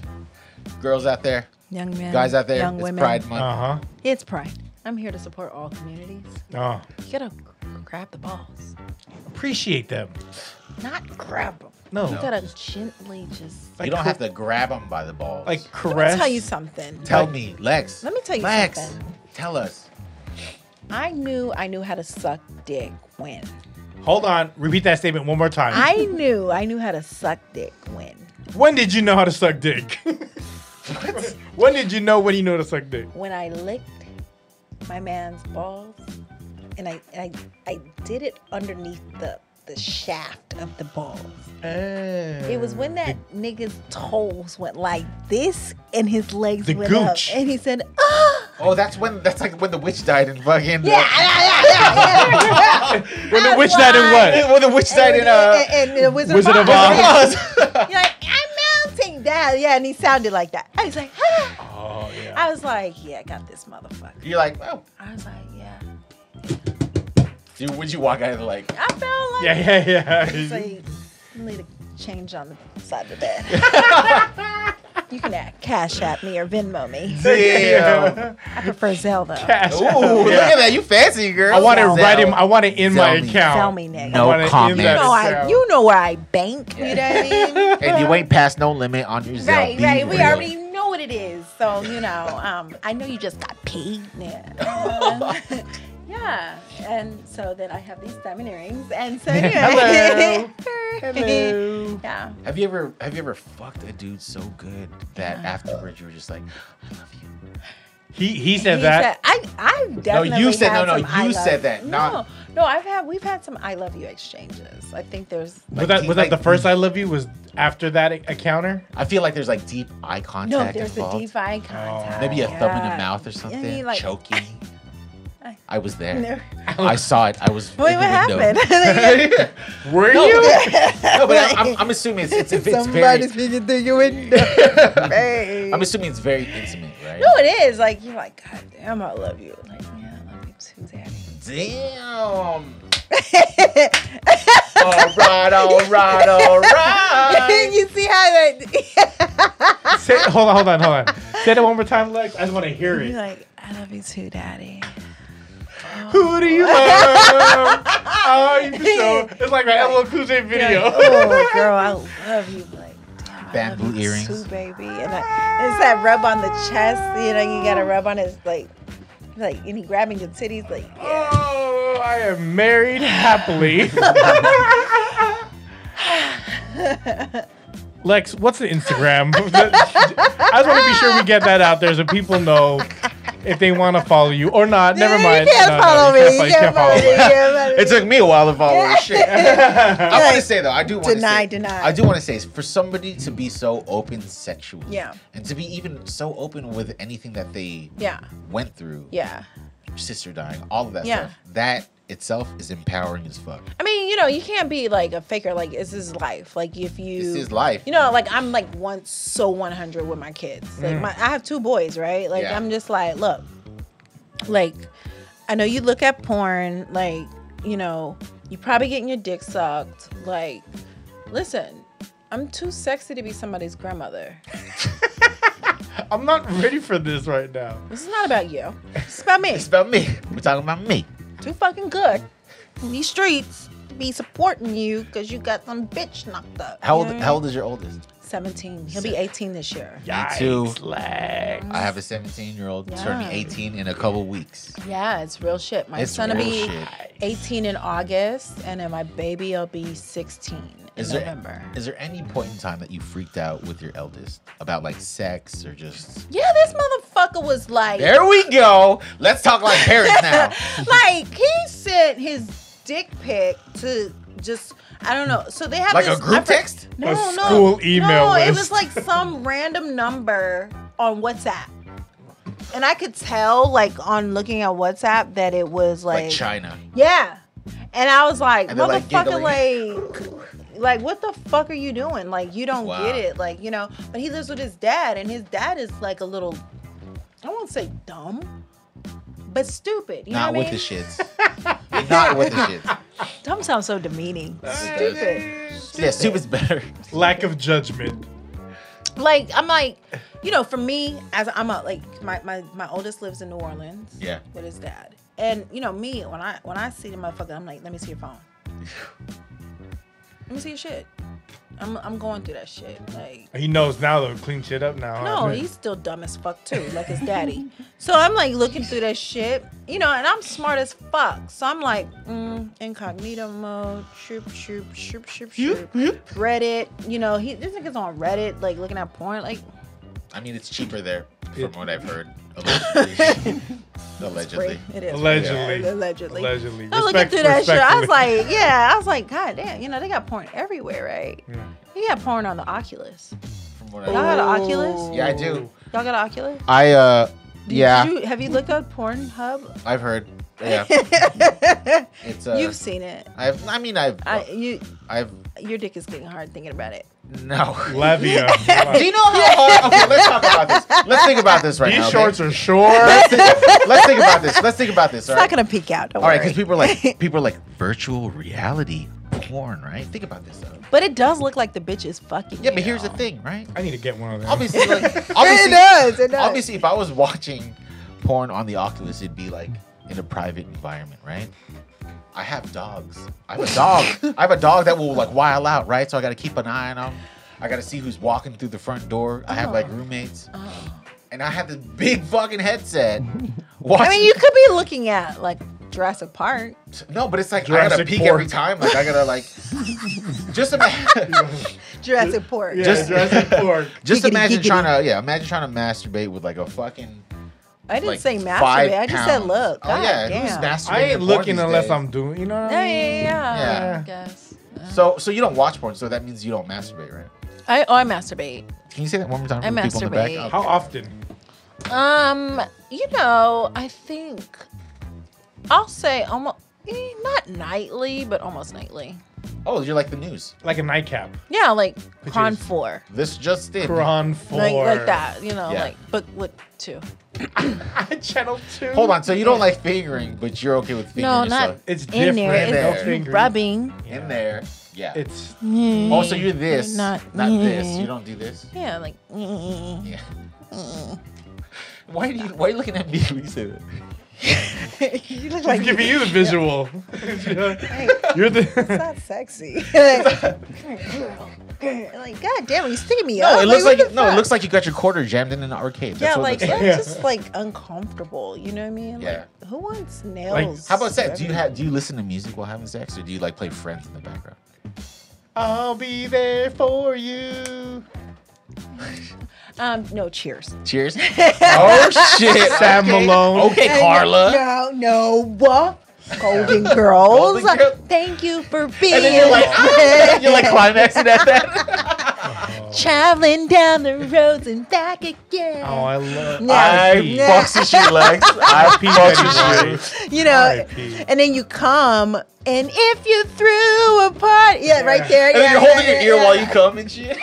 [SPEAKER 2] Girls out there,
[SPEAKER 3] young men,
[SPEAKER 2] guys out there,
[SPEAKER 3] young
[SPEAKER 2] it's
[SPEAKER 3] women.
[SPEAKER 2] Pride Month.
[SPEAKER 1] Uh huh.
[SPEAKER 3] It's pride. I'm here to support all communities.
[SPEAKER 1] Oh,
[SPEAKER 3] You gotta g- grab the balls,
[SPEAKER 1] appreciate them.
[SPEAKER 3] not grab them.
[SPEAKER 1] No,
[SPEAKER 3] You gotta gently just.
[SPEAKER 1] Like
[SPEAKER 2] you don't
[SPEAKER 1] cor-
[SPEAKER 2] have to grab them by the balls.
[SPEAKER 1] like
[SPEAKER 3] Let me
[SPEAKER 1] caress.
[SPEAKER 3] tell you something.
[SPEAKER 2] tell me, Lex.
[SPEAKER 3] Let me tell you
[SPEAKER 2] Lex,
[SPEAKER 3] something.
[SPEAKER 2] tell us.
[SPEAKER 3] I knew I knew how to suck dick when.
[SPEAKER 1] Hold on. Repeat that statement one more time.
[SPEAKER 3] I knew I knew how to suck dick when.
[SPEAKER 1] when did you know how to suck dick? when did you know when you know to suck dick?
[SPEAKER 3] When I licked my man's balls and I and I, I did it underneath the the shaft of the balls. It was when that nigga's toes went like this and his legs
[SPEAKER 1] The
[SPEAKER 3] went
[SPEAKER 1] gooch.
[SPEAKER 3] up and he said, "Ah!"
[SPEAKER 2] Oh, that's when that's like when the witch died and fucking
[SPEAKER 3] Yeah, yeah, yeah, yeah, yeah.
[SPEAKER 1] When the
[SPEAKER 3] I
[SPEAKER 1] witch died and what?
[SPEAKER 2] uh, when the witch died
[SPEAKER 3] And,
[SPEAKER 2] in uh
[SPEAKER 3] and, and the Wizard,
[SPEAKER 1] Wizard
[SPEAKER 3] of
[SPEAKER 1] of
[SPEAKER 3] Oz.
[SPEAKER 1] Oz.
[SPEAKER 3] Yeah.
[SPEAKER 2] Oz.
[SPEAKER 3] You're like, I'm mounting that. Yeah, and he sounded like that. I was like, ah.
[SPEAKER 1] Oh yeah.
[SPEAKER 3] I was like, yeah, I got this motherfucker.
[SPEAKER 2] You're like, oh,
[SPEAKER 3] I was like, yeah.
[SPEAKER 2] Dude, would you walk out of there like,
[SPEAKER 3] I felt like
[SPEAKER 1] Yeah, yeah, yeah.
[SPEAKER 3] So you need to change on the side of the bed. you can act, cash at me or Venmo me.
[SPEAKER 2] damn.
[SPEAKER 3] I prefer Zelle though.
[SPEAKER 1] Cash
[SPEAKER 2] Ooh,
[SPEAKER 1] out.
[SPEAKER 2] look
[SPEAKER 1] Yeah.
[SPEAKER 2] at that. You fancy, girl.
[SPEAKER 1] I want it
[SPEAKER 3] Zell.
[SPEAKER 1] right in. I want it in my
[SPEAKER 2] Zell me.
[SPEAKER 1] account.
[SPEAKER 3] Tell me, nigga.
[SPEAKER 1] I
[SPEAKER 2] No
[SPEAKER 1] want it in
[SPEAKER 2] comment.
[SPEAKER 1] that
[SPEAKER 3] You know, I,
[SPEAKER 1] account.
[SPEAKER 3] you know where I bank. You know what I mean?
[SPEAKER 2] And you ain't past no limit on your Zelle.
[SPEAKER 3] Right,
[SPEAKER 2] Be
[SPEAKER 3] right. We
[SPEAKER 2] real.
[SPEAKER 3] already know what it is. So, you know, um, I know you just got paid now. yeah. And so then I have these diamond earrings. And so, anyway.
[SPEAKER 1] Hello.
[SPEAKER 3] yeah.
[SPEAKER 2] Have you ever have you ever fucked a dude so good that afterwards you were just like, I love you.
[SPEAKER 1] He he said
[SPEAKER 3] He
[SPEAKER 1] that.
[SPEAKER 3] said- I, I definitely.
[SPEAKER 2] said-
[SPEAKER 3] had
[SPEAKER 2] no, no,
[SPEAKER 3] some I
[SPEAKER 2] you
[SPEAKER 3] love-
[SPEAKER 2] said that,
[SPEAKER 3] No,
[SPEAKER 2] not-
[SPEAKER 3] no, I've had, we've had some I love you exchanges. I think there's.
[SPEAKER 1] was that
[SPEAKER 2] he-
[SPEAKER 1] was that the
[SPEAKER 2] like- mm.
[SPEAKER 1] first I love you? Was after that e, encounter?
[SPEAKER 2] I feel like there's like deep eye contact.
[SPEAKER 3] No, there's
[SPEAKER 2] involved.
[SPEAKER 3] a
[SPEAKER 1] Oh.
[SPEAKER 3] DeFi contact.
[SPEAKER 2] Maybe a thumb in the
[SPEAKER 3] Yeah.
[SPEAKER 2] mouth or
[SPEAKER 3] Yeah,
[SPEAKER 2] something.
[SPEAKER 3] he, like-
[SPEAKER 2] Choking.
[SPEAKER 3] I-
[SPEAKER 2] I was there.
[SPEAKER 3] No.
[SPEAKER 2] I saw it. I was.
[SPEAKER 3] Wait,
[SPEAKER 2] in
[SPEAKER 3] what
[SPEAKER 2] the window.
[SPEAKER 3] happened?
[SPEAKER 1] Were
[SPEAKER 2] No,
[SPEAKER 1] you?
[SPEAKER 2] no, but I'm, I'm, I'm assuming it's, it's, it's
[SPEAKER 4] Somebody's
[SPEAKER 2] very.
[SPEAKER 4] speaking through your window. Hey.
[SPEAKER 2] I'm assuming it's very intimate, right?
[SPEAKER 3] no, it is. Like, you're like, God damn, I love you. Like, yeah, I love you too, daddy.
[SPEAKER 2] Damn. all right, all right, all right.
[SPEAKER 3] you see how that?
[SPEAKER 1] Say, hold on, hold on, hold on. Say it one more time, Lex. I just want to hear
[SPEAKER 3] You're
[SPEAKER 1] it.
[SPEAKER 3] like, I love you too, daddy.
[SPEAKER 1] Who do you love? oh, you so. It's like that LL Cool J
[SPEAKER 3] You're
[SPEAKER 1] video.
[SPEAKER 3] like, oh, girl, I love you. Like, damn, I
[SPEAKER 2] Bamboo
[SPEAKER 3] love you
[SPEAKER 2] earrings.
[SPEAKER 3] too, baby. And I, it's that rub on the chest. You know, you gotta rub on his like, like, and he grabbing your titties. Like, yeah.
[SPEAKER 1] Oh, I am married happily. Lex, what's the Instagram? I just want to be sure we get that out there so people know if they want to follow you or not. Never mind.
[SPEAKER 3] You can't
[SPEAKER 1] No, no,
[SPEAKER 3] follow
[SPEAKER 1] you
[SPEAKER 3] me.
[SPEAKER 1] can't follow- you can't follow
[SPEAKER 3] me. You
[SPEAKER 1] Lex.
[SPEAKER 3] can't follow me.
[SPEAKER 2] It took me a while to follow this shit. I want to say though, I do want to
[SPEAKER 3] Deny,
[SPEAKER 2] say,
[SPEAKER 3] deny.
[SPEAKER 2] I do want to say, for somebody to be so open sexually,
[SPEAKER 3] Yeah.
[SPEAKER 2] and to be even so open with anything that they
[SPEAKER 3] Yeah.
[SPEAKER 2] went through,
[SPEAKER 3] Yeah.
[SPEAKER 2] sister dying, all of that
[SPEAKER 3] Yeah.
[SPEAKER 2] stuff, that itself is empowering as fuck.
[SPEAKER 3] I mean, you know, you can't be like a faker. Like, it's his life. Like, if you,
[SPEAKER 2] This is life.
[SPEAKER 3] you know, like I'm like one so 100 with my kids. Like, my, I have two boys, right? Like,
[SPEAKER 2] Mm. Yeah.
[SPEAKER 3] I'm just like, look, like, I know you look at porn. Like, you know, you probably getting your dick sucked. Like, listen, I'm too sexy to be somebody's grandmother.
[SPEAKER 1] I'm not ready for this right now.
[SPEAKER 3] This is not about you. It's about me.
[SPEAKER 2] It's about me. We're talking about me.
[SPEAKER 3] too fucking good in these streets to be supporting you because you got some bitch knocked up.
[SPEAKER 2] How
[SPEAKER 3] You
[SPEAKER 2] old?
[SPEAKER 3] know what I
[SPEAKER 2] How
[SPEAKER 3] mean?
[SPEAKER 2] old is your oldest?
[SPEAKER 3] 17. He'll be 18 this year.
[SPEAKER 2] Me too.
[SPEAKER 1] Yikes, Lex.
[SPEAKER 2] I have a 17 year old turning
[SPEAKER 3] Yeah.
[SPEAKER 2] 18 in a couple weeks.
[SPEAKER 3] Yeah, it's real shit. My
[SPEAKER 2] It's
[SPEAKER 3] son will
[SPEAKER 2] real
[SPEAKER 3] be
[SPEAKER 2] shit.
[SPEAKER 3] 18 in August, and then my baby will be 16 in
[SPEAKER 2] Is there-
[SPEAKER 3] November.
[SPEAKER 2] Is there any point in time that you freaked out with your eldest about like sex or just?
[SPEAKER 3] yeah, this motherfucker was like,
[SPEAKER 2] There we go. Let's talk like parents now.
[SPEAKER 3] like he sent his dick pic to just I don't know. So they have
[SPEAKER 2] Like
[SPEAKER 3] this,
[SPEAKER 2] a group
[SPEAKER 3] I for-
[SPEAKER 2] text?
[SPEAKER 3] No,
[SPEAKER 1] A
[SPEAKER 3] no,
[SPEAKER 1] school email
[SPEAKER 3] No, it
[SPEAKER 1] list.
[SPEAKER 3] was like some random number on WhatsApp, and I could tell like on looking at WhatsApp that it was
[SPEAKER 2] Like,
[SPEAKER 3] like,
[SPEAKER 2] China.
[SPEAKER 3] yeah, and I was like,
[SPEAKER 2] And they're, like,
[SPEAKER 3] motherfucker, like. Like what the fuck are you doing? Like you don't
[SPEAKER 2] Wow.
[SPEAKER 3] get it. Like you know, but he lives with his dad, and his dad is like a little, I won't say dumb, but stupid. You
[SPEAKER 2] Not
[SPEAKER 3] know what
[SPEAKER 2] with
[SPEAKER 3] I
[SPEAKER 2] the
[SPEAKER 3] mean?
[SPEAKER 2] shits. Not with the shits.
[SPEAKER 3] Dumb sounds so demeaning. Stupid.
[SPEAKER 2] Yeah, soup is better.
[SPEAKER 1] Lack of judgment.
[SPEAKER 3] Like I'm like, you know, for me as I'm a like my my my oldest lives in New Orleans.
[SPEAKER 2] Yeah.
[SPEAKER 3] With his dad, and you know me when I when I see the motherfucker, I'm like, let me see your phone. Let me see your shit. I'm I'm going through that shit. Like
[SPEAKER 1] He knows now though. Clean shit up now. huh?
[SPEAKER 3] no, he's still dumb as fuck too, like his daddy. so I'm like looking through that shit, you know, and I'm smart as fuck. So I'm like, mm, incognito mode, shoop, shoop, shoop, shoop, shoop. Reddit, you know, he this nigga's on Reddit, like looking at porn, like
[SPEAKER 2] I mean, it's cheaper there,
[SPEAKER 1] Yeah.
[SPEAKER 2] from what I've heard. Allegedly. Allegedly.
[SPEAKER 3] free. It is
[SPEAKER 1] Allegedly.
[SPEAKER 3] Yeah, allegedly.
[SPEAKER 1] Allegedly.
[SPEAKER 3] I'm looking
[SPEAKER 1] Respect-
[SPEAKER 3] through that shit. I was
[SPEAKER 1] respectfully.
[SPEAKER 3] like, yeah, I was like, god damn, you know, they got porn everywhere, right?
[SPEAKER 1] Yeah.
[SPEAKER 3] He got porn on the Oculus.
[SPEAKER 2] From what
[SPEAKER 3] Y'all got
[SPEAKER 2] I've
[SPEAKER 3] an Oculus?
[SPEAKER 2] Yeah, I do.
[SPEAKER 3] Y'all got an Oculus?
[SPEAKER 2] I uh,
[SPEAKER 3] Did
[SPEAKER 2] yeah,
[SPEAKER 3] You, have you looked up Pornhub?
[SPEAKER 2] I've heard. Yeah. it's uh,
[SPEAKER 3] You've seen it.
[SPEAKER 2] I've I mean I've
[SPEAKER 3] I, you,
[SPEAKER 2] I've
[SPEAKER 3] your dick is getting hard thinking about it.
[SPEAKER 2] no.
[SPEAKER 1] uh,
[SPEAKER 2] Do
[SPEAKER 1] Levia.
[SPEAKER 2] you know how hard? Okay, let's talk about this. Let's think about this right now.
[SPEAKER 1] These
[SPEAKER 2] okay?
[SPEAKER 1] shorts are short.
[SPEAKER 2] Let's think, let's think about this. Let's think about this.
[SPEAKER 3] It's
[SPEAKER 2] all right?
[SPEAKER 3] not gonna peek out. Don't
[SPEAKER 2] All right,
[SPEAKER 3] worry.
[SPEAKER 2] because people are like people are like virtual reality porn, right? Think about this. Though.
[SPEAKER 3] but it does look like the bitch is fucking.
[SPEAKER 2] Yeah,
[SPEAKER 3] you
[SPEAKER 2] but here's the
[SPEAKER 3] know.
[SPEAKER 2] thing, right?
[SPEAKER 1] I need to get one of them.
[SPEAKER 2] Obviously, like, obviously,
[SPEAKER 4] It does. It does.
[SPEAKER 2] obviously, if I was watching porn on the Oculus, it'd be like in a private environment, right? I have dogs. I have a dog. I have a dog that will like wild out, right? So I got to keep an eye on them. I got to see who's walking through the front door. I have like
[SPEAKER 3] Oh.
[SPEAKER 2] roommates,
[SPEAKER 3] Oh.
[SPEAKER 2] and I have this big fucking headset.
[SPEAKER 3] I
[SPEAKER 2] watching-
[SPEAKER 3] mean, you could be looking at like Jurassic Park.
[SPEAKER 2] No, but it's like I gotta
[SPEAKER 1] Jurassic
[SPEAKER 2] peek
[SPEAKER 1] Pork.
[SPEAKER 2] every time. Like I gotta like just imagine.
[SPEAKER 3] Jurassic Park.
[SPEAKER 1] yeah,
[SPEAKER 2] just-
[SPEAKER 1] Jurassic Park.
[SPEAKER 2] just
[SPEAKER 3] Giggity,
[SPEAKER 2] imagine
[SPEAKER 3] giggity.
[SPEAKER 2] trying to yeah, imagine trying to masturbate with like a fucking.
[SPEAKER 3] I didn't
[SPEAKER 2] like,
[SPEAKER 3] say
[SPEAKER 2] five
[SPEAKER 3] masturbate. I just said
[SPEAKER 2] pounds.
[SPEAKER 3] look.
[SPEAKER 2] Oh
[SPEAKER 3] God
[SPEAKER 2] yeah,
[SPEAKER 3] damn.
[SPEAKER 2] who's masturbating?
[SPEAKER 1] I ain't
[SPEAKER 2] to porn
[SPEAKER 1] looking
[SPEAKER 2] these
[SPEAKER 1] unless
[SPEAKER 2] days?
[SPEAKER 1] I'm doing. You know what
[SPEAKER 3] Yeah,
[SPEAKER 1] I
[SPEAKER 3] yeah,
[SPEAKER 1] mean?
[SPEAKER 3] yeah.
[SPEAKER 1] Yeah.
[SPEAKER 3] Um, I guess.
[SPEAKER 2] So so you don't watch porn, so that means you don't masturbate, right?
[SPEAKER 3] I, oh, I masturbate.
[SPEAKER 2] Can you say that one more time?
[SPEAKER 3] I
[SPEAKER 2] for the people in the back?
[SPEAKER 3] masturbate.
[SPEAKER 2] Okay.
[SPEAKER 1] How often?
[SPEAKER 3] Um, you know, I think I'll say almost eh, not nightly, but almost nightly.
[SPEAKER 2] Oh, you're like the news.
[SPEAKER 1] Like a nightcap.
[SPEAKER 3] Yeah, like
[SPEAKER 1] Which
[SPEAKER 3] con
[SPEAKER 1] is-
[SPEAKER 3] four.
[SPEAKER 2] This just did.
[SPEAKER 1] Quran four.
[SPEAKER 3] Like, like that, you know,
[SPEAKER 2] Yeah.
[SPEAKER 3] like but with two.
[SPEAKER 1] Channel two.
[SPEAKER 2] Hold on, so you don't like fingering, but you're okay with fingering
[SPEAKER 3] No, not
[SPEAKER 2] yourself.
[SPEAKER 1] It's different.
[SPEAKER 3] in there.
[SPEAKER 2] In there.
[SPEAKER 3] It's
[SPEAKER 2] No
[SPEAKER 1] fingering.
[SPEAKER 3] rubbing.
[SPEAKER 1] Yeah.
[SPEAKER 2] in there. Yeah.
[SPEAKER 1] It's
[SPEAKER 2] oh, so you're this,
[SPEAKER 3] Not-
[SPEAKER 2] not, this. You don't do this.
[SPEAKER 3] Yeah, like mm.
[SPEAKER 2] Yeah. Why do you Why are you looking at me when you say that?
[SPEAKER 3] you look
[SPEAKER 1] like giving you the visual. You're the.
[SPEAKER 3] not sexy. like, like, god damn, it, you sticking me
[SPEAKER 2] No,
[SPEAKER 3] up.
[SPEAKER 2] it looks
[SPEAKER 3] Oh, what
[SPEAKER 2] like,
[SPEAKER 3] the
[SPEAKER 2] no,
[SPEAKER 3] fuck?
[SPEAKER 2] it looks like you got your quarter jammed in an arcade. That's
[SPEAKER 3] yeah,
[SPEAKER 2] what
[SPEAKER 3] like
[SPEAKER 2] it looks
[SPEAKER 3] that's
[SPEAKER 2] like.
[SPEAKER 3] just like uncomfortable. You know what I mean?
[SPEAKER 2] Yeah.
[SPEAKER 3] Like, who wants nails?
[SPEAKER 2] How about sex? Do you have Do you listen to music while having sex, or do you like play Friends in the background?
[SPEAKER 1] I'll be there for you.
[SPEAKER 3] Um, no, cheers.
[SPEAKER 2] Cheers. oh shit.
[SPEAKER 1] Sam
[SPEAKER 2] Okay.
[SPEAKER 1] Malone.
[SPEAKER 2] Okay, Carla.
[SPEAKER 3] No, no, what? Golden Girls.
[SPEAKER 2] Golden Girl-
[SPEAKER 3] Thank you for being
[SPEAKER 2] And then you're like, you're like climaxing at that.
[SPEAKER 3] traveling down the roads and back again.
[SPEAKER 1] Oh, I love.
[SPEAKER 3] No.
[SPEAKER 2] I
[SPEAKER 3] Yeah.
[SPEAKER 2] fucks with you, Lex. I fucks with you.
[SPEAKER 3] you know,
[SPEAKER 1] R.I.P..
[SPEAKER 3] and then you come, and if you threw a party, yeah, right there.
[SPEAKER 2] And then
[SPEAKER 3] yeah,
[SPEAKER 2] you're
[SPEAKER 3] yeah,
[SPEAKER 2] holding your
[SPEAKER 3] yeah,
[SPEAKER 2] ear
[SPEAKER 3] yeah.
[SPEAKER 2] while you come and shit.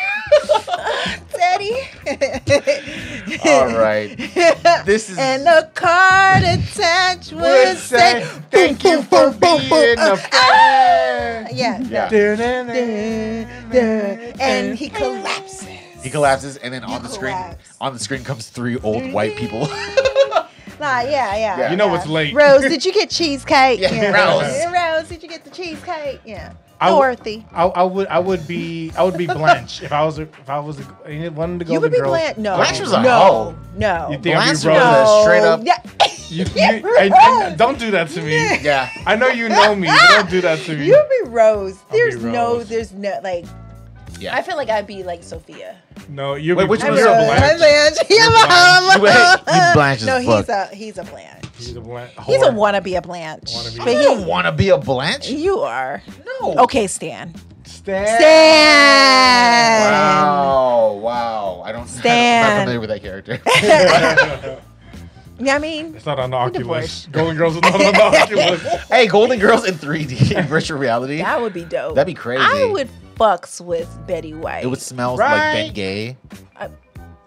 [SPEAKER 3] Teddy.
[SPEAKER 2] All right. This is-
[SPEAKER 3] and the card attached
[SPEAKER 2] Would
[SPEAKER 3] was
[SPEAKER 2] say
[SPEAKER 3] say,
[SPEAKER 2] thank you for being a friend.
[SPEAKER 3] yeah,
[SPEAKER 2] Yeah.
[SPEAKER 3] and he collapses.
[SPEAKER 2] He collapses, and then on the
[SPEAKER 3] collapse.
[SPEAKER 2] screen, on the screen comes three old white people.
[SPEAKER 3] Nah, yeah, yeah.
[SPEAKER 2] Yeah.
[SPEAKER 1] You know
[SPEAKER 3] yeah.
[SPEAKER 1] what's late.
[SPEAKER 3] Rose, did you get cheesecake?
[SPEAKER 2] Yeah, Rose.
[SPEAKER 3] Rose, did you get the cheesecake? Yeah.
[SPEAKER 1] I w-
[SPEAKER 3] Dorothy.
[SPEAKER 1] I, I would I would be I would be Blanche if I was a- if I was a- I wanted to go.
[SPEAKER 3] you would
[SPEAKER 1] the
[SPEAKER 3] be
[SPEAKER 1] girls.
[SPEAKER 3] Blanche. No.
[SPEAKER 2] Blanche was a
[SPEAKER 3] no,
[SPEAKER 2] hoe.
[SPEAKER 3] No.
[SPEAKER 1] You think I'd be Rose?
[SPEAKER 2] Blanche was
[SPEAKER 3] no.
[SPEAKER 2] straight up-
[SPEAKER 3] Yeah.
[SPEAKER 1] You, you,
[SPEAKER 3] Yeah,
[SPEAKER 1] and-
[SPEAKER 3] Rose.
[SPEAKER 1] and don't do that to me.
[SPEAKER 2] yeah.
[SPEAKER 1] I know you know me. but Don't do that to me.
[SPEAKER 3] You'd be Rose.
[SPEAKER 1] be
[SPEAKER 3] There's no,
[SPEAKER 1] Rose.
[SPEAKER 3] there's no, like,
[SPEAKER 2] Yeah.
[SPEAKER 3] I feel like I'd be like Sophia.
[SPEAKER 1] No, you'd
[SPEAKER 2] Wait,
[SPEAKER 1] be.
[SPEAKER 2] which
[SPEAKER 1] you're
[SPEAKER 2] one's
[SPEAKER 1] a
[SPEAKER 2] up?
[SPEAKER 1] Blanche.
[SPEAKER 3] I'm Blanche. Yeah,
[SPEAKER 1] Blanche.
[SPEAKER 3] I'm
[SPEAKER 2] You-
[SPEAKER 3] a-
[SPEAKER 2] you Blanche as
[SPEAKER 3] No,
[SPEAKER 2] fuck.
[SPEAKER 3] he's a he's a Blanche.
[SPEAKER 1] He's a Blanche.
[SPEAKER 3] He's a
[SPEAKER 1] whore.
[SPEAKER 3] wannabe a Blanche.
[SPEAKER 1] Wannabe.
[SPEAKER 3] But
[SPEAKER 2] You don't
[SPEAKER 3] he,
[SPEAKER 2] want to be a Blanche?
[SPEAKER 3] you are.
[SPEAKER 2] No.
[SPEAKER 3] Okay, Stan.
[SPEAKER 1] Stan.
[SPEAKER 3] Stan.
[SPEAKER 2] Wow. Wow. I don't. I'm
[SPEAKER 3] Stan.
[SPEAKER 2] not familiar with that character.
[SPEAKER 3] Yeah, I mean,
[SPEAKER 1] It's not on the Oculus.
[SPEAKER 3] divorced.
[SPEAKER 1] Golden Girls is not on the Oculus.
[SPEAKER 2] hey, Golden Girls in 3D in virtual reality.
[SPEAKER 3] that would be dope.
[SPEAKER 2] That'd be crazy.
[SPEAKER 3] I would fucks with Betty White.
[SPEAKER 2] It would smell
[SPEAKER 1] Right.
[SPEAKER 2] like Bengay.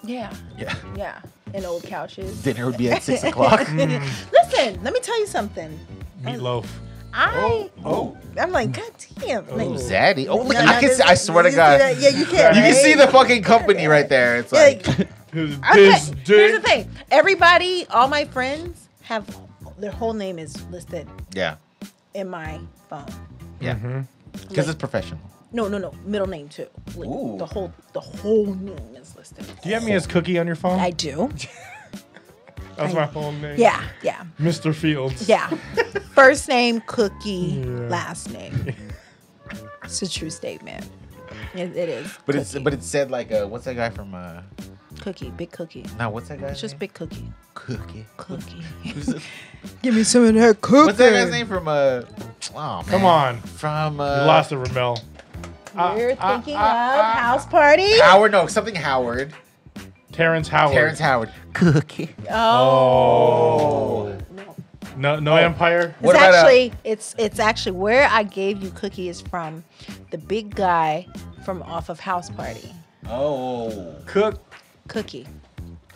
[SPEAKER 3] Yeah,
[SPEAKER 2] Yeah.
[SPEAKER 3] yeah. And old couches.
[SPEAKER 2] Dinner would be at six o'clock.
[SPEAKER 3] Listen, let me tell you something.
[SPEAKER 1] Mm, Meatloaf.
[SPEAKER 3] I
[SPEAKER 2] Oh,
[SPEAKER 3] I'm like, God damn. Like,
[SPEAKER 2] oh, Zaddy. Oh, look,
[SPEAKER 3] no, no,
[SPEAKER 2] I can. See, I
[SPEAKER 3] this-
[SPEAKER 2] swear to
[SPEAKER 3] you see
[SPEAKER 2] God,
[SPEAKER 3] that? Yeah, you can.
[SPEAKER 2] you can see
[SPEAKER 3] right?
[SPEAKER 2] the fucking company right there. It's
[SPEAKER 3] Yeah,
[SPEAKER 2] like,
[SPEAKER 1] His
[SPEAKER 3] Okay,
[SPEAKER 1] this
[SPEAKER 3] here's the
[SPEAKER 1] dick.
[SPEAKER 3] thing. Everybody, all my friends have their whole name is listed
[SPEAKER 2] yeah,
[SPEAKER 3] in my phone.
[SPEAKER 2] yeah,
[SPEAKER 1] Mhm.
[SPEAKER 2] because
[SPEAKER 3] Like-
[SPEAKER 2] it's professional.
[SPEAKER 3] No, no, no. Middle name too. Like,
[SPEAKER 2] Ooh.
[SPEAKER 3] the whole the whole name is listed.
[SPEAKER 1] Do you have me as Cookie on your phone?
[SPEAKER 3] I do.
[SPEAKER 1] That's my whole name.
[SPEAKER 3] Yeah, yeah,
[SPEAKER 1] Mr. Fields.
[SPEAKER 3] yeah. First name Cookie,
[SPEAKER 1] Yeah.
[SPEAKER 3] last name. It's a true statement. It, it is.
[SPEAKER 2] But it's but it said like, uh, what's that guy from? uh
[SPEAKER 3] Cookie, big cookie.
[SPEAKER 2] No, what's that guy?
[SPEAKER 3] It's just big cookie,
[SPEAKER 2] Cookie.
[SPEAKER 3] cookie.
[SPEAKER 2] Who's the-
[SPEAKER 4] Give me some of that cooking.
[SPEAKER 2] what's that guy's name from? Uh, oh,
[SPEAKER 1] Come
[SPEAKER 2] man.
[SPEAKER 1] on.
[SPEAKER 2] From
[SPEAKER 1] You
[SPEAKER 2] uh,
[SPEAKER 1] lost it, Ramel.
[SPEAKER 3] You're
[SPEAKER 1] Ah, ah,
[SPEAKER 3] thinking
[SPEAKER 1] ah,
[SPEAKER 3] of
[SPEAKER 1] ah.
[SPEAKER 3] house party.
[SPEAKER 2] Howard. No, something Howard.
[SPEAKER 1] Terrence Howard.
[SPEAKER 2] Terrence Howard. Cookie.
[SPEAKER 3] Oh.
[SPEAKER 1] Oh.
[SPEAKER 3] No.
[SPEAKER 1] No, no empire.
[SPEAKER 3] It's
[SPEAKER 2] What about, uh,
[SPEAKER 3] actually it's it's actually where I gave you cookie is from the big guy from off of House Party.
[SPEAKER 2] Oh.
[SPEAKER 1] Cook.
[SPEAKER 3] Cookie.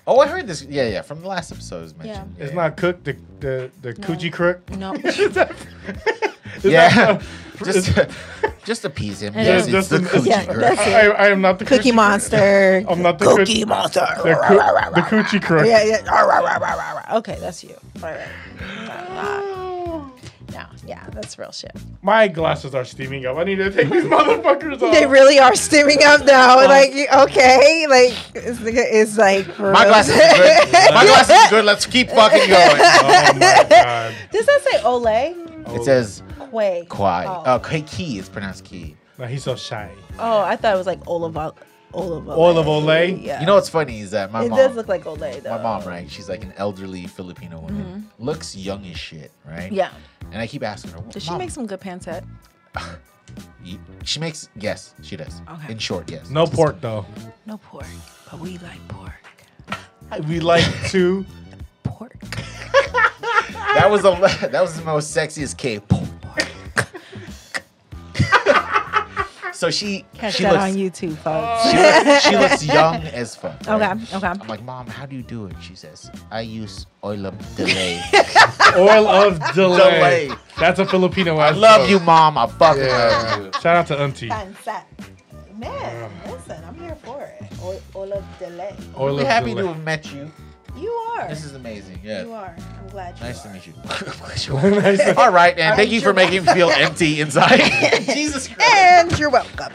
[SPEAKER 2] Oh, I heard this. Yeah, yeah, from the last episode it was mentioned.
[SPEAKER 1] It's not cook. The the the coochie crook.
[SPEAKER 3] No.
[SPEAKER 1] Is that- is that-
[SPEAKER 2] Yeah.
[SPEAKER 1] is-
[SPEAKER 2] just, to, just appease him.
[SPEAKER 3] It
[SPEAKER 2] Yes,
[SPEAKER 1] is.
[SPEAKER 2] it's the
[SPEAKER 1] Just-
[SPEAKER 2] coochie
[SPEAKER 3] yeah,
[SPEAKER 2] girl.
[SPEAKER 3] that's-
[SPEAKER 1] I, I am not the
[SPEAKER 3] Cookie
[SPEAKER 1] coochie-
[SPEAKER 3] Monster.
[SPEAKER 1] I'm not the
[SPEAKER 3] Cookie
[SPEAKER 1] cookie.
[SPEAKER 3] Monster.
[SPEAKER 1] The, coo- the coochie crook.
[SPEAKER 3] Yeah, yeah. Rah, rah, rah, rah, rah, rah. Okay, that's you. All right. No, yeah, that's real shit.
[SPEAKER 1] My glasses are steaming up. I need to take these motherfuckers off.
[SPEAKER 3] They really are steaming up now. Like, you- okay, like it's, it's like for
[SPEAKER 2] My
[SPEAKER 3] real.
[SPEAKER 2] glasses is good. My glasses is good. Let's keep fucking going.
[SPEAKER 1] oh my god.
[SPEAKER 3] Does that say Olay?
[SPEAKER 1] Oh,
[SPEAKER 2] It says
[SPEAKER 3] Quay.
[SPEAKER 2] Kwai.
[SPEAKER 3] Oh.
[SPEAKER 2] Oh, Kwai Key. It's pronounced Key.
[SPEAKER 1] No, he's so shy.
[SPEAKER 3] Oh, I thought it was like Olive Olive
[SPEAKER 1] Olive Olay?
[SPEAKER 3] Yeah.
[SPEAKER 2] You know what's funny is that my
[SPEAKER 3] it
[SPEAKER 2] mom.
[SPEAKER 3] does look like Olay though.
[SPEAKER 2] my mom, right? She's like an elderly Filipino woman. Looks young as shit, right?
[SPEAKER 3] Mm-hmm. Yeah.
[SPEAKER 2] And I keep asking her,
[SPEAKER 3] Does she
[SPEAKER 2] "Mom,
[SPEAKER 3] make some good pancetta?
[SPEAKER 2] y- She makes, yes, she does.
[SPEAKER 3] Okay.
[SPEAKER 2] In short, yes.
[SPEAKER 1] No pork though.
[SPEAKER 3] No pork, but we like pork.
[SPEAKER 1] We like to.
[SPEAKER 3] Pork.
[SPEAKER 2] That was the that was the most sexiest K. so she
[SPEAKER 3] Catch
[SPEAKER 2] she
[SPEAKER 3] that
[SPEAKER 2] looks, Oh.
[SPEAKER 3] on YouTube, folks.
[SPEAKER 2] she looks she looks young as fuck. right?
[SPEAKER 3] Okay, okay.
[SPEAKER 2] I'm like, mom, how do you do it? She says, I use oil of delay.
[SPEAKER 1] Oil of delay.
[SPEAKER 2] Delay.
[SPEAKER 1] That's a Filipino.
[SPEAKER 2] I love you, mom. I fucking love you.
[SPEAKER 1] Shout out to Auntie.
[SPEAKER 3] Pancetta. Man, listen, I'm here for it. O- Olive delay.
[SPEAKER 1] Oil
[SPEAKER 2] I'm
[SPEAKER 1] of
[SPEAKER 2] happy
[SPEAKER 1] delay.
[SPEAKER 2] to have met you.
[SPEAKER 3] You are.
[SPEAKER 2] This is amazing. Yeah.
[SPEAKER 3] you are. I'm glad you
[SPEAKER 2] Nice
[SPEAKER 3] are.
[SPEAKER 2] to meet you. All right, and thank you for making me feel empty inside. Jesus Christ.
[SPEAKER 3] And you're welcome.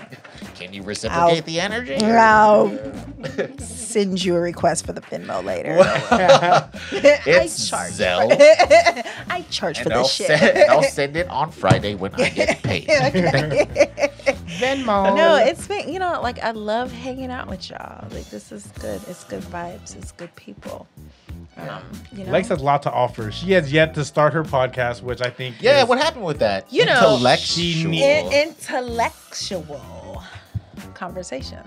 [SPEAKER 2] Can you reciprocate
[SPEAKER 3] Ow.
[SPEAKER 2] the energy?
[SPEAKER 3] I'll send you a request for the Venmo later.
[SPEAKER 2] It's
[SPEAKER 3] I charge.
[SPEAKER 2] Zell.
[SPEAKER 3] I charge for
[SPEAKER 2] and I'll,
[SPEAKER 3] this shit.
[SPEAKER 2] send, and I'll send it on Friday when I get paid.
[SPEAKER 1] Venmo.
[SPEAKER 3] No, it's been you know like I love hanging out with y'all. Like this is good. It's good vibes. It's good people. Um, you know,
[SPEAKER 1] Lex has a lot to offer. She has yet to start her podcast, which I think.
[SPEAKER 2] Yeah,
[SPEAKER 1] is-
[SPEAKER 2] what happened with that?
[SPEAKER 3] You know,
[SPEAKER 2] intellectual.
[SPEAKER 1] she
[SPEAKER 3] In- intellectual conversations.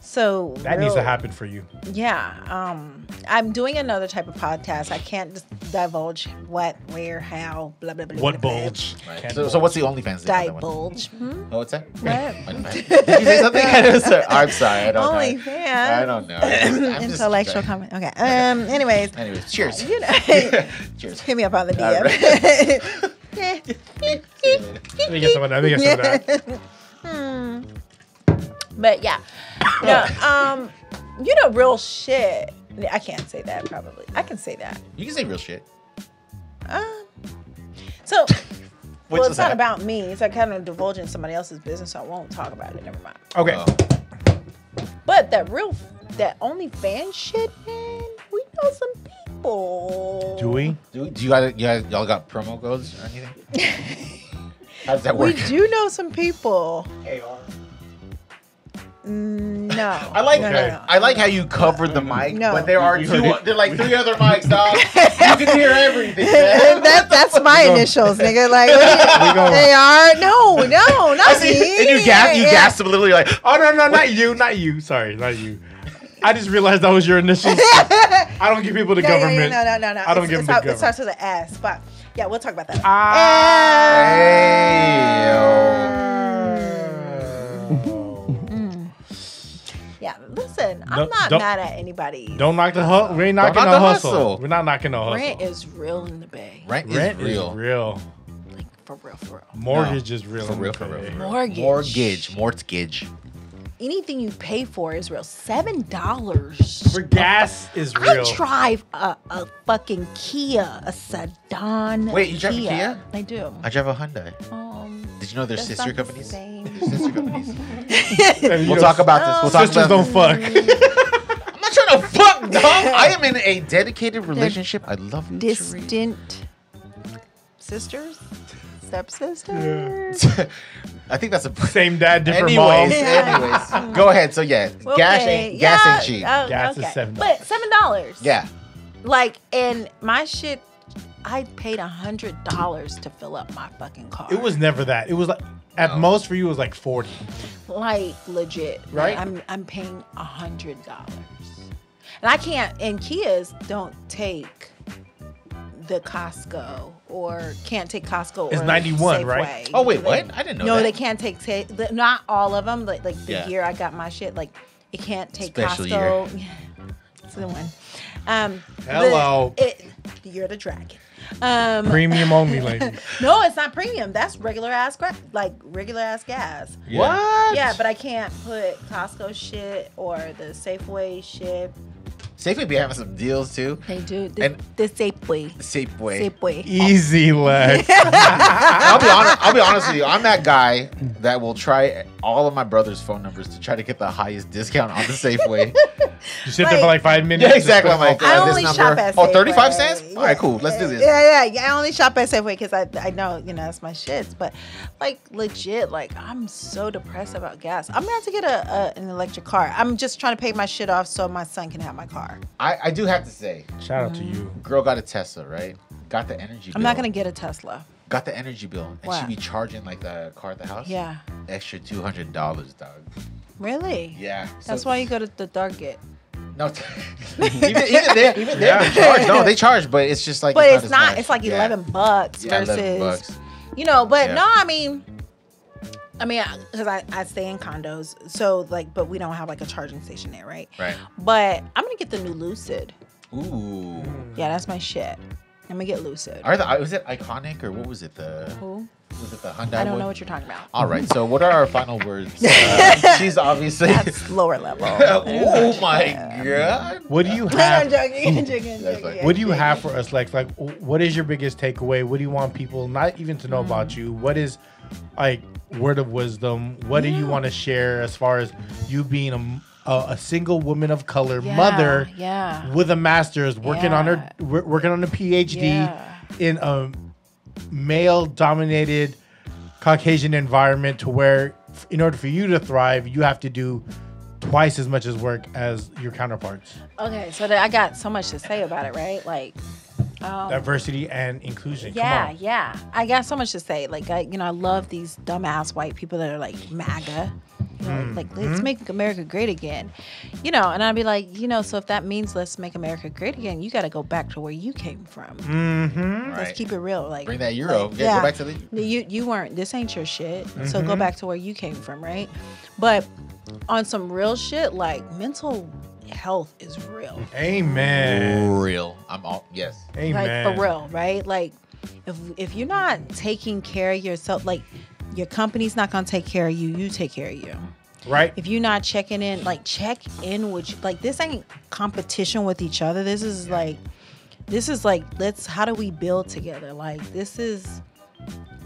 [SPEAKER 3] So
[SPEAKER 1] that needs to
[SPEAKER 3] real-
[SPEAKER 1] happen for you.
[SPEAKER 3] Yeah, um, I'm doing another type of podcast. I can't dis- divulge what, where, how, blah blah blah.
[SPEAKER 1] What
[SPEAKER 3] blah, blah.
[SPEAKER 1] bulge?
[SPEAKER 2] Right.
[SPEAKER 1] Can't
[SPEAKER 2] So, so
[SPEAKER 1] bulge.
[SPEAKER 2] what's the OnlyFans thing? on that one?
[SPEAKER 3] Divulge. Hmm?
[SPEAKER 2] Oh, what's that?
[SPEAKER 3] What?
[SPEAKER 2] Did you say something? I'm sorry. I'm sorry. I don't know. I
[SPEAKER 3] OnlyFans.
[SPEAKER 2] don't know. I'm just- I'm just
[SPEAKER 3] Intellectual
[SPEAKER 2] trying.
[SPEAKER 3] comment. Okay. Um. Anyways,
[SPEAKER 2] Anyways, cheers.
[SPEAKER 3] you know,
[SPEAKER 2] cheers.
[SPEAKER 3] hit me up on the
[SPEAKER 2] All
[SPEAKER 3] DM.
[SPEAKER 1] Let me get some of that. Let me get some of that.
[SPEAKER 3] Hmm. But yeah, no. Um. You know, real shit. I can't say that. Probably, I can say that.
[SPEAKER 2] You can say real shit.
[SPEAKER 3] Um. So.
[SPEAKER 2] Which
[SPEAKER 3] well,
[SPEAKER 2] is
[SPEAKER 3] it's not
[SPEAKER 2] that?
[SPEAKER 3] about me. It's like kind of divulging somebody else's business, so I won't talk about it. Never mind.
[SPEAKER 1] Okay.
[SPEAKER 2] Oh.
[SPEAKER 3] But that real, that OnlyFans shit, man, we know some people.
[SPEAKER 1] Do we?
[SPEAKER 2] Do, do you guys, you guys, y'all got promo codes or anything? How does that
[SPEAKER 3] We
[SPEAKER 2] work?
[SPEAKER 3] do know some people. Mm, No.
[SPEAKER 2] I like
[SPEAKER 3] no, no, no.
[SPEAKER 2] I like how you covered the mic,
[SPEAKER 3] No.
[SPEAKER 2] but there are
[SPEAKER 1] You
[SPEAKER 2] two.
[SPEAKER 1] heard it.
[SPEAKER 2] There are like three other mics, dog. you can hear everything. Man.
[SPEAKER 3] that, that's my
[SPEAKER 1] gonna-
[SPEAKER 3] initials, nigga. Like they are. No, no, not
[SPEAKER 2] and
[SPEAKER 3] me.
[SPEAKER 2] you gas, you
[SPEAKER 3] Yeah.
[SPEAKER 2] gasped a little. You're like,
[SPEAKER 1] Oh no no not you not you sorry not you. I just realized that was your initials. I don't give people the
[SPEAKER 3] No, yeah, yeah,
[SPEAKER 1] government.
[SPEAKER 3] No, no, no, no.
[SPEAKER 1] I don't
[SPEAKER 3] It's-
[SPEAKER 1] give
[SPEAKER 3] it's
[SPEAKER 1] them
[SPEAKER 3] how-
[SPEAKER 1] the
[SPEAKER 3] It starts with an S, but yeah, we'll talk about that. Ah. Yeah, listen,
[SPEAKER 1] No,
[SPEAKER 3] I'm not
[SPEAKER 1] don't-
[SPEAKER 3] mad at anybody.
[SPEAKER 1] Don't knock the hustle. We ain't knocking
[SPEAKER 2] knock
[SPEAKER 1] no
[SPEAKER 2] the
[SPEAKER 1] hustle.
[SPEAKER 2] hustle.
[SPEAKER 1] We're not knocking no hustle.
[SPEAKER 3] Rent is real in the Bay.
[SPEAKER 2] Rent,
[SPEAKER 1] Rent
[SPEAKER 2] is real.
[SPEAKER 3] Like for real, for real.
[SPEAKER 1] Mortgage is real.
[SPEAKER 2] For
[SPEAKER 1] in
[SPEAKER 2] real,
[SPEAKER 1] the
[SPEAKER 2] for real,
[SPEAKER 1] Bay.
[SPEAKER 2] for real.
[SPEAKER 3] Mortgage.
[SPEAKER 2] Mortgage, mortgage.
[SPEAKER 3] Anything you pay for is real. Seven dollars.
[SPEAKER 1] For gas is
[SPEAKER 3] I
[SPEAKER 1] real.
[SPEAKER 3] drive a, a fucking Kia, a sedan.
[SPEAKER 2] Wait, you drive a
[SPEAKER 3] Kia.
[SPEAKER 2] Kia?
[SPEAKER 3] I do.
[SPEAKER 2] I drive a Hyundai.
[SPEAKER 3] Um,
[SPEAKER 2] Did you know they're
[SPEAKER 3] that's
[SPEAKER 2] sister
[SPEAKER 3] not the
[SPEAKER 2] companies?
[SPEAKER 3] same.
[SPEAKER 2] They're sister companies.
[SPEAKER 1] And, you
[SPEAKER 2] We'll
[SPEAKER 1] know,
[SPEAKER 2] talk about this. We'll talk
[SPEAKER 1] sisters
[SPEAKER 2] about
[SPEAKER 1] don't fuck.
[SPEAKER 2] I'm not trying to fuck, dog. I am in a dedicated relationship. I love you. Cherie.
[SPEAKER 3] Distant sisters, stepsisters.
[SPEAKER 2] I think that's a
[SPEAKER 1] Same dad, different mom.
[SPEAKER 2] Anyways, anyways, go ahead. So yeah, gas ain't gas ain't cheap.
[SPEAKER 3] Oh,
[SPEAKER 1] Gas is
[SPEAKER 3] okay.
[SPEAKER 1] $7.
[SPEAKER 3] But seven dollars.
[SPEAKER 2] yeah,
[SPEAKER 3] Like, and my shit, I paid a hundred dollars to fill up my fucking car.
[SPEAKER 1] It was never that. It was like at
[SPEAKER 2] No.
[SPEAKER 1] most for you it was like forty.
[SPEAKER 3] like legit. Like,
[SPEAKER 1] Right.
[SPEAKER 3] I'm I'm paying a hundred dollars, and I can't. And Kias don't take the Costco or can't take Costco.
[SPEAKER 1] It's
[SPEAKER 3] or
[SPEAKER 1] 91,
[SPEAKER 3] Safeway.
[SPEAKER 1] right?
[SPEAKER 2] Oh wait,
[SPEAKER 3] They-
[SPEAKER 2] what? I didn't know.
[SPEAKER 3] No,
[SPEAKER 2] that.
[SPEAKER 3] they can't take. Ta- the, not all of them. Like, like the
[SPEAKER 2] Yeah.
[SPEAKER 3] year I got my shit, like it can't take
[SPEAKER 2] Special
[SPEAKER 3] Costco. it's the one. Um, the-
[SPEAKER 1] Hello.
[SPEAKER 3] it, the year of the dragon. Um,
[SPEAKER 1] Premium only, ladies.
[SPEAKER 3] no, it's not premium. That's regular ass gra- like regular ass gas.
[SPEAKER 1] Yeah.
[SPEAKER 2] What?
[SPEAKER 3] Yeah, but I can't put Costco shit or the Safeway shit.
[SPEAKER 2] Safeway be having some deals too.
[SPEAKER 3] They do the,
[SPEAKER 2] And-
[SPEAKER 3] the Safeway.
[SPEAKER 2] Safeway.
[SPEAKER 3] Safeway.
[SPEAKER 1] Easy, Lex.
[SPEAKER 2] I'll be honest. I'll be honest with you. I'm that guy that will try all of my brother's phone numbers to try to get the highest discount on the Safeway.
[SPEAKER 1] You sit there for like five minutes.
[SPEAKER 2] yeah, exactly. I'm like,
[SPEAKER 3] I
[SPEAKER 2] uh,
[SPEAKER 3] only
[SPEAKER 2] this
[SPEAKER 3] shop
[SPEAKER 2] number.
[SPEAKER 3] at
[SPEAKER 2] oh, 35
[SPEAKER 3] Safeway.
[SPEAKER 2] cents. All right, cool. Let's do this.
[SPEAKER 3] Yeah, yeah. I only shop at Safeway because I, I know, you know, that's my shits. But like legit, like I'm so depressed about gas. I'm gonna have to get a, a an electric car. I'm just trying to pay my shit off so my son can have my car.
[SPEAKER 2] I, I do have to say,
[SPEAKER 1] Shout out to you.
[SPEAKER 2] girl got a Tesla, right? Got the energy.
[SPEAKER 3] I'm not
[SPEAKER 2] bill.
[SPEAKER 3] gonna get a Tesla.
[SPEAKER 2] Got the energy bill, and she
[SPEAKER 3] What?
[SPEAKER 2] be charging like the car at the house.
[SPEAKER 3] Yeah.
[SPEAKER 2] Extra two hundred dollars, dog.
[SPEAKER 3] Really?
[SPEAKER 2] Yeah.
[SPEAKER 3] That's
[SPEAKER 2] so-
[SPEAKER 3] why you go to the Target.
[SPEAKER 2] No. t- even, even they, even they,
[SPEAKER 1] Yeah.
[SPEAKER 2] charge. No, they charge, but it's just like.
[SPEAKER 3] But it's not.
[SPEAKER 2] as much.
[SPEAKER 3] It's like
[SPEAKER 2] Yeah.
[SPEAKER 3] eleven bucks
[SPEAKER 2] Yeah,
[SPEAKER 3] versus,
[SPEAKER 2] 11 bucks.
[SPEAKER 3] you know. But
[SPEAKER 2] Yeah.
[SPEAKER 3] no, I mean, I mean, because I, I stay in condos, so like, but we don't have like a charging station there, right?
[SPEAKER 2] Right.
[SPEAKER 3] But I'm gonna get the new Lucid.
[SPEAKER 2] Ooh.
[SPEAKER 3] Yeah, that's my shit. I'm gonna get Lucid.
[SPEAKER 2] Are the, was it iconic or what was it? The
[SPEAKER 3] Who?
[SPEAKER 2] was it the Hyundai?
[SPEAKER 3] I don't
[SPEAKER 2] one?
[SPEAKER 3] know what you're talking about.
[SPEAKER 2] All right. So what are our final words? Uh, she's obviously.
[SPEAKER 3] That's lower level.
[SPEAKER 2] oh my god.
[SPEAKER 1] What do you
[SPEAKER 3] I'm
[SPEAKER 1] have?
[SPEAKER 3] joking. I'm joking. I'm
[SPEAKER 2] That's
[SPEAKER 3] joking.
[SPEAKER 2] like-
[SPEAKER 1] What do you have for us, Lex? Like, w- what is your biggest takeaway? What do you want people not even to know about you? What is like word of wisdom? What do you want to share as far as you being a m- a, a single woman of color
[SPEAKER 3] Yeah,
[SPEAKER 1] mother
[SPEAKER 3] Yeah.
[SPEAKER 1] with a master's working on her wor- working on a PhD
[SPEAKER 3] Yeah.
[SPEAKER 1] in a male dominated Caucasian environment to where f- in order for you to thrive you have to do twice as much as work as your counterparts
[SPEAKER 3] Okay, so that I got so much to say about it, right? Like, um,
[SPEAKER 1] diversity and inclusion
[SPEAKER 3] Yeah,
[SPEAKER 1] Come on.
[SPEAKER 3] yeah. I got so much to say. Like, I, you know, I love these dumbass white people that are like MAGA. You know,
[SPEAKER 2] Mm-hmm.
[SPEAKER 3] Like, let's make America great again. You know, and I'd be like, you know, so if that means let's make America great again, you got to go back to where you came from. Let's
[SPEAKER 2] Mm-hmm.
[SPEAKER 1] Mm-hmm.
[SPEAKER 2] Right.
[SPEAKER 3] keep it real. Like,
[SPEAKER 2] Bring that euro.
[SPEAKER 3] like,
[SPEAKER 2] yeah, Go back Mm-hmm. to the.
[SPEAKER 3] you you weren't this ain't your shit so go back to where you came from right but on some real shit like mental health is real
[SPEAKER 1] amen
[SPEAKER 2] Real. I'm all yes.
[SPEAKER 1] amen
[SPEAKER 3] like for real right like if if you're not taking care of yourself like your company's not gonna take care of you you take care of you
[SPEAKER 1] right
[SPEAKER 3] if you're not checking in like check in with you- like this ain't competition with each other this is like this is like let's how do we build together like this is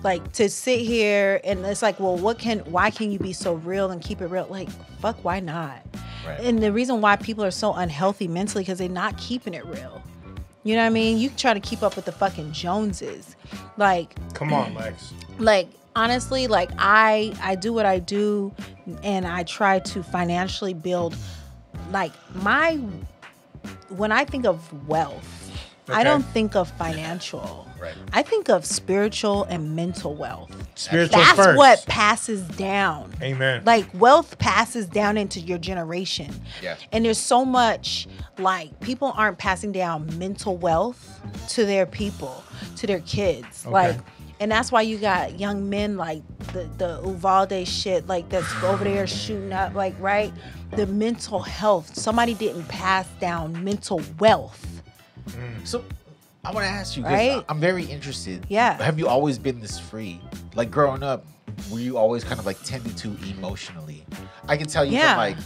[SPEAKER 3] like to sit here and it's like well what can why can you be so real and keep it real like fuck why not
[SPEAKER 2] Right.
[SPEAKER 3] and the reason why people are so unhealthy mentally because they're not keeping it real you know what i mean you try to keep up with the fucking joneses like
[SPEAKER 1] come on Lex
[SPEAKER 3] like honestly like i i do what i do and i try to financially build like my when i think of wealth i
[SPEAKER 1] Okay.
[SPEAKER 3] don't think of financial
[SPEAKER 2] Right.
[SPEAKER 3] i think of spiritual and mental wealth
[SPEAKER 1] spiritual
[SPEAKER 3] that's
[SPEAKER 1] first
[SPEAKER 3] what passes down
[SPEAKER 1] amen
[SPEAKER 3] like wealth passes down into your generation
[SPEAKER 2] Yeah.
[SPEAKER 3] and there's so much like people aren't passing down mental wealth to their people to their kids like and that's why you got young men like the the uvalde shit like that's over there shooting up like right the mental health somebody didn't pass down mental wealth
[SPEAKER 2] So I want to ask you, 'cause
[SPEAKER 3] Right?
[SPEAKER 2] I'm very interested.
[SPEAKER 3] Yeah.
[SPEAKER 2] Have you always been this free? Like growing up, were you always kind of like tended to emotionally? I can tell you
[SPEAKER 3] Yeah.
[SPEAKER 2] from like,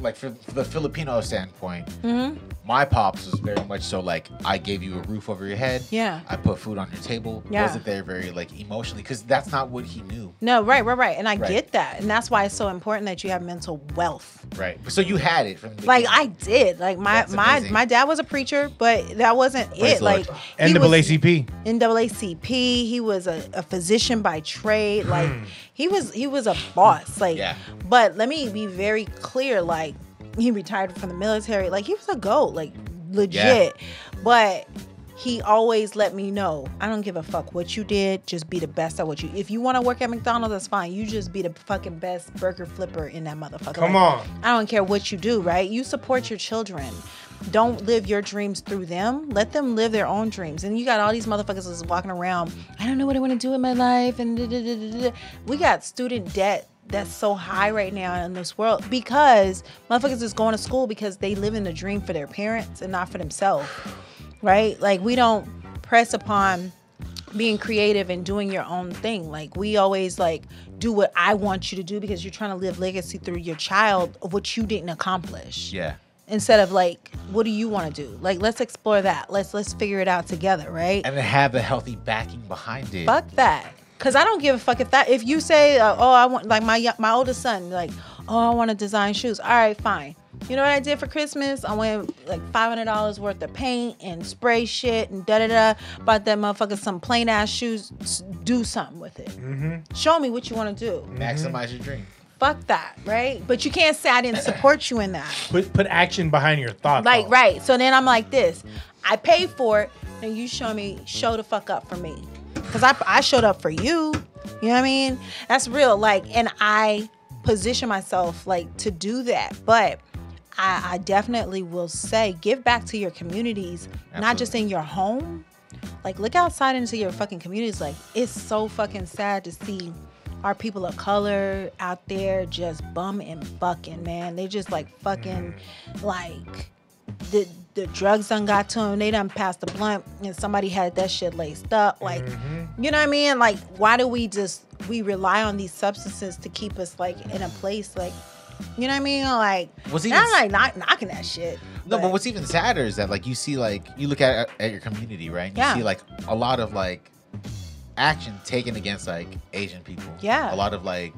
[SPEAKER 2] like from the Filipino standpoint,
[SPEAKER 3] Mm-hmm.
[SPEAKER 2] my pops was very much so like I gave you a roof over your head.
[SPEAKER 3] Yeah.
[SPEAKER 2] I put food on your table.
[SPEAKER 3] Yeah.
[SPEAKER 2] Wasn't there very like emotionally? Because that's not what he knew.
[SPEAKER 3] no right right right and i
[SPEAKER 2] Right.
[SPEAKER 3] get that and that's why it's so important that you have mental wealth
[SPEAKER 2] Right. So you had it from the
[SPEAKER 3] Like
[SPEAKER 2] beginning.
[SPEAKER 3] I did. Like my
[SPEAKER 2] That's
[SPEAKER 3] my
[SPEAKER 2] amazing.
[SPEAKER 3] my dad was a preacher, but that wasn't
[SPEAKER 2] Praise
[SPEAKER 3] it.
[SPEAKER 2] the Lord.
[SPEAKER 3] Like he was
[SPEAKER 1] NAACP
[SPEAKER 3] NAACP. He was a, a physician by trade. Like he was he was a boss. Like
[SPEAKER 2] Hmm. Yeah.
[SPEAKER 3] but let me be very clear. Like he retired from the military. Like he was a goat. Like legit. But he always let me know I don't give a fuck what you did. Just be the best at what you. If you want to work at McDonald's, that's fine. You just be the fucking best burger flipper in that motherfucker.
[SPEAKER 1] Come
[SPEAKER 3] Like,
[SPEAKER 1] on.
[SPEAKER 3] I don't care what you do, right? You support your children. don't live your dreams through them. Let them live their own dreams. And you got all these motherfuckers that's walking around. I don't know what I want to do in my life. And da, da, da, da, da. we got student debt that's so high right now in this world because motherfuckers is going to school because they live in the dream for their parents and not for themselves. Right? Like we don't press upon being creative and doing your own thing. Like we always like do what I want you to do because you're trying to live legacy through your child of what you didn't accomplish
[SPEAKER 2] Yeah.
[SPEAKER 3] instead of like what do you want to do like let's explore that let's let's figure it out together right
[SPEAKER 2] And then have the healthy backing behind it.
[SPEAKER 3] fuck that because i don't give a fuck if that if you say uh, oh i want like my yo- my oldest son like oh i want to design shoes all right fine you know what i did for christmas i went like $500 worth of paint and spray shit and da da da bought that motherfucker some plain ass shoes S- do something with it show me what you want to do
[SPEAKER 2] Maximize your dream.
[SPEAKER 3] fuck that right but you can't say i didn't support you in that
[SPEAKER 1] Put put action behind your thought.
[SPEAKER 3] like
[SPEAKER 1] though.
[SPEAKER 3] right. So then I'm like this. I paid for it, and you show me show the fuck up for me, cause I I showed up for you. You know what I mean? That's real. Like, and I position myself like to do that, but. I, I definitely will say give back to your communities, not just in your home. Like look outside into your fucking communities. Like it's so fucking sad to see our people of color out there just bum and fucking man. They just like fucking like the the drugs done got to them. They done passed the blunt, and somebody had that shit laced up. Like,
[SPEAKER 1] Mm-hmm.
[SPEAKER 3] you know what I mean? Like, why do we just we rely on these substances to keep us like in a place like, you know what I mean? Like,
[SPEAKER 2] Was
[SPEAKER 3] was
[SPEAKER 2] he
[SPEAKER 3] I'm
[SPEAKER 2] even-
[SPEAKER 3] like not knocking that shit.
[SPEAKER 2] No, but what's even sadder is that like you see like you look at at your community, right? And you
[SPEAKER 3] Yeah.
[SPEAKER 2] see like a lot of like action taken against like Asian people.
[SPEAKER 3] Yeah.
[SPEAKER 2] A lot of like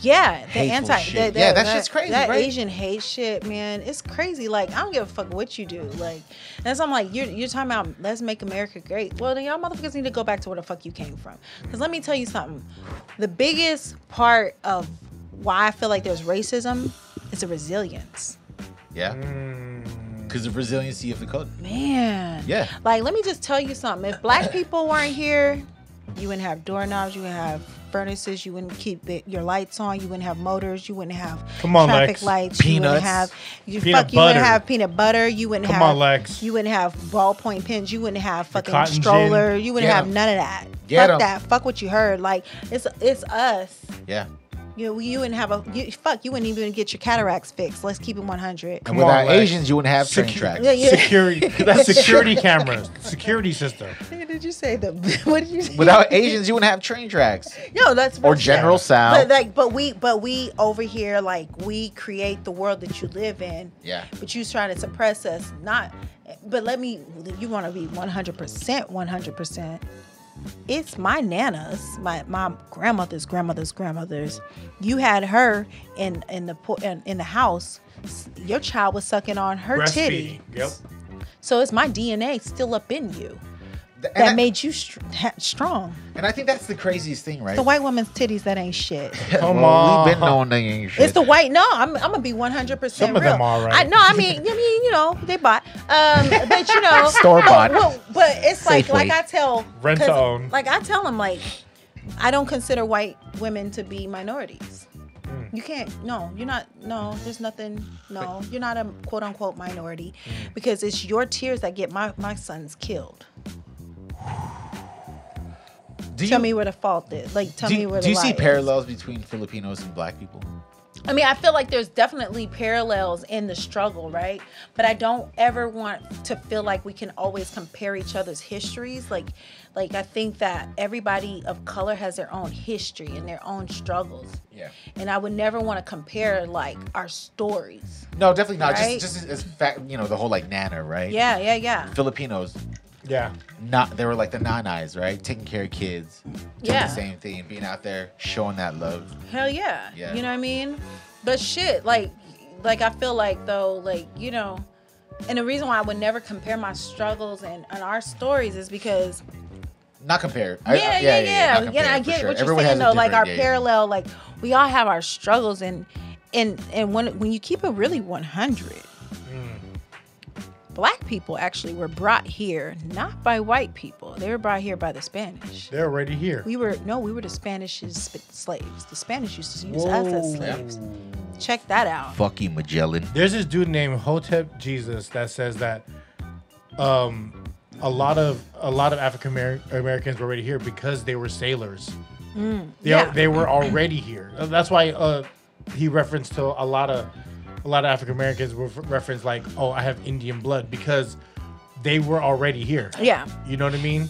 [SPEAKER 3] yeah, the
[SPEAKER 2] hateful
[SPEAKER 3] anti,
[SPEAKER 2] shit.
[SPEAKER 3] the- the-
[SPEAKER 2] Yeah, that shit's crazy,
[SPEAKER 3] That
[SPEAKER 2] right?
[SPEAKER 3] Asian hate shit, man, it's crazy. Like, I don't give a fuck what you do. Like, that's I'm like, you're you're talking about let's make America great. Well, then y'all motherfuckers need to go back to where the fuck you came from. Cause let me tell you something. the biggest part of why I feel like there's racism is the resilience.
[SPEAKER 2] yeah.
[SPEAKER 1] Mm.
[SPEAKER 2] Because the resiliency of the code.
[SPEAKER 3] Man.
[SPEAKER 2] Yeah.
[SPEAKER 3] Like, let me just tell you something. If black people weren't here, you wouldn't have doorknobs, you wouldn't have furnaces, you wouldn't keep it, your lights on, you wouldn't have motors, you wouldn't have
[SPEAKER 1] Come on,
[SPEAKER 3] traffic
[SPEAKER 1] Lex.
[SPEAKER 3] lights, you
[SPEAKER 2] Peanuts.
[SPEAKER 3] wouldn't have you,
[SPEAKER 1] Peanut
[SPEAKER 3] fuck, you wouldn't
[SPEAKER 1] butter.
[SPEAKER 3] have peanut butter, you wouldn't
[SPEAKER 1] Come
[SPEAKER 3] have
[SPEAKER 1] on, Lex.
[SPEAKER 3] you wouldn't have ballpoint pens, you wouldn't have fucking
[SPEAKER 1] cotton gin.
[SPEAKER 3] stroller, you wouldn't
[SPEAKER 2] Get
[SPEAKER 3] have
[SPEAKER 2] 'em.
[SPEAKER 3] none of that.
[SPEAKER 2] Get
[SPEAKER 3] fuck
[SPEAKER 2] 'em.
[SPEAKER 3] that. Fuck what you heard. Like it's it's us.
[SPEAKER 2] Yeah.
[SPEAKER 3] You know, you wouldn't have a you, fuck. You wouldn't even get your cataracts fixed. Let's keep it one hundred.
[SPEAKER 2] And
[SPEAKER 1] on,
[SPEAKER 2] without
[SPEAKER 1] Lex.
[SPEAKER 2] Asians you wouldn't have train
[SPEAKER 1] Secu-
[SPEAKER 2] tracks.
[SPEAKER 3] Yeah, yeah.
[SPEAKER 1] Security. That's security cameras. Security system.
[SPEAKER 3] Did you say the? What did you say?
[SPEAKER 2] Without Asians you wouldn't have train tracks.
[SPEAKER 3] No, that's
[SPEAKER 2] Or
[SPEAKER 3] real shit.
[SPEAKER 2] General Sal.
[SPEAKER 3] But like, but we, but we over here, like, we create the world that you live in.
[SPEAKER 2] Yeah.
[SPEAKER 3] But you trying to suppress us, not. But let me. You want to be one hundred percent, one hundred percent. It's my nana's, my my grandmother's grandmother's grandmother's. You had her in in the po- in, in the house. S- Your child was sucking on her titty,
[SPEAKER 1] Breastfeeding. Yep.
[SPEAKER 3] so it's my DNA still up in you
[SPEAKER 2] Th-
[SPEAKER 3] that
[SPEAKER 2] And, I,
[SPEAKER 3] made you str- ha- strong.
[SPEAKER 2] and I think that's the craziest thing, right?
[SPEAKER 3] The white woman's titties that ain't shit.
[SPEAKER 1] Come
[SPEAKER 2] well, We've been
[SPEAKER 1] on.
[SPEAKER 2] known they ain't shit.
[SPEAKER 3] It's the white. No, I'm, I'm gonna be 100 percent
[SPEAKER 1] Some of them are right.
[SPEAKER 3] I no, I mean, I mean, you know, they bought, um, but you know,
[SPEAKER 2] Store-bought.
[SPEAKER 3] But, but, but it's like,
[SPEAKER 2] Safeway.
[SPEAKER 3] like I tell,
[SPEAKER 1] Rent to
[SPEAKER 3] 'cause,
[SPEAKER 1] own.
[SPEAKER 3] Like I tell them, like I don't consider white women to be minorities.
[SPEAKER 1] Hmm.
[SPEAKER 3] You can't. No, you're not. No, there's nothing. No, you're not a quote unquote minority,
[SPEAKER 1] Hmm.
[SPEAKER 3] because it's your tears that get my my sons killed.
[SPEAKER 2] do you,
[SPEAKER 3] Tell me where the fault is. Like, tell
[SPEAKER 2] do,
[SPEAKER 3] me where
[SPEAKER 2] do
[SPEAKER 3] the
[SPEAKER 2] you see
[SPEAKER 3] lie is.
[SPEAKER 2] parallels between Filipinos and black people?
[SPEAKER 3] I mean, I feel like there's definitely parallels in the struggle, right? But I don't ever want to feel like we can always compare each other's histories. Like, like I think that everybody of color has their own history and their own struggles.
[SPEAKER 2] Yeah.
[SPEAKER 3] And I would never want to compare like our stories.
[SPEAKER 2] No, definitely not.
[SPEAKER 3] Right?
[SPEAKER 2] Just, just as fact, you know, the whole like Nana, right?
[SPEAKER 3] Yeah, yeah, yeah.
[SPEAKER 2] Filipinos,
[SPEAKER 1] Yeah.
[SPEAKER 2] not they were like the nanas, right? Taking care of kids, doing
[SPEAKER 3] Yeah.
[SPEAKER 2] the same thing, being out there showing that love.
[SPEAKER 3] Hell yeah.
[SPEAKER 2] Yeah.
[SPEAKER 3] You know what I mean? But shit, like like I feel like though, like, you know, and the reason why I would never compare my struggles and, and our stories is because
[SPEAKER 2] Not compare. I- I-
[SPEAKER 3] yeah, yeah, yeah.
[SPEAKER 2] not
[SPEAKER 3] Yeah,
[SPEAKER 2] compare,
[SPEAKER 3] I
[SPEAKER 2] for
[SPEAKER 3] get
[SPEAKER 2] sure.
[SPEAKER 3] what
[SPEAKER 2] Everyone
[SPEAKER 3] you're
[SPEAKER 2] has
[SPEAKER 3] saying
[SPEAKER 2] a
[SPEAKER 3] though. Like
[SPEAKER 2] different-
[SPEAKER 3] our
[SPEAKER 2] yeah, yeah.
[SPEAKER 3] parallel, like we all have our struggles, and and and when when you keep it really 100, black people actually were brought here not by white people. They were brought here by the Spanish.
[SPEAKER 1] They're already here.
[SPEAKER 3] We were no, we were the Spanish's sp- slaves. The Spanish used to use us as slaves. Check that out.
[SPEAKER 2] Fuck you, Magellan.
[SPEAKER 1] There's this dude named Hotep Jesus that says that um, a lot of a lot of African Amer- Americans were already here because they were sailors. They
[SPEAKER 3] yeah.
[SPEAKER 1] they were already here. Uh, That's why uh, he referenced to a lot of a lot of African Americans were referenced like, "Oh, I have Indian blood" because they were already here.
[SPEAKER 3] Yeah.
[SPEAKER 1] You know what I mean?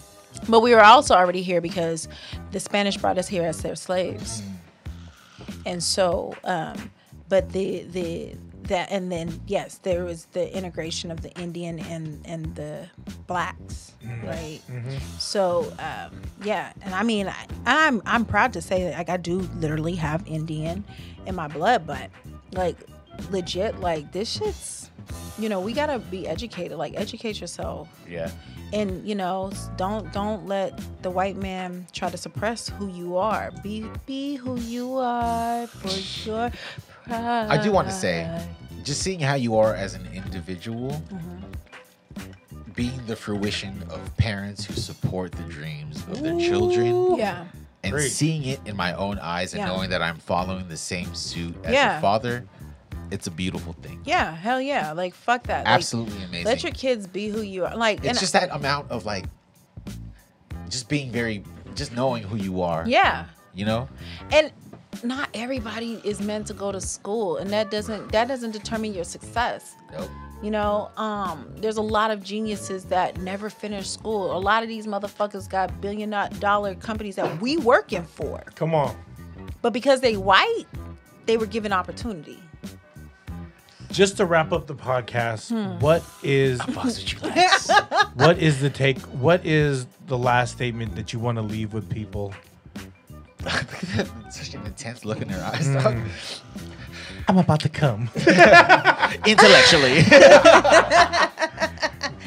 [SPEAKER 3] But we were also already here because the Spanish brought us here as their slaves. And so, um, but the the that and then yes, there was the integration of the Indian and and the blacks, right? So um, yeah, and I mean, I, I'm I'm proud to say that like I do literally have Indian in my blood, but like legit, like this shit's, you know, we gotta be educated. Like educate yourself
[SPEAKER 2] Yeah.
[SPEAKER 3] and you know s- don't don't let the white man try to suppress who you are be be who you are for your pride
[SPEAKER 2] I do want to say, just seeing how you are as an individual,
[SPEAKER 3] Mm-hmm.
[SPEAKER 2] being the fruition of parents who support the dreams of their children,
[SPEAKER 3] yeah
[SPEAKER 2] and
[SPEAKER 1] Great.
[SPEAKER 2] seeing it in my own eyes and
[SPEAKER 3] Yeah.
[SPEAKER 2] knowing that I'm following the same suit as
[SPEAKER 3] Yeah.
[SPEAKER 2] a father, it's a beautiful thing.
[SPEAKER 3] yeah hell yeah like fuck that Like,
[SPEAKER 2] Absolutely amazing.
[SPEAKER 3] let your kids be who you are like and
[SPEAKER 2] it's just that amount of like, just being very, just knowing who you are.
[SPEAKER 3] yeah
[SPEAKER 2] You know?
[SPEAKER 3] and not everybody is meant to go to school and that doesn't that doesn't determine your success
[SPEAKER 2] Nope.
[SPEAKER 3] You know, um, there's a lot of geniuses that never finish school. A lot of these motherfuckers got billion dollar companies that we working for,
[SPEAKER 1] Come on.
[SPEAKER 3] but because they white, they were given opportunity.
[SPEAKER 1] Just to wrap up the podcast, what is
[SPEAKER 2] Fucks with you guys.
[SPEAKER 1] what is the take? What is the last statement that you want to leave with people?
[SPEAKER 2] Such an intense look in their eyes.
[SPEAKER 3] Mm.
[SPEAKER 1] I'm about to come
[SPEAKER 2] Intellectually.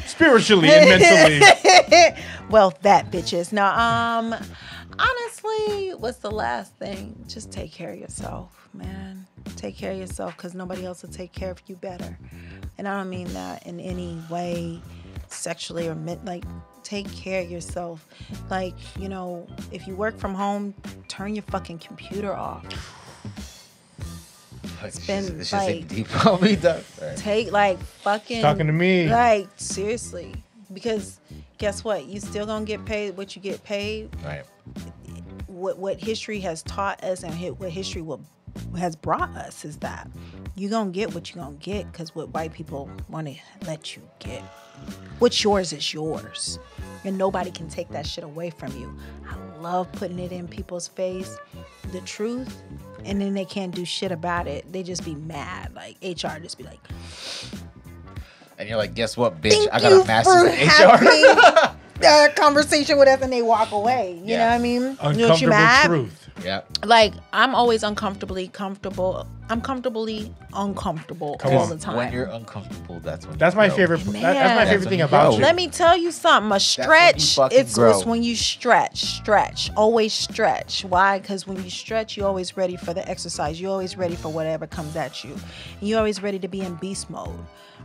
[SPEAKER 1] spiritually and mentally.
[SPEAKER 3] well, that bitches. Now, um, honestly, what's the last thing? Just take care of yourself, man. Take care of yourself because nobody else will take care of you better. And I don't mean that in any way, sexually or men- like. Take care of yourself. Like, you know, if you work from home, turn your fucking computer off.
[SPEAKER 2] It's
[SPEAKER 3] been,
[SPEAKER 2] it's just
[SPEAKER 3] like-
[SPEAKER 2] deep on me, dog. Alright.
[SPEAKER 3] Take, like, fucking.
[SPEAKER 1] Talking to me.
[SPEAKER 3] Like, seriously. Because guess what? You still gonna get paid what you get paid.
[SPEAKER 2] Alright.
[SPEAKER 3] what what history has taught us and hi- what history will has brought us is that you're gonna get what you're gonna get because what white people want to let you get what's yours is yours and nobody can take that shit away from you i love putting it in people's face the truth and then they can't do shit about it they just be mad like hr just be like
[SPEAKER 2] And you're like, guess what, bitch?
[SPEAKER 3] thank
[SPEAKER 2] I got
[SPEAKER 3] you
[SPEAKER 2] a master's
[SPEAKER 3] for
[SPEAKER 2] in HR.
[SPEAKER 3] having a conversation with us and they walk away you
[SPEAKER 2] Yeah.
[SPEAKER 3] know what i mean you know, what you
[SPEAKER 1] Uncomfortable
[SPEAKER 3] mad?
[SPEAKER 1] truth.
[SPEAKER 2] yeah.
[SPEAKER 3] like I'm always uncomfortably comfortable. I'm comfortably uncomfortable
[SPEAKER 1] Come
[SPEAKER 3] all
[SPEAKER 1] on.
[SPEAKER 3] the time.
[SPEAKER 2] When you're uncomfortable, that's when
[SPEAKER 1] That's
[SPEAKER 2] you
[SPEAKER 1] my
[SPEAKER 2] grow.
[SPEAKER 1] favorite.
[SPEAKER 3] Man.
[SPEAKER 1] that- that's my
[SPEAKER 3] That's
[SPEAKER 1] favorite
[SPEAKER 2] when
[SPEAKER 1] thing
[SPEAKER 2] you
[SPEAKER 1] about
[SPEAKER 2] grow.
[SPEAKER 1] you.
[SPEAKER 3] Let me tell you something. A
[SPEAKER 2] when you
[SPEAKER 3] stretch.
[SPEAKER 2] fucking
[SPEAKER 3] it's,
[SPEAKER 2] grow.
[SPEAKER 3] it's when you stretch, stretch, always stretch. Why? Because when you stretch, you're always ready for the exercise. You're always ready for whatever comes at you. And you're always ready to be in beast mode,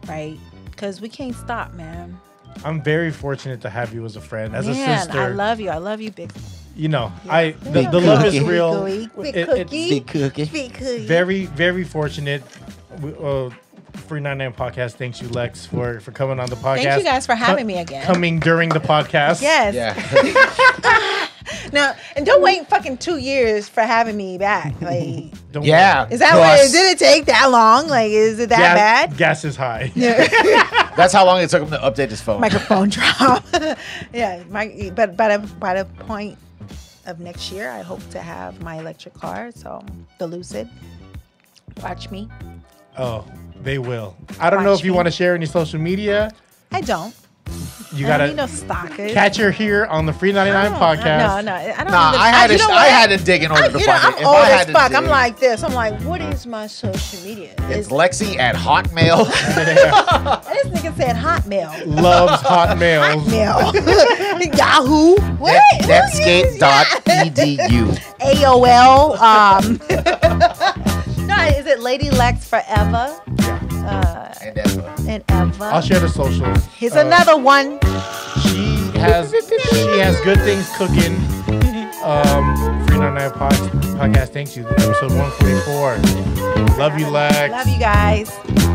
[SPEAKER 3] right? Because we can't stop, man.
[SPEAKER 1] I'm very fortunate to have you as a friend, as a
[SPEAKER 3] man,
[SPEAKER 1] sister.
[SPEAKER 3] I love you. I love you, big.
[SPEAKER 1] you know, I the,
[SPEAKER 2] Big
[SPEAKER 1] the love is
[SPEAKER 2] cookie.
[SPEAKER 1] real.
[SPEAKER 3] Big cookie.
[SPEAKER 1] It- it's
[SPEAKER 3] Big cookie.
[SPEAKER 2] Big cookie.
[SPEAKER 3] Big cookie.
[SPEAKER 1] very, very fortunate. We- Uh, Free Nine Nine Podcast. Thanks you, Lex, for for coming on the podcast.
[SPEAKER 3] you guys for
[SPEAKER 1] Co-
[SPEAKER 3] having me again.
[SPEAKER 1] Coming during the podcast.
[SPEAKER 3] Yes.
[SPEAKER 2] Yeah.
[SPEAKER 3] Now, and don't wait fucking two years for having me back. Like.
[SPEAKER 1] Don't
[SPEAKER 2] yeah.
[SPEAKER 1] worry.
[SPEAKER 3] Is that what?
[SPEAKER 2] Gus.
[SPEAKER 3] Did it take that long? Like, is it that
[SPEAKER 1] Gas,
[SPEAKER 3] bad?
[SPEAKER 1] gas is high.
[SPEAKER 2] That's how long it took him to update his phone.
[SPEAKER 3] Microphone drop. yeah, my, but by the by the point of next year, I hope to have my electric car. So the Lucid. Watch me.
[SPEAKER 1] Oh, they will. I don't know
[SPEAKER 3] Watch
[SPEAKER 1] if you
[SPEAKER 3] me.
[SPEAKER 1] want to share any social media.
[SPEAKER 3] I don't.
[SPEAKER 1] You
[SPEAKER 3] I don't
[SPEAKER 1] gotta
[SPEAKER 3] need no stalkers.
[SPEAKER 1] catch her here on the Free Ninety
[SPEAKER 3] I
[SPEAKER 1] Nine
[SPEAKER 3] don't-
[SPEAKER 1] podcast.
[SPEAKER 3] No, no, I don't.
[SPEAKER 2] Nah,
[SPEAKER 3] even-
[SPEAKER 2] I had
[SPEAKER 3] you
[SPEAKER 2] to.
[SPEAKER 3] know
[SPEAKER 2] I
[SPEAKER 3] what?
[SPEAKER 2] had to dig in order
[SPEAKER 3] I,
[SPEAKER 2] to
[SPEAKER 3] you know,
[SPEAKER 2] find
[SPEAKER 3] I'm
[SPEAKER 2] it. If I
[SPEAKER 3] old
[SPEAKER 2] had
[SPEAKER 3] as
[SPEAKER 2] to
[SPEAKER 3] fuck. I'm
[SPEAKER 2] dig-
[SPEAKER 3] like this. I'm like, what is my social media?
[SPEAKER 2] It's
[SPEAKER 3] Is,
[SPEAKER 2] Lexi at Hotmail.
[SPEAKER 3] this nigga said Hotmail.
[SPEAKER 1] Loves hot mails.
[SPEAKER 3] Mail. Yahoo. What?
[SPEAKER 2] at
[SPEAKER 3] Who uses
[SPEAKER 2] E Netscape.edu.
[SPEAKER 3] AOL. Um, no, is it Lady Lex forever
[SPEAKER 2] And that's uh,
[SPEAKER 3] and ever?
[SPEAKER 1] I'll share the socials.
[SPEAKER 3] Here's
[SPEAKER 1] Uh,
[SPEAKER 3] another one.
[SPEAKER 1] She has she has good things cooking. Um, Free Our Night Pod- Podcast. Thank you. Episode 144. Love you, Lex.
[SPEAKER 3] Love you guys.